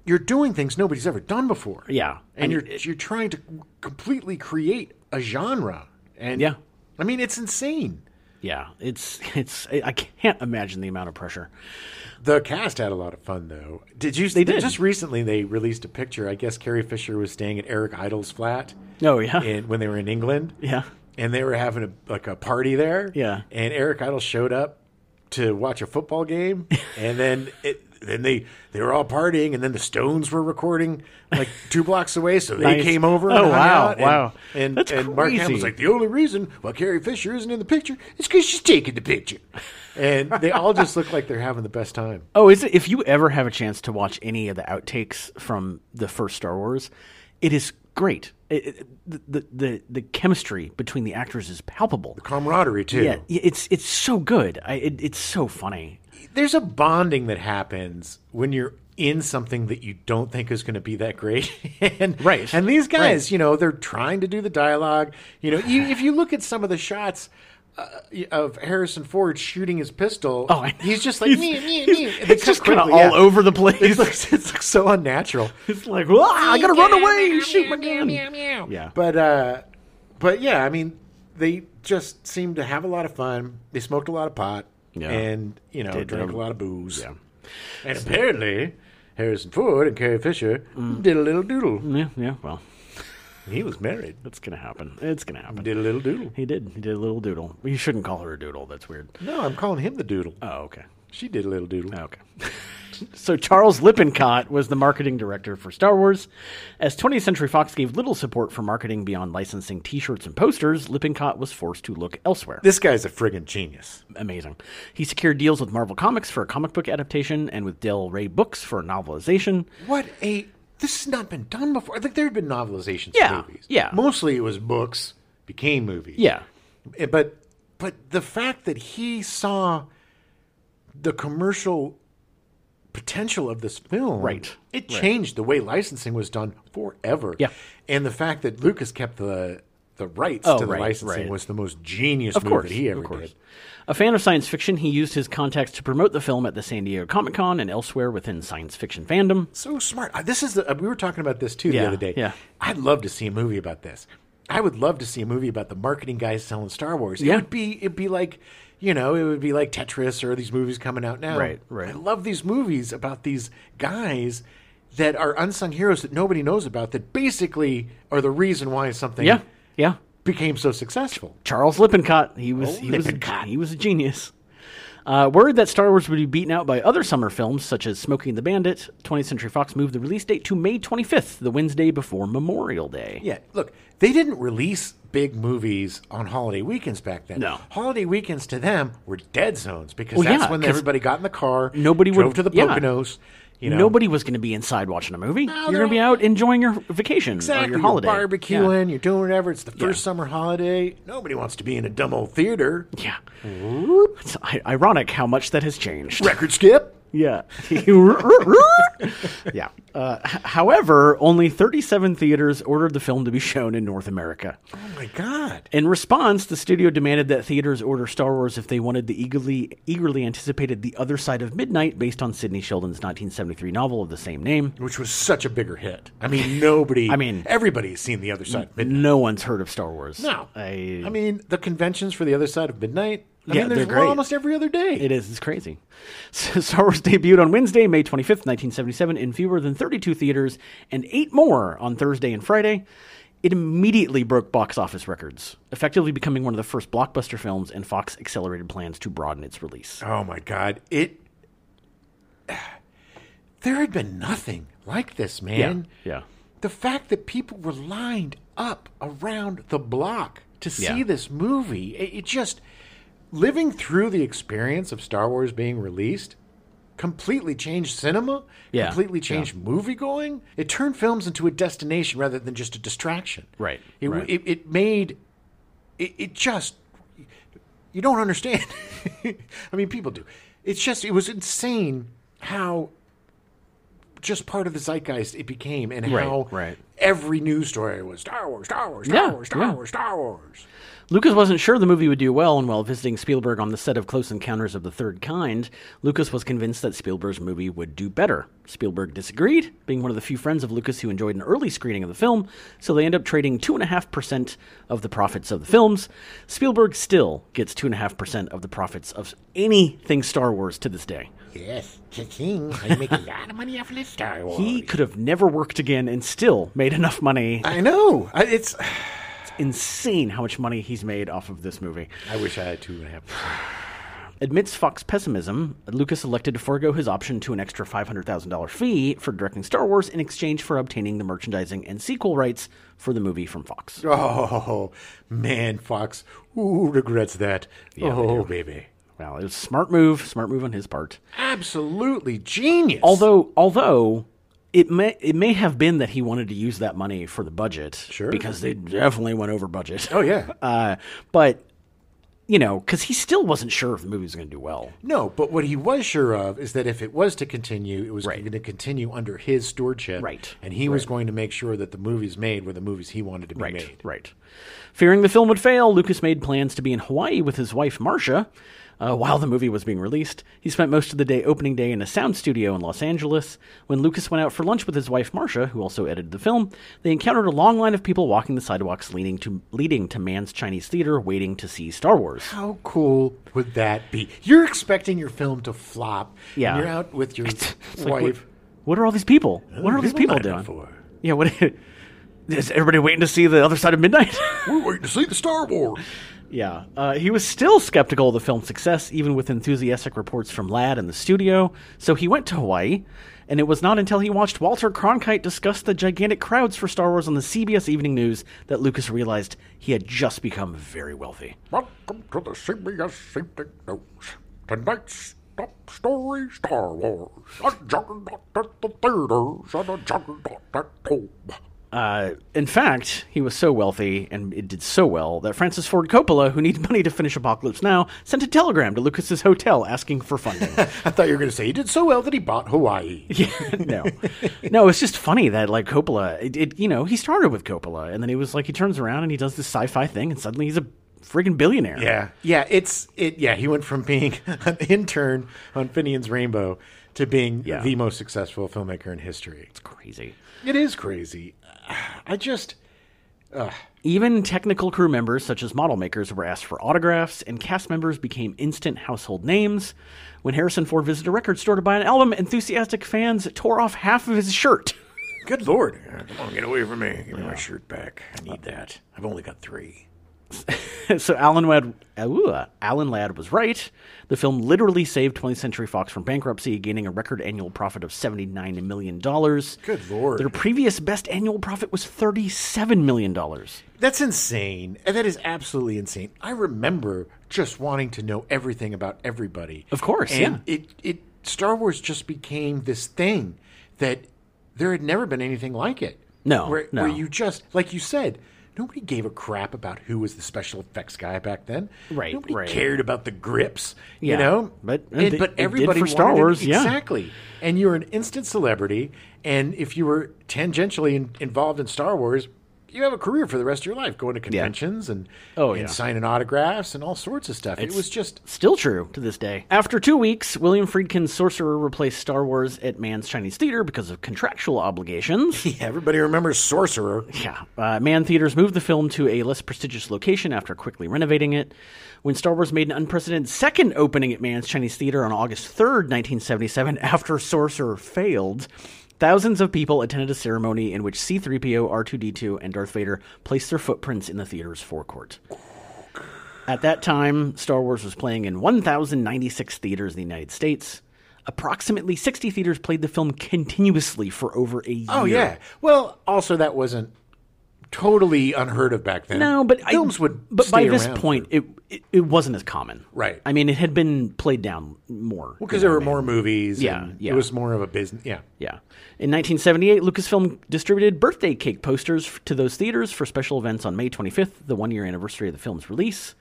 Speaker 1: you're doing things nobody's ever done before
Speaker 2: Yeah.
Speaker 1: and,
Speaker 2: And
Speaker 1: you're you're trying to completely create a genre and
Speaker 2: Yeah.
Speaker 1: i mean it's insane
Speaker 2: Yeah, it's it's. I I can't imagine the amount of pressure.
Speaker 1: the cast had a lot of fun though did you
Speaker 2: They did.
Speaker 1: just recently they released a picture i guess carrie fisher was staying at eric idle's
Speaker 2: <laughs>
Speaker 1: flat
Speaker 2: Oh yeah,
Speaker 1: in, when they were in england
Speaker 2: yeah.
Speaker 1: and they were having a, like a party there.
Speaker 2: Yeah.
Speaker 1: And Eric Idle showed up to watch a football
Speaker 2: <laughs>
Speaker 1: game, and then it, then they they were all partying, and then the Stones were recording like two blocks away, so they
Speaker 2: Nice.
Speaker 1: came over. and
Speaker 2: Oh,
Speaker 1: hung
Speaker 2: wow,
Speaker 1: out, and,
Speaker 2: wow.
Speaker 1: And
Speaker 2: That's
Speaker 1: and Mark Hamill was
Speaker 2: crazy.
Speaker 1: like, the only reason why Carrie Fisher isn't in the picture is because she's taking the picture, and they all just look like they're having the best time.
Speaker 2: Oh, is it? If you ever have a chance to watch any of the outtakes from the first Star Wars, it is great. It, it, the, the the the chemistry between the actors is palpable.
Speaker 1: Camaraderie too.
Speaker 2: Yeah, yeah, it's it's so good. I, it, it's so funny.
Speaker 1: There's a bonding that happens when you're in something that you don't think is going to be that great. <laughs> and
Speaker 2: Right.
Speaker 1: And these guys, you know, they're trying to do the dialogue. You know, you, if you look at some of the shots uh, of Harrison Ford shooting his pistol,
Speaker 2: Oh, I know.
Speaker 1: he's just like me, me, me. They
Speaker 2: It's
Speaker 1: cut
Speaker 2: just kind of
Speaker 1: quickly,
Speaker 2: all
Speaker 1: yeah. <laughs>
Speaker 2: over the place.
Speaker 1: It looks, it looks so unnatural.
Speaker 2: <laughs> It's like, "Wah, I gotta run away, shoot my gun. Yeah,
Speaker 1: But uh, but yeah, I mean, they just seemed to have a lot of fun. They smoked a lot of pot,
Speaker 2: Yeah.
Speaker 1: and you know,
Speaker 2: Did um,
Speaker 1: drank
Speaker 2: them.
Speaker 1: a lot of booze. And apparently, Harrison Ford and Carrie Fisher did a little doodle.
Speaker 2: yeah, yeah. Well,
Speaker 1: He was married.
Speaker 2: it's gonna happen. It's gonna happen.
Speaker 1: Did a little doodle.
Speaker 2: He did. He did a little doodle. You shouldn't call her a doodle. That's weird.
Speaker 1: No, I'm calling him the doodle.
Speaker 2: Oh, okay.
Speaker 1: Uh, She did a little doodle.
Speaker 2: Oh, Okay. <laughs> so Charles Lippincott was the marketing director for Star Wars. As 20th Century Fox gave little support for marketing beyond licensing T-shirts and posters, Lippincott was forced to look elsewhere.
Speaker 1: This guy's a friggin' genius.
Speaker 2: Amazing. He secured deals with Marvel Comics for a comic book adaptation and with Del Rey Books for a novelization.
Speaker 1: What a. This has not been done before. Like, there had been novelizations
Speaker 2: Yeah,
Speaker 1: of movies.
Speaker 2: yeah.
Speaker 1: Mostly it was books, became movies.
Speaker 2: Yeah.
Speaker 1: Eh, but but the fact that he saw the commercial potential of this film
Speaker 2: Right.
Speaker 1: it changed the way licensing was done forever
Speaker 2: Yeah.
Speaker 1: and the fact that lucas kept the the rights
Speaker 2: Oh,
Speaker 1: to the
Speaker 2: right,
Speaker 1: licensing
Speaker 2: right.
Speaker 1: was the most genius
Speaker 2: Of
Speaker 1: move
Speaker 2: course,
Speaker 1: that he ever
Speaker 2: of course.
Speaker 1: did
Speaker 2: A fan of science fiction, he used his contacts to promote the film at the San Diego Comic Con and elsewhere within science fiction fandom.
Speaker 1: so smart Uh, this is the, uh, we were talking about this too
Speaker 2: Yeah,
Speaker 1: the other day
Speaker 2: yeah.
Speaker 1: i'd love to see a movie about this i would love to see a movie about the marketing guys selling star wars it
Speaker 2: Yeah.
Speaker 1: would be it'd be like you know it would be like tetris or these movies coming out now
Speaker 2: Right, right.
Speaker 1: i love these movies about these guys that are unsung heroes that nobody knows about that basically are the reason why something
Speaker 2: Yeah, yeah.
Speaker 1: became so successful.
Speaker 2: Charles Lippincott. He
Speaker 1: Oh,
Speaker 2: was he was a, he was a genius. Uh, word that Star Wars would be beaten out by other summer films such as Smoking the Bandit, 20th Century Fox moved the release date to May 25th, the Wednesday before Memorial Day.
Speaker 1: Yeah, look, they didn't release big movies on holiday weekends back then.
Speaker 2: No.
Speaker 1: holiday weekends to them were dead zones because
Speaker 2: Well,
Speaker 1: that's
Speaker 2: yeah,
Speaker 1: when
Speaker 2: 'cause
Speaker 1: everybody got in the car,
Speaker 2: nobody would-
Speaker 1: drove to the
Speaker 2: yeah.
Speaker 1: Poconos. You know,
Speaker 2: Nobody was going to be inside watching a movie. You're
Speaker 1: they're
Speaker 2: going to be out enjoying your vacation or
Speaker 1: exactly.
Speaker 2: your holiday.
Speaker 1: You're barbecuing, you're doing whatever. It's the first summer holiday. Nobody wants to be in a dumb old theater.
Speaker 2: Yeah. yeah. It's i- ironic how much that has changed.
Speaker 1: Record skip. <laughs>
Speaker 2: Yeah. yeah. Uh, h- however, only 37 theaters ordered the film to be shown in North America.
Speaker 1: Oh my god.
Speaker 2: In response, the studio demanded that theaters order Star Wars if they wanted the eagerly eagerly anticipated The Other Side of Midnight based on Sidney Sheldon's 1973 novel of the same name.
Speaker 1: Which was such a bigger hit. I
Speaker 2: <laughs>
Speaker 1: mean, nobody.
Speaker 2: I mean-
Speaker 1: everybody's seen the other side. of Midnight.
Speaker 2: No one's heard of Star Wars.
Speaker 1: No,
Speaker 2: I,
Speaker 1: I mean the conventions for the other side of midnight. I
Speaker 2: Yeah,
Speaker 1: mean, there's
Speaker 2: they're
Speaker 1: one
Speaker 2: great.
Speaker 1: almost every other day.
Speaker 2: It is. It's crazy. <laughs> So Star Wars debuted on Wednesday, May 25th, 1977, in fewer than 32 theaters and eight more on Thursday and Friday. It immediately broke box office records, effectively becoming one of the first blockbuster films, and Fox accelerated plans to broaden its release.
Speaker 1: Oh my God! It there had been nothing like this, man.
Speaker 2: Yeah.
Speaker 1: The fact that people were lined up around the block to see
Speaker 2: Yeah.
Speaker 1: this movie, it, it just living through the experience of Star Wars being released completely changed cinema.
Speaker 2: Yeah.
Speaker 1: Completely
Speaker 2: Yeah.
Speaker 1: changed movie going. It turned films into a destination rather than just a distraction.
Speaker 2: Right,
Speaker 1: It
Speaker 2: right.
Speaker 1: it, it made it, it just you don't understand. <laughs> I mean, people do. It's just it was insane how just part of the zeitgeist it became, and
Speaker 2: Right,
Speaker 1: how
Speaker 2: right.
Speaker 1: every news story was Star Wars, Star Wars, Star
Speaker 2: Yeah,
Speaker 1: Wars, Star
Speaker 2: yeah.
Speaker 1: Wars, Star Wars.
Speaker 2: Lucas wasn't sure the movie would do well, and while visiting Spielberg on the set of Close Encounters of the Third Kind, Lucas was convinced that Spielberg's movie would do better. Spielberg disagreed, being one of the few friends of Lucas who enjoyed an early screening of the film, so they end up trading 2.5% of the profits of the films. Spielberg still gets 2.5% of the profits of anything Star Wars to this day.
Speaker 4: Yes, cha-ching. I make a lot of money off of this Star Wars.
Speaker 2: He could have never worked again and still made enough money.
Speaker 1: I know. I, it's.
Speaker 2: It's insane how much money he's made off of this movie.
Speaker 1: I wish I had two and a half. percent.
Speaker 2: Amidst Fox's pessimism, Lucas elected to forego his option to an extra $500,000 fee for directing Star Wars in exchange for obtaining the merchandising and sequel rights for the movie from Fox.
Speaker 1: Oh man, Fox, who regrets that? oh baby,
Speaker 2: Well, it was a smart move, smart move on his part.
Speaker 1: absolutely genius.
Speaker 2: Although, although it may it may have been that he wanted to use that money for the budget,
Speaker 1: Sure.
Speaker 2: because they definitely went over budget. <laughs>
Speaker 1: oh yeah,
Speaker 2: Uh, but you know, because he still wasn't sure if the movie was going to do well.
Speaker 1: No, but what he was sure of is that if it was to continue, it was going to continue under his stewardship.
Speaker 2: Right.
Speaker 1: And he was going to make sure that the movies made were the movies he wanted to be
Speaker 2: Right,
Speaker 1: made.
Speaker 2: right. Fearing the film would fail, Lucas made plans to be in Hawaii with his wife Marcia. Uh, while the movie was being released, he spent most of the day opening day in a sound studio in Los Angeles. When Lucas went out for lunch with his wife Marcia, who also edited the film, they encountered a long line of people walking the sidewalks leading to leading to Man's Chinese Theater, waiting to see Star Wars.
Speaker 1: How cool would that be? You're expecting your film to flop. and
Speaker 2: Yeah.
Speaker 1: you're out with your
Speaker 2: It's like, what,
Speaker 1: wife.
Speaker 2: what are all these people? What are all these people
Speaker 3: lining
Speaker 2: doing?
Speaker 3: up for?
Speaker 2: Yeah, what <laughs> is everybody waiting to see the other side of midnight? <laughs>
Speaker 3: We're waiting to see the Star Wars.
Speaker 2: Yeah, uh, he was still skeptical of the film's success, even with enthusiastic reports from Ladd and the studio. So he went to Hawaii, and it was not until he watched Walter Cronkite discuss the gigantic crowds for Star Wars on the CBS Evening News that Lucas realized he had just become very wealthy.
Speaker 3: Welcome to the CBS Evening News. Tonight's top story Star Wars. A juggernaut at the theaters and a juggernaut at home.
Speaker 2: Uh, in fact, he was so wealthy and it did so well that Francis Ford Coppola, who needed money to finish Apocalypse Now, sent a telegram to Lucas's hotel asking for funding.
Speaker 1: I thought you were going to say he did so well that he bought Hawaii.
Speaker 2: Yeah, <laughs> no, no. It's just funny that like Coppola, it, it you know he started with Coppola, and then he was like he turns around and he does this sci-fi thing, and suddenly he's a friggin' billionaire.
Speaker 1: Yeah. Yeah, it's it yeah, he went from being <laughs> an intern on Finian's Rainbow to being
Speaker 2: Yeah.
Speaker 1: the most successful filmmaker in history.
Speaker 2: crazy.
Speaker 1: It is crazy. I just
Speaker 2: Even technical crew members, such as model makers, were asked for autographs, and cast members became instant household names. When Harrison Ford visited a record store to buy an album, enthusiastic fans tore off half of his shirt.
Speaker 3: Good lord. Come on, get away from me. Give me my shirt back. I need that. I've only got three.
Speaker 2: <laughs> so Alan Ladd, ooh, uh, Alan Ladd was right. The film literally saved 20th Century Fox from bankruptcy, gaining a record annual profit of 79 million dollars.
Speaker 1: Good lord.
Speaker 2: Their previous best annual profit was 37 million dollars.
Speaker 1: That's insane. And that is absolutely insane. I remember just wanting to know everything about everybody.
Speaker 2: Of course,
Speaker 1: and yeah. It it Star Wars just became this thing that there had never been anything like it.
Speaker 2: No,
Speaker 1: Where
Speaker 2: no.
Speaker 1: where you just like you said, nobody gave a crap about who was the special effects guy back then.
Speaker 2: Right,
Speaker 1: Nobody
Speaker 2: right.
Speaker 1: cared about the grips.
Speaker 2: Yeah.
Speaker 1: You know?
Speaker 2: But-
Speaker 1: And-
Speaker 2: it-
Speaker 1: but
Speaker 2: it did
Speaker 1: everybody
Speaker 2: for Star
Speaker 1: wanted it-
Speaker 2: Wars, yeah.
Speaker 1: Exactly. And you're an instant celebrity, and if you were tangentially in, involved in Star Wars, you have a career for the rest of your life, going to conventions and
Speaker 2: Oh,
Speaker 1: and
Speaker 2: yeah.
Speaker 1: signing autographs and all sorts of stuff. it was
Speaker 2: <laughs>
Speaker 1: just
Speaker 2: Still true to this day. After two weeks, William Friedkin's Sorcerer replaced Star Wars at Man's Chinese Theater because of contractual obligations.
Speaker 1: everybody remembers Sorcerer.
Speaker 2: yeah. Uh, Man Theaters moved the film to a less prestigious location after quickly renovating it. When Star Wars made an unprecedented second opening at Man's Chinese Theater on August 3rd, 1977, after Sorcerer failed. Thousands of people attended a ceremony in which C3PO, R2D2, and Darth Vader placed their footprints in the theater's forecourt. At that time, Star Wars was playing in 1,096 theaters in the United States. Approximately 60 theaters played the film continuously for over a year.
Speaker 1: Oh yeah. Well, also that wasn't totally unheard of back then.
Speaker 2: No, but I-
Speaker 1: films would.
Speaker 2: But by
Speaker 1: stay
Speaker 2: this
Speaker 1: around
Speaker 2: point, it, it it wasn't as common.
Speaker 1: Right.
Speaker 2: I mean, it had been played down more.
Speaker 1: because there were more movies.
Speaker 2: Yeah,
Speaker 1: and
Speaker 2: yeah.
Speaker 1: It was more of a business. Yeah.
Speaker 2: Yeah. In 1978, Lucasfilm distributed birthday cake posters f- to those theaters for special events on May 25th, the one year anniversary of the film's release.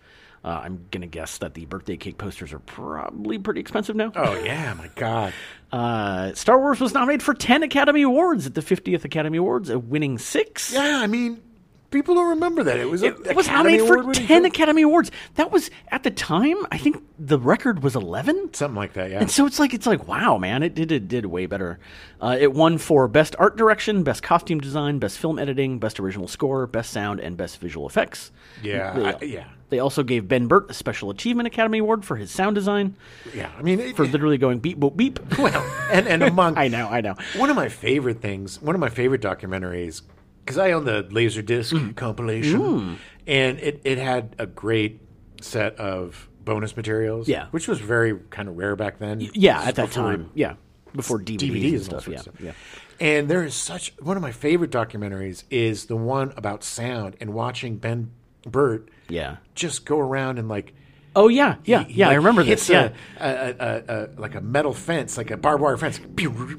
Speaker 2: Uh, I'm going to guess that the birthday cake posters are probably pretty expensive now.
Speaker 1: Oh yeah, my God.
Speaker 2: Uh, Star Wars was nominated for 10 Academy Awards at the 50th Academy Awards, uh, winning six.
Speaker 1: Yeah, I mean, people don't remember that it was. a-
Speaker 2: It was
Speaker 1: Academy
Speaker 2: nominated for
Speaker 1: Award-winning
Speaker 2: 10
Speaker 1: film.
Speaker 2: Academy Awards. That was, at the time, I think the record was 11.
Speaker 1: Something like that. Yeah.
Speaker 2: And so it's like it's like wow, man! It did it did way better. Uh, it won for best art direction, best costume design, best film editing, best original score, best sound, and best visual effects. They,
Speaker 1: Yeah. I- yeah.
Speaker 2: They also gave Ben Burt a special achievement Academy Award for his sound design
Speaker 1: Yeah. I mean, it,
Speaker 2: for literally going beep boop beep.
Speaker 1: <laughs> well, and and among
Speaker 2: I know, I know.
Speaker 1: One of my favorite things, one of my favorite documentaries, because I own the Laserdisc
Speaker 2: Mm.
Speaker 1: compilation, and it, it had a great set of bonus materials,
Speaker 2: Yeah.
Speaker 1: which was very kind of rare back then.
Speaker 2: Yeah,
Speaker 1: This
Speaker 2: at that
Speaker 1: was before
Speaker 2: time, yeah, before DVDs,
Speaker 1: DVDs
Speaker 2: and
Speaker 1: and all
Speaker 2: stuff. Yeah,
Speaker 1: sorts of
Speaker 2: yeah.
Speaker 1: stuff. And there is such one of my favorite documentaries is the one about sound and watching Ben Burt,
Speaker 2: Yeah.
Speaker 1: just go around and like.
Speaker 2: Oh yeah, yeah,
Speaker 1: he,
Speaker 2: yeah.
Speaker 1: like,
Speaker 2: I remember
Speaker 1: hits
Speaker 2: this. Yeah,
Speaker 1: a, a, a, a, a like a metal fence, like a barbed wire fence,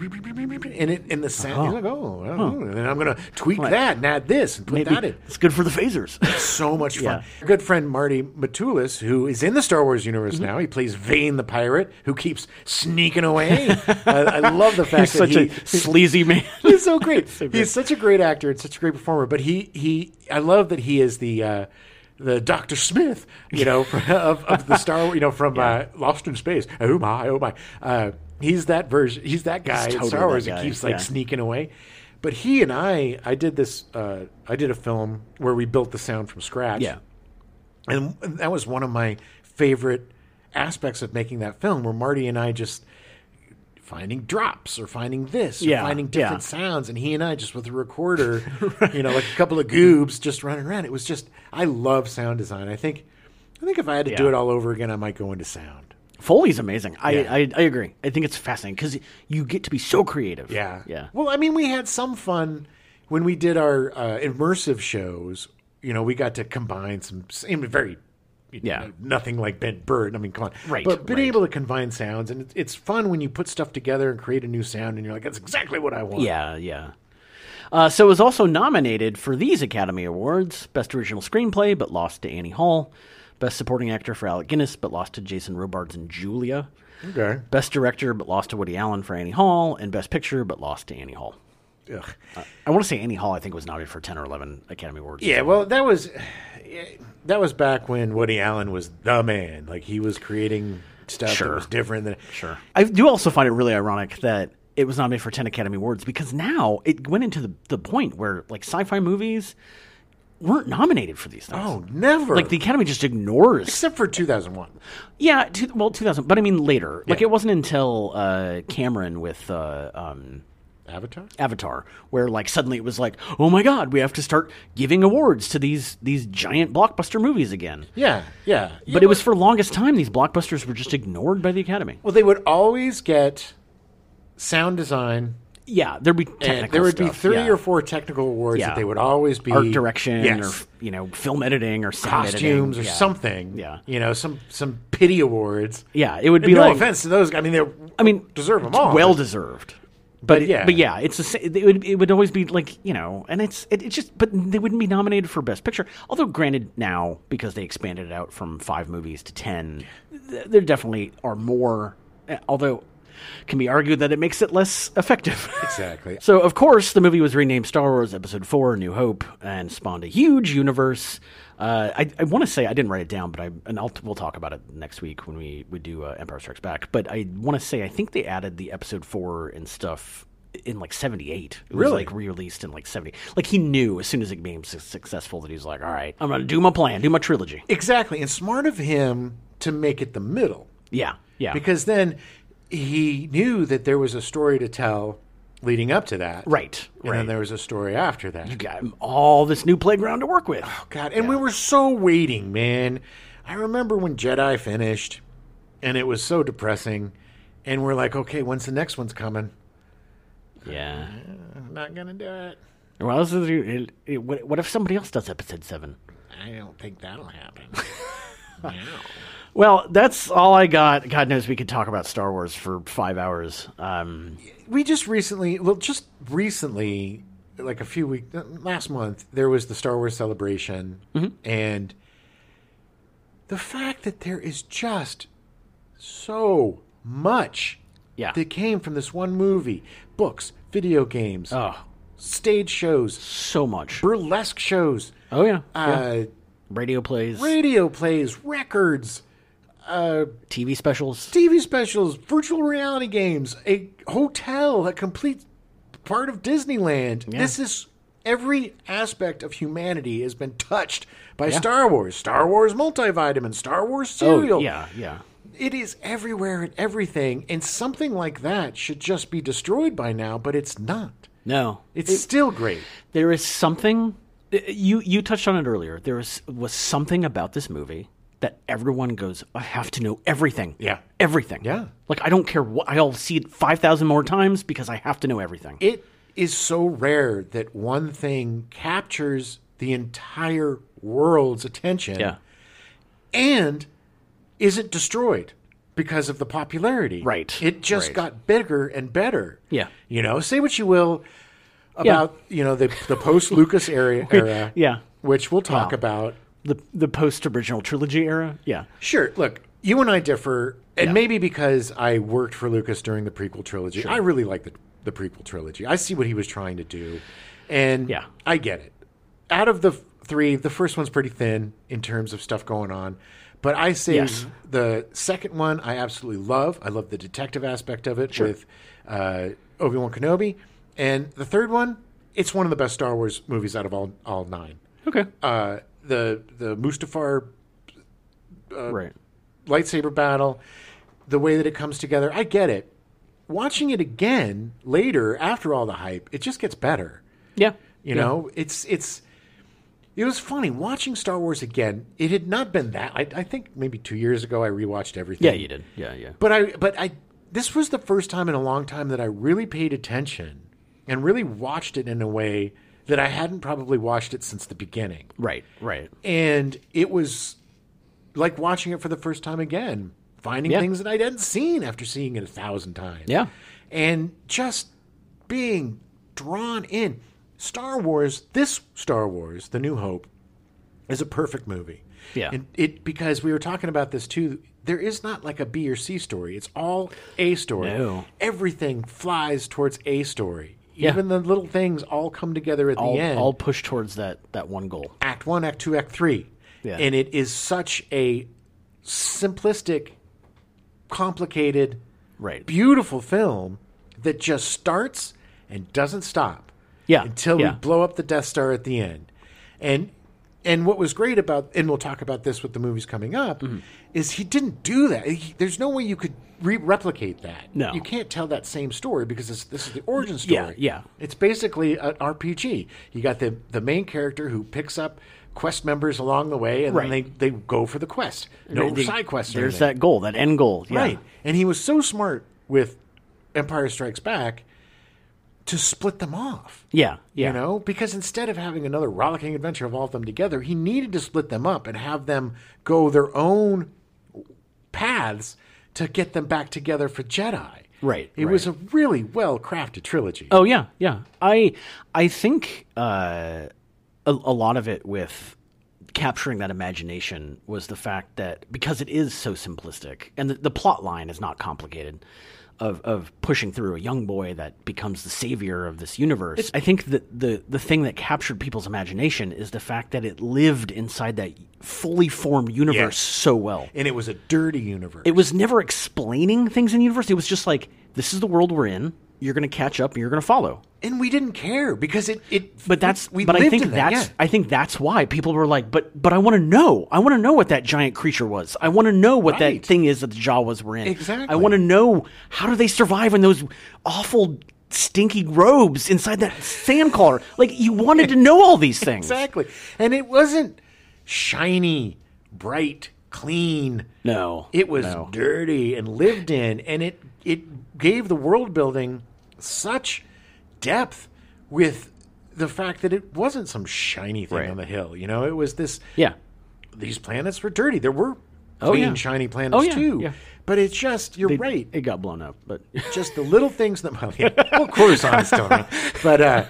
Speaker 1: and it and the sound. You're like, oh, I don't know. and then I'm gonna tweak that and add this and put
Speaker 2: Maybe
Speaker 1: that in.
Speaker 2: it's good for
Speaker 1: <laughs>
Speaker 2: the phasers.
Speaker 1: So much fun.
Speaker 2: Yeah.
Speaker 1: Our Good friend Marty Matulis, who is in the Star Wars universe
Speaker 2: Mm-hmm.
Speaker 1: now, he plays Vane the pirate, who keeps sneaking away. I, I love the fact
Speaker 2: <laughs> He's
Speaker 1: that
Speaker 2: such
Speaker 1: he,
Speaker 2: a sleazy man.
Speaker 1: <laughs> He's so
Speaker 2: <laughs>
Speaker 1: great. He's such a great actor and such a great performer. But he, he I love that he is the uh, the Doctor Smith, you know, <laughs> of, of the Star, you know,
Speaker 2: <laughs>
Speaker 1: from uh, Lost in Space. Oh my, oh my. Uh, he's that version. He's that guy in
Speaker 2: totally
Speaker 1: Star Wars
Speaker 2: that
Speaker 1: that
Speaker 2: guy,
Speaker 1: keeps like
Speaker 2: yeah.
Speaker 1: sneaking away. But he and I, I did this. Uh, I did a film where we built the sound from scratch.
Speaker 2: yeah,
Speaker 1: And that was one of my favorite aspects of making that film where Marty and I just finding drops or finding this or
Speaker 2: Yeah,
Speaker 1: finding different
Speaker 2: yeah.
Speaker 1: sounds and he and I just with a
Speaker 2: <laughs>
Speaker 1: recorder, <laughs> you know, like a couple of goobs just running around. It was just I love sound design. I think I think if I had to do
Speaker 2: Yeah.
Speaker 1: it all over again I might go into sound.
Speaker 2: Foley's amazing. I,
Speaker 1: Yeah.
Speaker 2: I I agree. I think it's fascinating because you get to be so creative.
Speaker 1: Yeah.
Speaker 2: yeah.
Speaker 1: Well, I mean, we had some fun when we did our uh, immersive shows. You know, we got to combine some I mean, very, you
Speaker 2: Yeah.
Speaker 1: know, nothing like Ben Bird. I mean, come on,
Speaker 2: Right,
Speaker 1: But being
Speaker 2: right.
Speaker 1: able to combine sounds and it's, it's fun when you put stuff together and create a new sound, and you're like, that's exactly what I want.
Speaker 2: Yeah, yeah. Uh, so it was also nominated for these Academy Awards: Best Original Screenplay, but lost to Annie Hall; Best Supporting Actor for Alec Guinness, but lost to Jason Robards and Julia;
Speaker 1: Okay.
Speaker 2: Best Director, but lost to Woody Allen for Annie Hall; and Best Picture, but lost to Annie Hall. Uh,
Speaker 1: Ugh.
Speaker 2: I want to say Annie Hall. I think was nominated for ten or eleven Academy Awards.
Speaker 1: Yeah. Well, that was that was back when Woody Allen was the man. Like he was creating stuff
Speaker 2: Sure.
Speaker 1: that was different than
Speaker 2: Sure. I do also find it really ironic that it was nominated for 10 Academy Awards because now it went into the, the point where like sci-fi movies weren't nominated for these things.
Speaker 1: Oh, never.
Speaker 2: Like the Academy just ignores.
Speaker 1: except for 2001.
Speaker 2: Yeah, two well, 2000, but I mean later. Like it wasn't until uh, Cameron with uh, um,
Speaker 1: Avatar.
Speaker 2: Avatar where like suddenly it was like, oh my god, we have to start giving awards to these these giant blockbuster movies again.
Speaker 1: Yeah, yeah.
Speaker 2: But it was for longest time these blockbusters were just ignored by the Academy.
Speaker 1: Well, they would always get sound design.
Speaker 2: Yeah, there'd be technical
Speaker 1: And there would be
Speaker 2: stuff,
Speaker 1: three
Speaker 2: yeah.
Speaker 1: or four technical awards
Speaker 2: Yeah.
Speaker 1: that they would always be
Speaker 2: art direction
Speaker 1: yes,
Speaker 2: or you know film editing or sound editing,
Speaker 1: costumes or
Speaker 2: yeah.
Speaker 1: something.
Speaker 2: Yeah.
Speaker 1: you know, some some pity awards.
Speaker 2: Yeah, it would
Speaker 1: And
Speaker 2: be
Speaker 1: no
Speaker 2: like
Speaker 1: offense to those. I mean, they're
Speaker 2: I mean,
Speaker 1: deserve them all.
Speaker 2: Well
Speaker 1: but-
Speaker 2: deserved. But, it-
Speaker 1: yeah.
Speaker 2: but yeah, it's the sa- it would it would always be like you know, and it's it, it just but they wouldn't be nominated for best picture. Although granted, now because they expanded it out from five movies to ten, th- there definitely are more. eh, Although can be argued that it makes it less effective. <laughs>
Speaker 1: exactly.
Speaker 2: So, of course, the movie was renamed Star Wars Episode 4 New Hope and spawned a huge universe. Uh, I, I want to say, I didn't write it down, but I, and I'll, we'll talk about it next week when we, we do uh, Empire Strikes Back. But I want to say, I think they added the Episode 4 and stuff in like 78. It was
Speaker 1: Really?
Speaker 2: like re released in like 70. Like he knew as soon as it became su- successful that he was like, all right, I'm going to do my plan, do my trilogy.
Speaker 1: Exactly, and smart of him to make it the middle.
Speaker 2: Yeah. Yeah.
Speaker 1: because then he knew that there was a story to tell leading up to that.
Speaker 2: Right.
Speaker 1: And
Speaker 2: Right.
Speaker 1: then there was a story after that.
Speaker 2: Got him all this new playground to work with.
Speaker 1: God, and we were so waiting, man. I remember when Jedi finished, and it was so depressing. And we're like, okay, when's the next one's coming?
Speaker 2: Yeah.
Speaker 1: I'm not gonna do it.
Speaker 2: Well, this is- it- it- what what if somebody else does episode seven?
Speaker 1: I don't think that'll happen.
Speaker 2: Well, that's all I got. God knows we could talk about Star Wars for five hours. Um,
Speaker 1: we just recently, well, just recently, like a few weeks last month, there was the Star Wars celebration, and the fact that there is just so much
Speaker 2: Yeah.
Speaker 1: that came from this one movie, books, video games,
Speaker 2: oh,
Speaker 1: stage shows,
Speaker 2: so much.
Speaker 1: burlesque shows,
Speaker 2: Oh yeah, yeah.
Speaker 1: uh,
Speaker 2: radio plays,
Speaker 1: radio plays, records, uh,
Speaker 2: TV specials.
Speaker 1: TV specials, virtual reality games, a hotel, a complete part of Disneyland. This is every aspect of humanity has been touched by Star Wars, Star Wars multivitamin, Star Wars cereal.
Speaker 2: Oh yeah, yeah.
Speaker 1: It is everywhere and everything, and something like that should just be destroyed by now, but it's not.
Speaker 2: No,
Speaker 1: It's still great.
Speaker 2: there is something uh, you you touched on it earlier. There is, was something about this movie that everyone goes, I have to know everything.
Speaker 1: Yeah.
Speaker 2: everything.
Speaker 1: Yeah.
Speaker 2: like I don't care what I'll see it five thousand more times because I have to know everything.
Speaker 1: It is so rare that one thing captures the entire world's attention.
Speaker 2: yeah,
Speaker 1: and isn't destroyed because of the popularity.
Speaker 2: Right.
Speaker 1: It just
Speaker 2: Right.
Speaker 1: got bigger and better.
Speaker 2: Yeah.
Speaker 1: You know, say what you will about you know the the post Lucas
Speaker 2: <laughs>
Speaker 1: era, era.
Speaker 2: yeah.
Speaker 1: Which we'll talk about.
Speaker 2: the the post original trilogy era. Yeah,
Speaker 1: Sure. Look, you and I differ, and maybe because I worked for Lucas during the prequel trilogy. I really like the the prequel trilogy. I see what he was trying to do, and
Speaker 2: Yeah.
Speaker 1: I get it. Out of the f- three, the first one's pretty thin in terms of stuff going on, but I say
Speaker 2: Yes.
Speaker 1: the second one I absolutely love. I love the detective aspect of it with uh, Obi Wan Kenobi, and the third one, it's one of the best Star Wars movies out of all all nine.
Speaker 2: okay,
Speaker 1: Uh, the the Mustafar
Speaker 2: right.
Speaker 1: lightsaber battle, the way that it comes together, I get it. Watching it again later after all the hype, it just gets better.
Speaker 2: Yeah.
Speaker 1: You know, it's it's it was funny watching Star Wars again. It had not been that. I, I think maybe two years ago I rewatched everything.
Speaker 2: Yeah, you did. Yeah, yeah.
Speaker 1: But I but I this was the first time in a long time that I really paid attention and really watched it in a way that I hadn't probably watched it since the beginning
Speaker 2: Right, right.
Speaker 1: and it was like watching it for the first time again, finding
Speaker 2: Yeah.
Speaker 1: things that I hadn't seen after seeing it a thousand times.
Speaker 2: Yeah.
Speaker 1: and just being drawn in. Star Wars, this Star Wars, The New Hope, is a perfect movie.
Speaker 2: Yeah.
Speaker 1: and it because we were talking about this too. There is not like a B or C story. It's all A story.
Speaker 2: No.
Speaker 1: Everything flies towards A story.
Speaker 2: Yeah.
Speaker 1: Even the little things all come together at
Speaker 2: All,
Speaker 1: the end
Speaker 2: all push towards that that one goal.
Speaker 1: act one, act two, act three.
Speaker 2: Yeah.
Speaker 1: And it is such a simplistic, complicated,
Speaker 2: Right.
Speaker 1: beautiful film that just starts and doesn't stop
Speaker 2: Yeah,
Speaker 1: until
Speaker 2: yeah.
Speaker 1: we blow up the Death Star at the end. And And what was great about, and we'll talk about this with the movies coming up,
Speaker 2: Mm-hmm.
Speaker 1: is he didn't do that. He- there's no way you could re- replicate that.
Speaker 2: No.
Speaker 1: you can't tell that same story because it's, this is the origin
Speaker 2: Yeah,
Speaker 1: story.
Speaker 2: yeah.
Speaker 1: It's basically an RPG. You got the the main character who picks up quest members along the way, and then
Speaker 2: Right.
Speaker 1: they, they go for the quest. No
Speaker 2: They-
Speaker 1: side quests. or
Speaker 2: There's
Speaker 1: anything.
Speaker 2: that goal, that end goal. Yeah.
Speaker 1: Right. And he was so smart with Empire Strikes Back to split them off.
Speaker 2: Yeah. Yeah.
Speaker 1: You know, because instead of having another rollicking adventure of all of them together, he needed to split them up and have them go their own paths to get them back together for Jedi.
Speaker 2: Right,
Speaker 1: It
Speaker 2: right.
Speaker 1: was a really well crafted trilogy.
Speaker 2: Oh yeah, yeah. I I think uh, a, a lot of it with capturing that imagination was the fact that because it is so simplistic and the, the plot line is not complicated of of pushing through a young boy that becomes the savior of this universe. I think that the the thing that captured people's imagination is the fact that it lived inside that fully formed universe
Speaker 1: Yes.
Speaker 2: so well
Speaker 1: And it was a dirty universe.
Speaker 2: it was never explaining things in the universe. It was just like, this is the world we're in. You're going to catch up and you're going to follow.
Speaker 1: and we didn't care because it, it
Speaker 2: But that's
Speaker 1: we
Speaker 2: but
Speaker 1: lived
Speaker 2: I think
Speaker 1: in that,
Speaker 2: that's
Speaker 1: yeah.
Speaker 2: I think that's why people were like, but but I want to know. I want to know what that giant creature was. I want to know what
Speaker 1: Right.
Speaker 2: that thing is that the Jawas were in.
Speaker 1: Exactly.
Speaker 2: I want to know how do they survive in those awful stinky robes inside that sand collar. Like you wanted to know all these things.
Speaker 1: Exactly. And it wasn't shiny, bright, clean.
Speaker 2: No.
Speaker 1: It was
Speaker 2: no.
Speaker 1: dirty and lived in and it it gave the world building such depth with the fact that it wasn't some shiny thing
Speaker 2: Right.
Speaker 1: on the hill, you know? It was this
Speaker 2: Yeah.
Speaker 1: these planets were dirty. There were
Speaker 2: Oh,
Speaker 1: clean
Speaker 2: yeah.
Speaker 1: shiny planets
Speaker 2: Oh, yeah,
Speaker 1: too.
Speaker 2: yeah.
Speaker 1: But it's just you're
Speaker 2: It-
Speaker 1: right.
Speaker 2: It got blown up, but
Speaker 1: just the little things that well,
Speaker 2: <laughs>
Speaker 1: yeah, well, of course on still around. but uh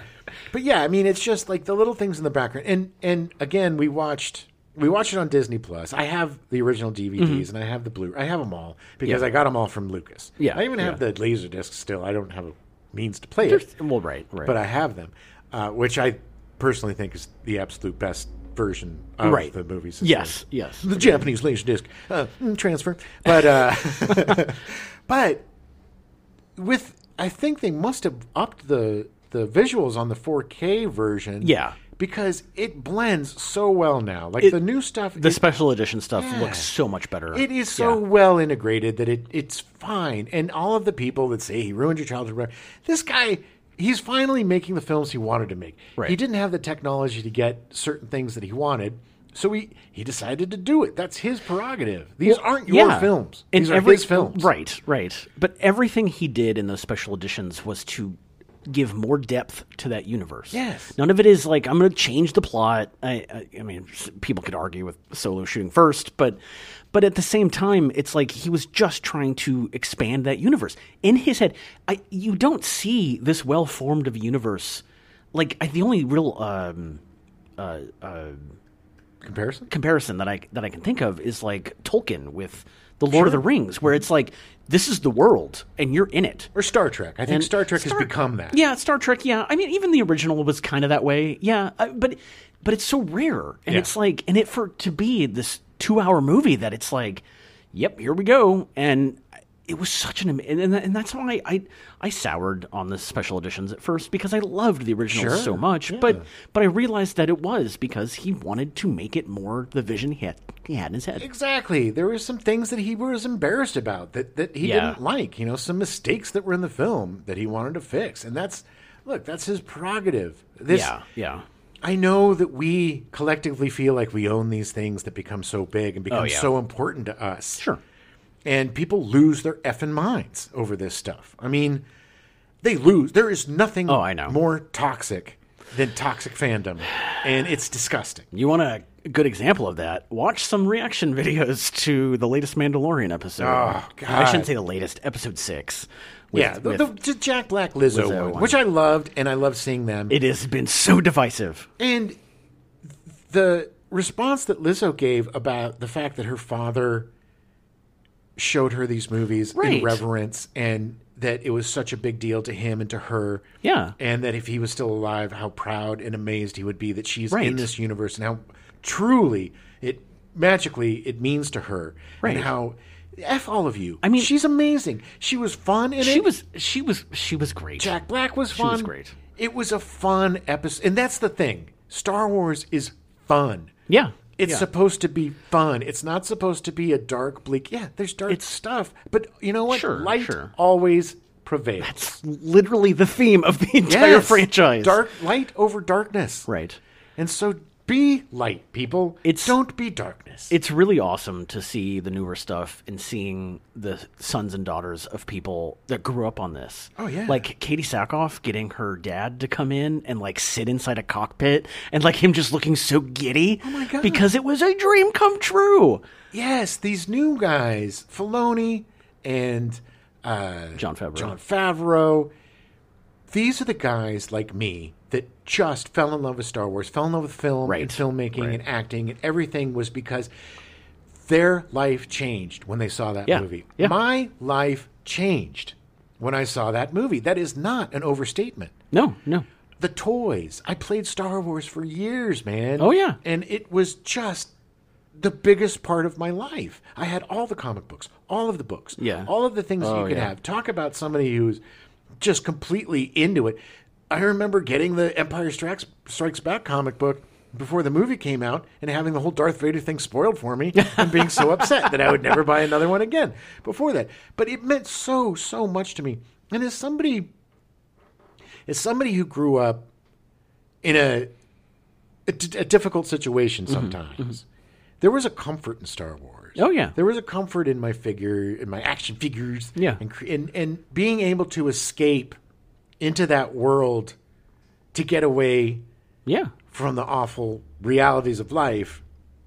Speaker 1: but yeah i mean it's just like the little things in the background and and again we watched we watched it on disney plus i have the original dvds and i have the blue i have them all because
Speaker 2: Mm-hmm. Yeah.
Speaker 1: i got them all from lucas
Speaker 2: Yeah,
Speaker 1: i even have
Speaker 2: yeah.
Speaker 1: the laser discs still i don't have a means to play it
Speaker 2: well right, right.
Speaker 1: but i have them uh, which i personally think is the absolute best version of
Speaker 2: Right.
Speaker 1: the movies
Speaker 2: yes, yes.
Speaker 1: the Japanese laser disc uh, mm, transfer, but uh, <laughs> but with I think they must have upped the the visuals on the 4K version,
Speaker 2: Yeah.
Speaker 1: because it blends so well now. Like the new stuff,
Speaker 2: The
Speaker 1: it-
Speaker 2: special edition stuff
Speaker 1: Yeah.
Speaker 2: looks so much better.
Speaker 1: it is so
Speaker 2: Yeah.
Speaker 1: well integrated that it it's fine. And all of the people that say he ruined your childhood, this guy. He's finally making the films he wanted to make.
Speaker 2: Right.
Speaker 1: He didn't have the technology to get certain things that he wanted, so he, he decided to do it. That's his prerogative. These aren't your
Speaker 2: Yeah.
Speaker 1: films.
Speaker 2: And
Speaker 1: These
Speaker 2: every-
Speaker 1: are his films.
Speaker 2: Right, right. But everything he did in those special editions was to give more depth to that universe.
Speaker 1: Yes.
Speaker 2: None of it is like I'm going to change the plot. I, I, I mean, s- people could argue with Solo shooting first, but but at the same time, it's like he was just trying to expand that universe in his head. I you don't see this well formed of a universe. Like I, the only real. Um,
Speaker 1: Comparison?
Speaker 2: comparison that I that I can think of is like Tolkien with the Lord of the Rings, where it's like this is the world and you're in it.
Speaker 1: Or Star Trek. I think
Speaker 2: And
Speaker 1: Star Trek has become that.
Speaker 2: Yeah, Star Trek. Yeah, I mean, even the original was kind of that way. Yeah, I, but but it's so rare, and
Speaker 1: Yeah.
Speaker 2: it's like, and it for to be this two hour movie that it's like, yep, here we go, and it was such an am- and and, and that's why I I soured on the special editions at first because I loved the original
Speaker 1: Sure,
Speaker 2: so much, but but I realized that it was because he wanted to make it more the vision he had, he had in his head.
Speaker 1: Exactly. There were some things that he was embarrassed about that, that he
Speaker 2: Yeah.
Speaker 1: didn't like, you know, some mistakes that were in the film that he wanted to fix. And that's look, that's his prerogative. This
Speaker 2: Yeah, yeah.
Speaker 1: I know that we collectively feel like we own these things that become so big and become
Speaker 2: Oh, yeah.
Speaker 1: so important to us.
Speaker 2: Sure.
Speaker 1: And people lose their effing minds over this stuff. I mean, they lose. There is nothing
Speaker 2: Oh, I know.
Speaker 1: more toxic than toxic fandom. And it's disgusting.
Speaker 2: You want a good example of that? Watch some reaction <laughs> videos to the latest Mandalorian episode.
Speaker 1: Oh,
Speaker 2: I shouldn't
Speaker 1: God.
Speaker 2: say the latest, episode six. With,
Speaker 1: yeah, the,
Speaker 2: with-
Speaker 1: the, the Jack Black Lizzo,
Speaker 2: Lizzo
Speaker 1: one,
Speaker 2: one.
Speaker 1: which I loved, and I love seeing them.
Speaker 2: it has been so divisive.
Speaker 1: And the response that Lizzo gave about the fact that her father showed her these movies
Speaker 2: Right.
Speaker 1: in reverence and that it was such a big deal to him and to her.
Speaker 2: Yeah.
Speaker 1: And that if he was still alive, how proud and amazed he would be that she's
Speaker 2: Right.
Speaker 1: in this universe and how truly it magically it means to her.
Speaker 2: Right.
Speaker 1: And how F all of you.
Speaker 2: I mean-
Speaker 1: she's amazing. She was fun in
Speaker 2: She
Speaker 1: it.
Speaker 2: was, she was, she was great.
Speaker 1: Jack Black was
Speaker 2: was
Speaker 1: fun.
Speaker 2: great.
Speaker 1: It was a fun episode, and that's the thing. Star Wars is fun.
Speaker 2: Yeah.
Speaker 1: It's
Speaker 2: Yeah.
Speaker 1: supposed to be fun. It's not supposed to be a dark, bleak. Yeah, there's dark
Speaker 2: It's-
Speaker 1: stuff, but you know what?
Speaker 2: Sure,
Speaker 1: Light
Speaker 2: sure.
Speaker 1: always prevails.
Speaker 2: It's literally the theme of the <laughs> entire
Speaker 1: Yes.
Speaker 2: franchise.
Speaker 1: Dark light over darkness.
Speaker 2: Right.
Speaker 1: And so be light, people.
Speaker 2: It's-
Speaker 1: don't be darkness.
Speaker 2: It's really awesome to see the newer stuff and seeing the sons and daughters of people that grew up on this.
Speaker 1: Oh, yeah.
Speaker 2: Like Katie Sackhoff getting her dad to come in and like sit inside a cockpit and like him just looking so giddy. Oh
Speaker 1: my God.
Speaker 2: Because it was a dream come true.
Speaker 1: yes, these new guys, Filoni and uh,
Speaker 2: John Favreau.
Speaker 1: John Favreau. These are the guys like me that just fell in love with Star Wars, fell in love with film
Speaker 2: Right.
Speaker 1: and filmmaking
Speaker 2: Right.
Speaker 1: and acting and everything was because their life changed when they saw that
Speaker 2: Yeah.
Speaker 1: movie.
Speaker 2: Yeah.
Speaker 1: My life changed when I saw that movie. That is not an overstatement.
Speaker 2: No, no.
Speaker 1: The toys. I played Star Wars for years, man.
Speaker 2: Oh, yeah.
Speaker 1: And it was just the biggest part of my life. I had all the comic books, all of the books,
Speaker 2: Yeah. Oh,
Speaker 1: all of the things you could have. Talk about somebody who's just completely into it. I remember getting the Empire Strikes, Strikes Back comic book before the movie came out and having the whole Darth Vader thing spoiled for me and being so upset that I would never buy another one again before that. But it meant so, so much to me. And as somebody is somebody who grew up in a a, d- a difficult
Speaker 2: Mm-hmm.
Speaker 1: situation sometimes. There was a comfort in Star Wars.
Speaker 2: Oh, yeah.
Speaker 1: there was a comfort in my figure, in my action figures.
Speaker 2: Yeah.
Speaker 1: and cre- and, and being able to escape into that world to get away
Speaker 2: Yeah.
Speaker 1: from the awful realities of life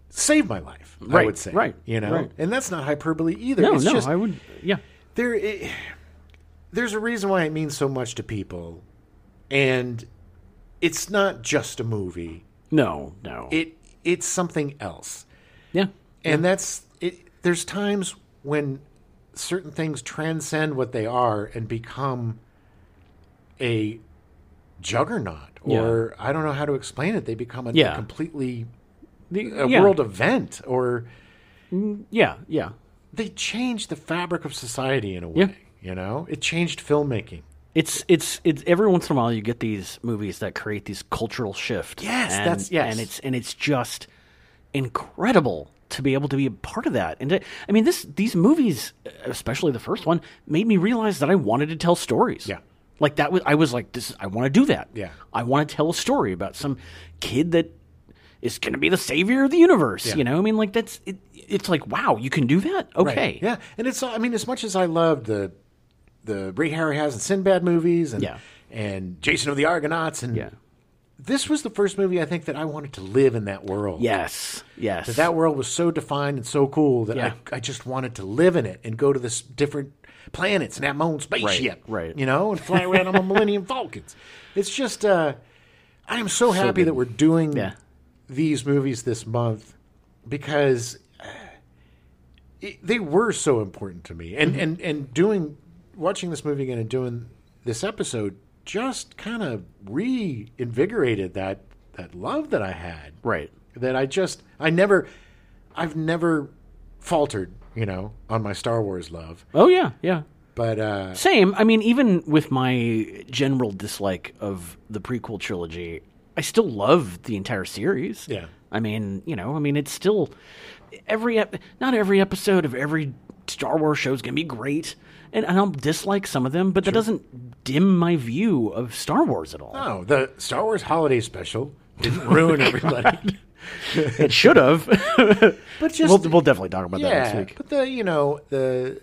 Speaker 1: saved my life. I
Speaker 2: Right,
Speaker 1: would say,
Speaker 2: right,
Speaker 1: You know,
Speaker 2: right.
Speaker 1: and that's not hyperbole either.
Speaker 2: No,
Speaker 1: it's
Speaker 2: no,
Speaker 1: just,
Speaker 2: I would. Yeah.
Speaker 1: there i there's a reason why it means so much to people and it's not just a movie
Speaker 2: No, no.
Speaker 1: it it's something else
Speaker 2: yeah.
Speaker 1: and that's it there's times when certain things transcend what they are and become a juggernaut
Speaker 2: Yeah.
Speaker 1: or i don't know how to explain it they become a
Speaker 2: Yeah.
Speaker 1: completely
Speaker 2: The-
Speaker 1: a
Speaker 2: yeah.
Speaker 1: world event or
Speaker 2: Yeah, yeah.
Speaker 1: they changed the fabric of society in a way
Speaker 2: Yeah.
Speaker 1: you know it changed filmmaking
Speaker 2: It's it's it's every once in a while you get these movies that create these cultural shift.
Speaker 1: Yes,
Speaker 2: and,
Speaker 1: that's- yes.
Speaker 2: and it's and it's just incredible to be able to be a part of that. And to, I mean, this these movies, especially the first one, made me realize that I wanted to tell stories.
Speaker 1: Yeah.
Speaker 2: like that was I was like, this I want to do that.
Speaker 1: Yeah.
Speaker 2: I want to tell a story about some kid that is going to be the savior of the universe. You know, I mean, like that's it, it's like wow, you can do that. Okay,
Speaker 1: Yeah, and it's I mean, as much as I loved the the Ray Harryhausen Sinbad movies and
Speaker 2: Yeah.
Speaker 1: and Jason of the Argonauts and
Speaker 2: yeah,
Speaker 1: this was the first movie I think that I wanted to live in that world.
Speaker 2: yes, yes.
Speaker 1: That that world was so defined and so cool that
Speaker 2: Yeah.
Speaker 1: I, I just wanted to live in it and go to this different planets and have my own spaceship.
Speaker 2: right.
Speaker 1: You know, and fly around on my
Speaker 2: <laughs>
Speaker 1: Millennium Falcons. It's just uh I am so happy that we're doing
Speaker 2: Yeah.
Speaker 1: these movies this month because uh, it, they were so important to me.
Speaker 2: Mm-hmm.
Speaker 1: And and and doing watching this movie again and doing this episode just kind of reinvigorated that that love that I had
Speaker 2: right.
Speaker 1: that I just I never I've never faltered, you know, on my Star Wars love.
Speaker 2: Oh yeah, yeah.
Speaker 1: But uh
Speaker 2: Same. I mean, even with my general dislike of the prequel trilogy, I still love the entire series.
Speaker 1: Yeah.
Speaker 2: I mean, you know, I mean, it's still every ep- not every episode of every Star Wars show is going to be great, and, and I'll dislike some of them, but that doesn't dim my view of Star Wars at all.
Speaker 1: <laughs> no, oh, the Star Wars holiday special
Speaker 2: <laughs>
Speaker 1: didn't ruin everybody.
Speaker 2: It should have.
Speaker 1: but just
Speaker 2: we'll, we'll definitely talk about that next
Speaker 1: yeah,
Speaker 2: week.
Speaker 1: but the you know the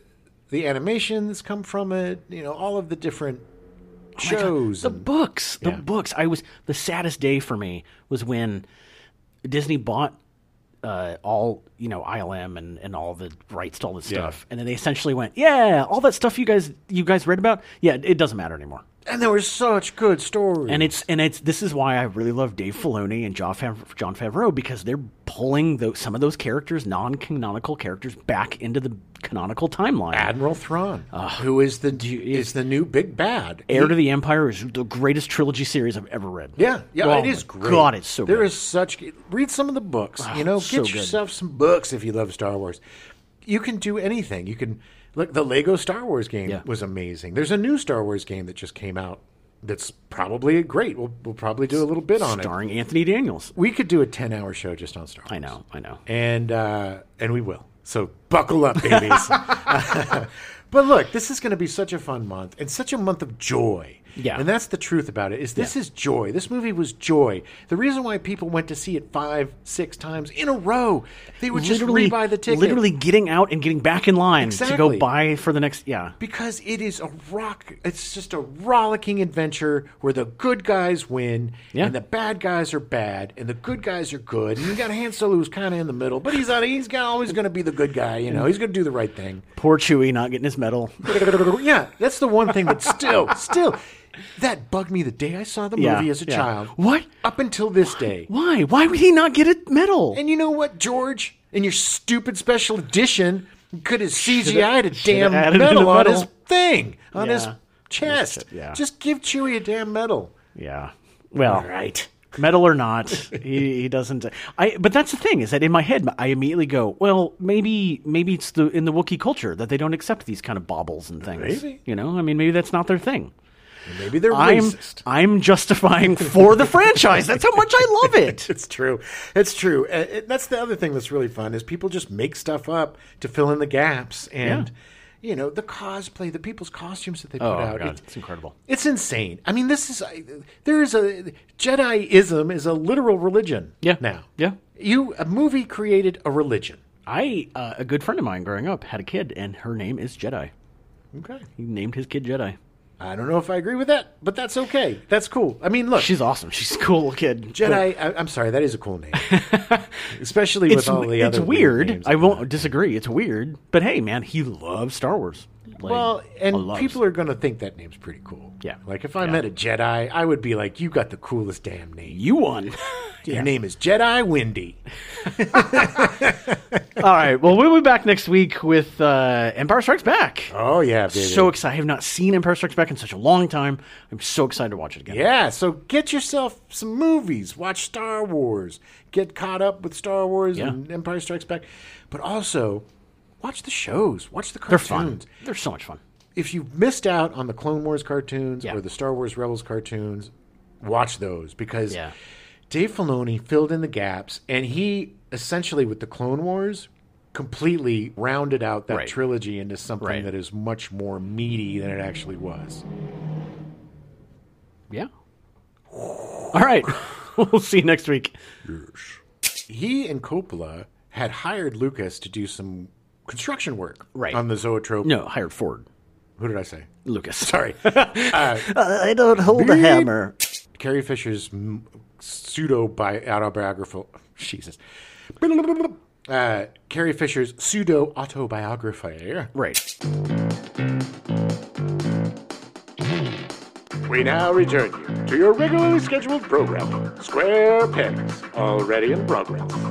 Speaker 1: the animations come from it, you know, all of the different shows.
Speaker 2: Oh The
Speaker 1: and-
Speaker 2: books, the
Speaker 1: Yeah.
Speaker 2: books. I was the saddest day for me was when Disney bought uh, all you know ILM and, and all the rights to all this
Speaker 1: Yeah.
Speaker 2: stuff, and then they essentially went, yeah, all that stuff you guys you guys read about, yeah, it doesn't matter anymore.
Speaker 1: and there were such good stories.
Speaker 2: And it's and it's this is why I really love Dave Filoni and John Fav- John Favreau because they're pulling those, some of those characters, non canonical characters, back into the canonical timeline.
Speaker 1: Admiral Thrawn, who is the is the new big bad.
Speaker 2: Heir to the Empire is the greatest trilogy series I've ever read.
Speaker 1: Yeah, yeah,
Speaker 2: Oh
Speaker 1: it is
Speaker 2: my
Speaker 1: great.
Speaker 2: God, it's so
Speaker 1: There
Speaker 2: good. Ah,
Speaker 1: is such. Read some of the books. you know, get
Speaker 2: so good.
Speaker 1: yourself some books if you love Star Wars. You can do anything. You can look. The Lego Star Wars game
Speaker 2: Yeah.
Speaker 1: was amazing. There's a new Star Wars game that just came out that's probably great. We'll, we'll probably do a little bit on it.
Speaker 2: starring Anthony Daniels.
Speaker 1: We could do a 10 hour show just on Star Wars.
Speaker 2: I know, I know.
Speaker 1: and uh, and we will. So buckle up,
Speaker 2: <laughs>
Speaker 1: babies. <laughs> but look, this is going to be such a fun month and such a month of joy.
Speaker 2: Yeah.
Speaker 1: and that's the truth about it. Is this is joy? This movie was joy. The reason why people went to see it five, six times in a row, they would just rebuy the ticket.
Speaker 2: Literally getting out and getting back in line to
Speaker 1: Exactly.
Speaker 2: go buy for the next. Yeah.
Speaker 1: because it is a rock it's just a rollicking adventure where the good guys win
Speaker 2: Yeah.
Speaker 1: and the bad guys are bad and the good guys are good and you got Han Solo who's kind of in the middle but he's not he's got, always going to be the good guy you know he's going to do the right thing
Speaker 2: Poor Chewie not getting
Speaker 1: <laughs>
Speaker 2: his medal.
Speaker 1: yeah that's the one thing that still still that bugged me the day I saw the
Speaker 2: Yeah,
Speaker 1: movie as a
Speaker 2: yeah.
Speaker 1: child
Speaker 2: What?
Speaker 1: up until this day
Speaker 2: Why? Why would he not get a medal?
Speaker 1: and you know what George in your stupid special edition you could have CGI'd a
Speaker 2: should've
Speaker 1: damn
Speaker 2: added in
Speaker 1: medal
Speaker 2: a
Speaker 1: on
Speaker 2: medal.
Speaker 1: his thing on his
Speaker 2: Yeah.
Speaker 1: chest.
Speaker 2: Yeah.
Speaker 1: Just give Chewie a damn medal.
Speaker 2: Yeah. Well, right. Metal or not, he, he doesn't. I. But that's the thing is that in my head, I immediately go, well, maybe maybe it's the in the Wookiee culture that they don't accept these kind of baubles and things.
Speaker 1: Maybe.
Speaker 2: you know, I mean, maybe that's not their thing.
Speaker 1: Maybe they're
Speaker 2: I'm
Speaker 1: racist.
Speaker 2: I'm justifying for the franchise. That's how much I love
Speaker 1: <laughs>
Speaker 2: it.
Speaker 1: It's true. It's true. Uh, it- that's the other thing that's really fun is people just make stuff up to fill in the gaps and. You know the cosplay, the people's costumes that they put
Speaker 2: my
Speaker 1: out.
Speaker 2: God,
Speaker 1: it-
Speaker 2: it's incredible.
Speaker 1: Oh, It's insane. I mean, this is I- there is a Jediism is a literal religion.
Speaker 2: Yeah.
Speaker 1: Now.
Speaker 2: Yeah.
Speaker 1: You a movie created a religion.
Speaker 2: I uh, a good friend of mine growing up had a kid, and her name is Jedi.
Speaker 1: Okay.
Speaker 2: He named his kid Jedi.
Speaker 1: I don't know if I agree with that, but that's okay. That's cool. I mean, look,
Speaker 2: She's awesome. She's a cool kid.
Speaker 1: Jedi. I, I'm sorry, that is a cool
Speaker 2: <laughs>
Speaker 1: name, especially
Speaker 2: It's
Speaker 1: with all the
Speaker 2: it's
Speaker 1: other
Speaker 2: weird.
Speaker 1: names.
Speaker 2: I won't disagree. It's weird, but hey, man, he loves Star Wars. Like,
Speaker 1: Well, and
Speaker 2: loves.
Speaker 1: people are going to think that name's pretty cool.
Speaker 2: Yeah.
Speaker 1: Like if I
Speaker 2: Yeah.
Speaker 1: met a Jedi, I would be like, "You got the coolest damn name.
Speaker 2: you won. <laughs>
Speaker 1: Your name is Jedi Windy."
Speaker 2: All right. Well, we'll be back next week with uh, Empire Strikes Back.
Speaker 1: Oh yeah, baby.
Speaker 2: so excited! I have not seen Empire Strikes Back in such a long time. I'm so excited to watch it again.
Speaker 1: yeah. So get yourself some movies. Watch Star Wars. Get caught up with Star Wars
Speaker 2: Yeah.
Speaker 1: and Empire Strikes Back, but also watch the shows. Watch the
Speaker 2: They're
Speaker 1: cartoons.
Speaker 2: fun. They're so much fun.
Speaker 1: if you missed out on the Clone Wars cartoons
Speaker 2: Yeah.
Speaker 1: or the Star Wars Rebels cartoons, watch those because
Speaker 2: Yeah.
Speaker 1: Dave Filoni filled in the gaps, and he essentially with the Clone Wars completely rounded out that
Speaker 2: Right.
Speaker 1: trilogy into something
Speaker 2: Right.
Speaker 1: that is much more meaty than it actually was.
Speaker 2: Yeah. All right. <laughs> we'll see you next week.
Speaker 1: He and Coppola had hired Lucas to do some construction work
Speaker 2: Right.
Speaker 1: on the Zoetrope.
Speaker 2: No, hired Ford.
Speaker 1: Who did I say?
Speaker 2: Lucas.
Speaker 1: Sorry.
Speaker 2: I don't hold a hammer.
Speaker 1: <laughs> Carrie Fisher's m- pseudo bi- autobiographical. Jesus. Uh, Carrie Fisher's pseudo autobiography.
Speaker 2: Right.
Speaker 5: We now return you to your regularly scheduled program, Square Pegs, already in progress.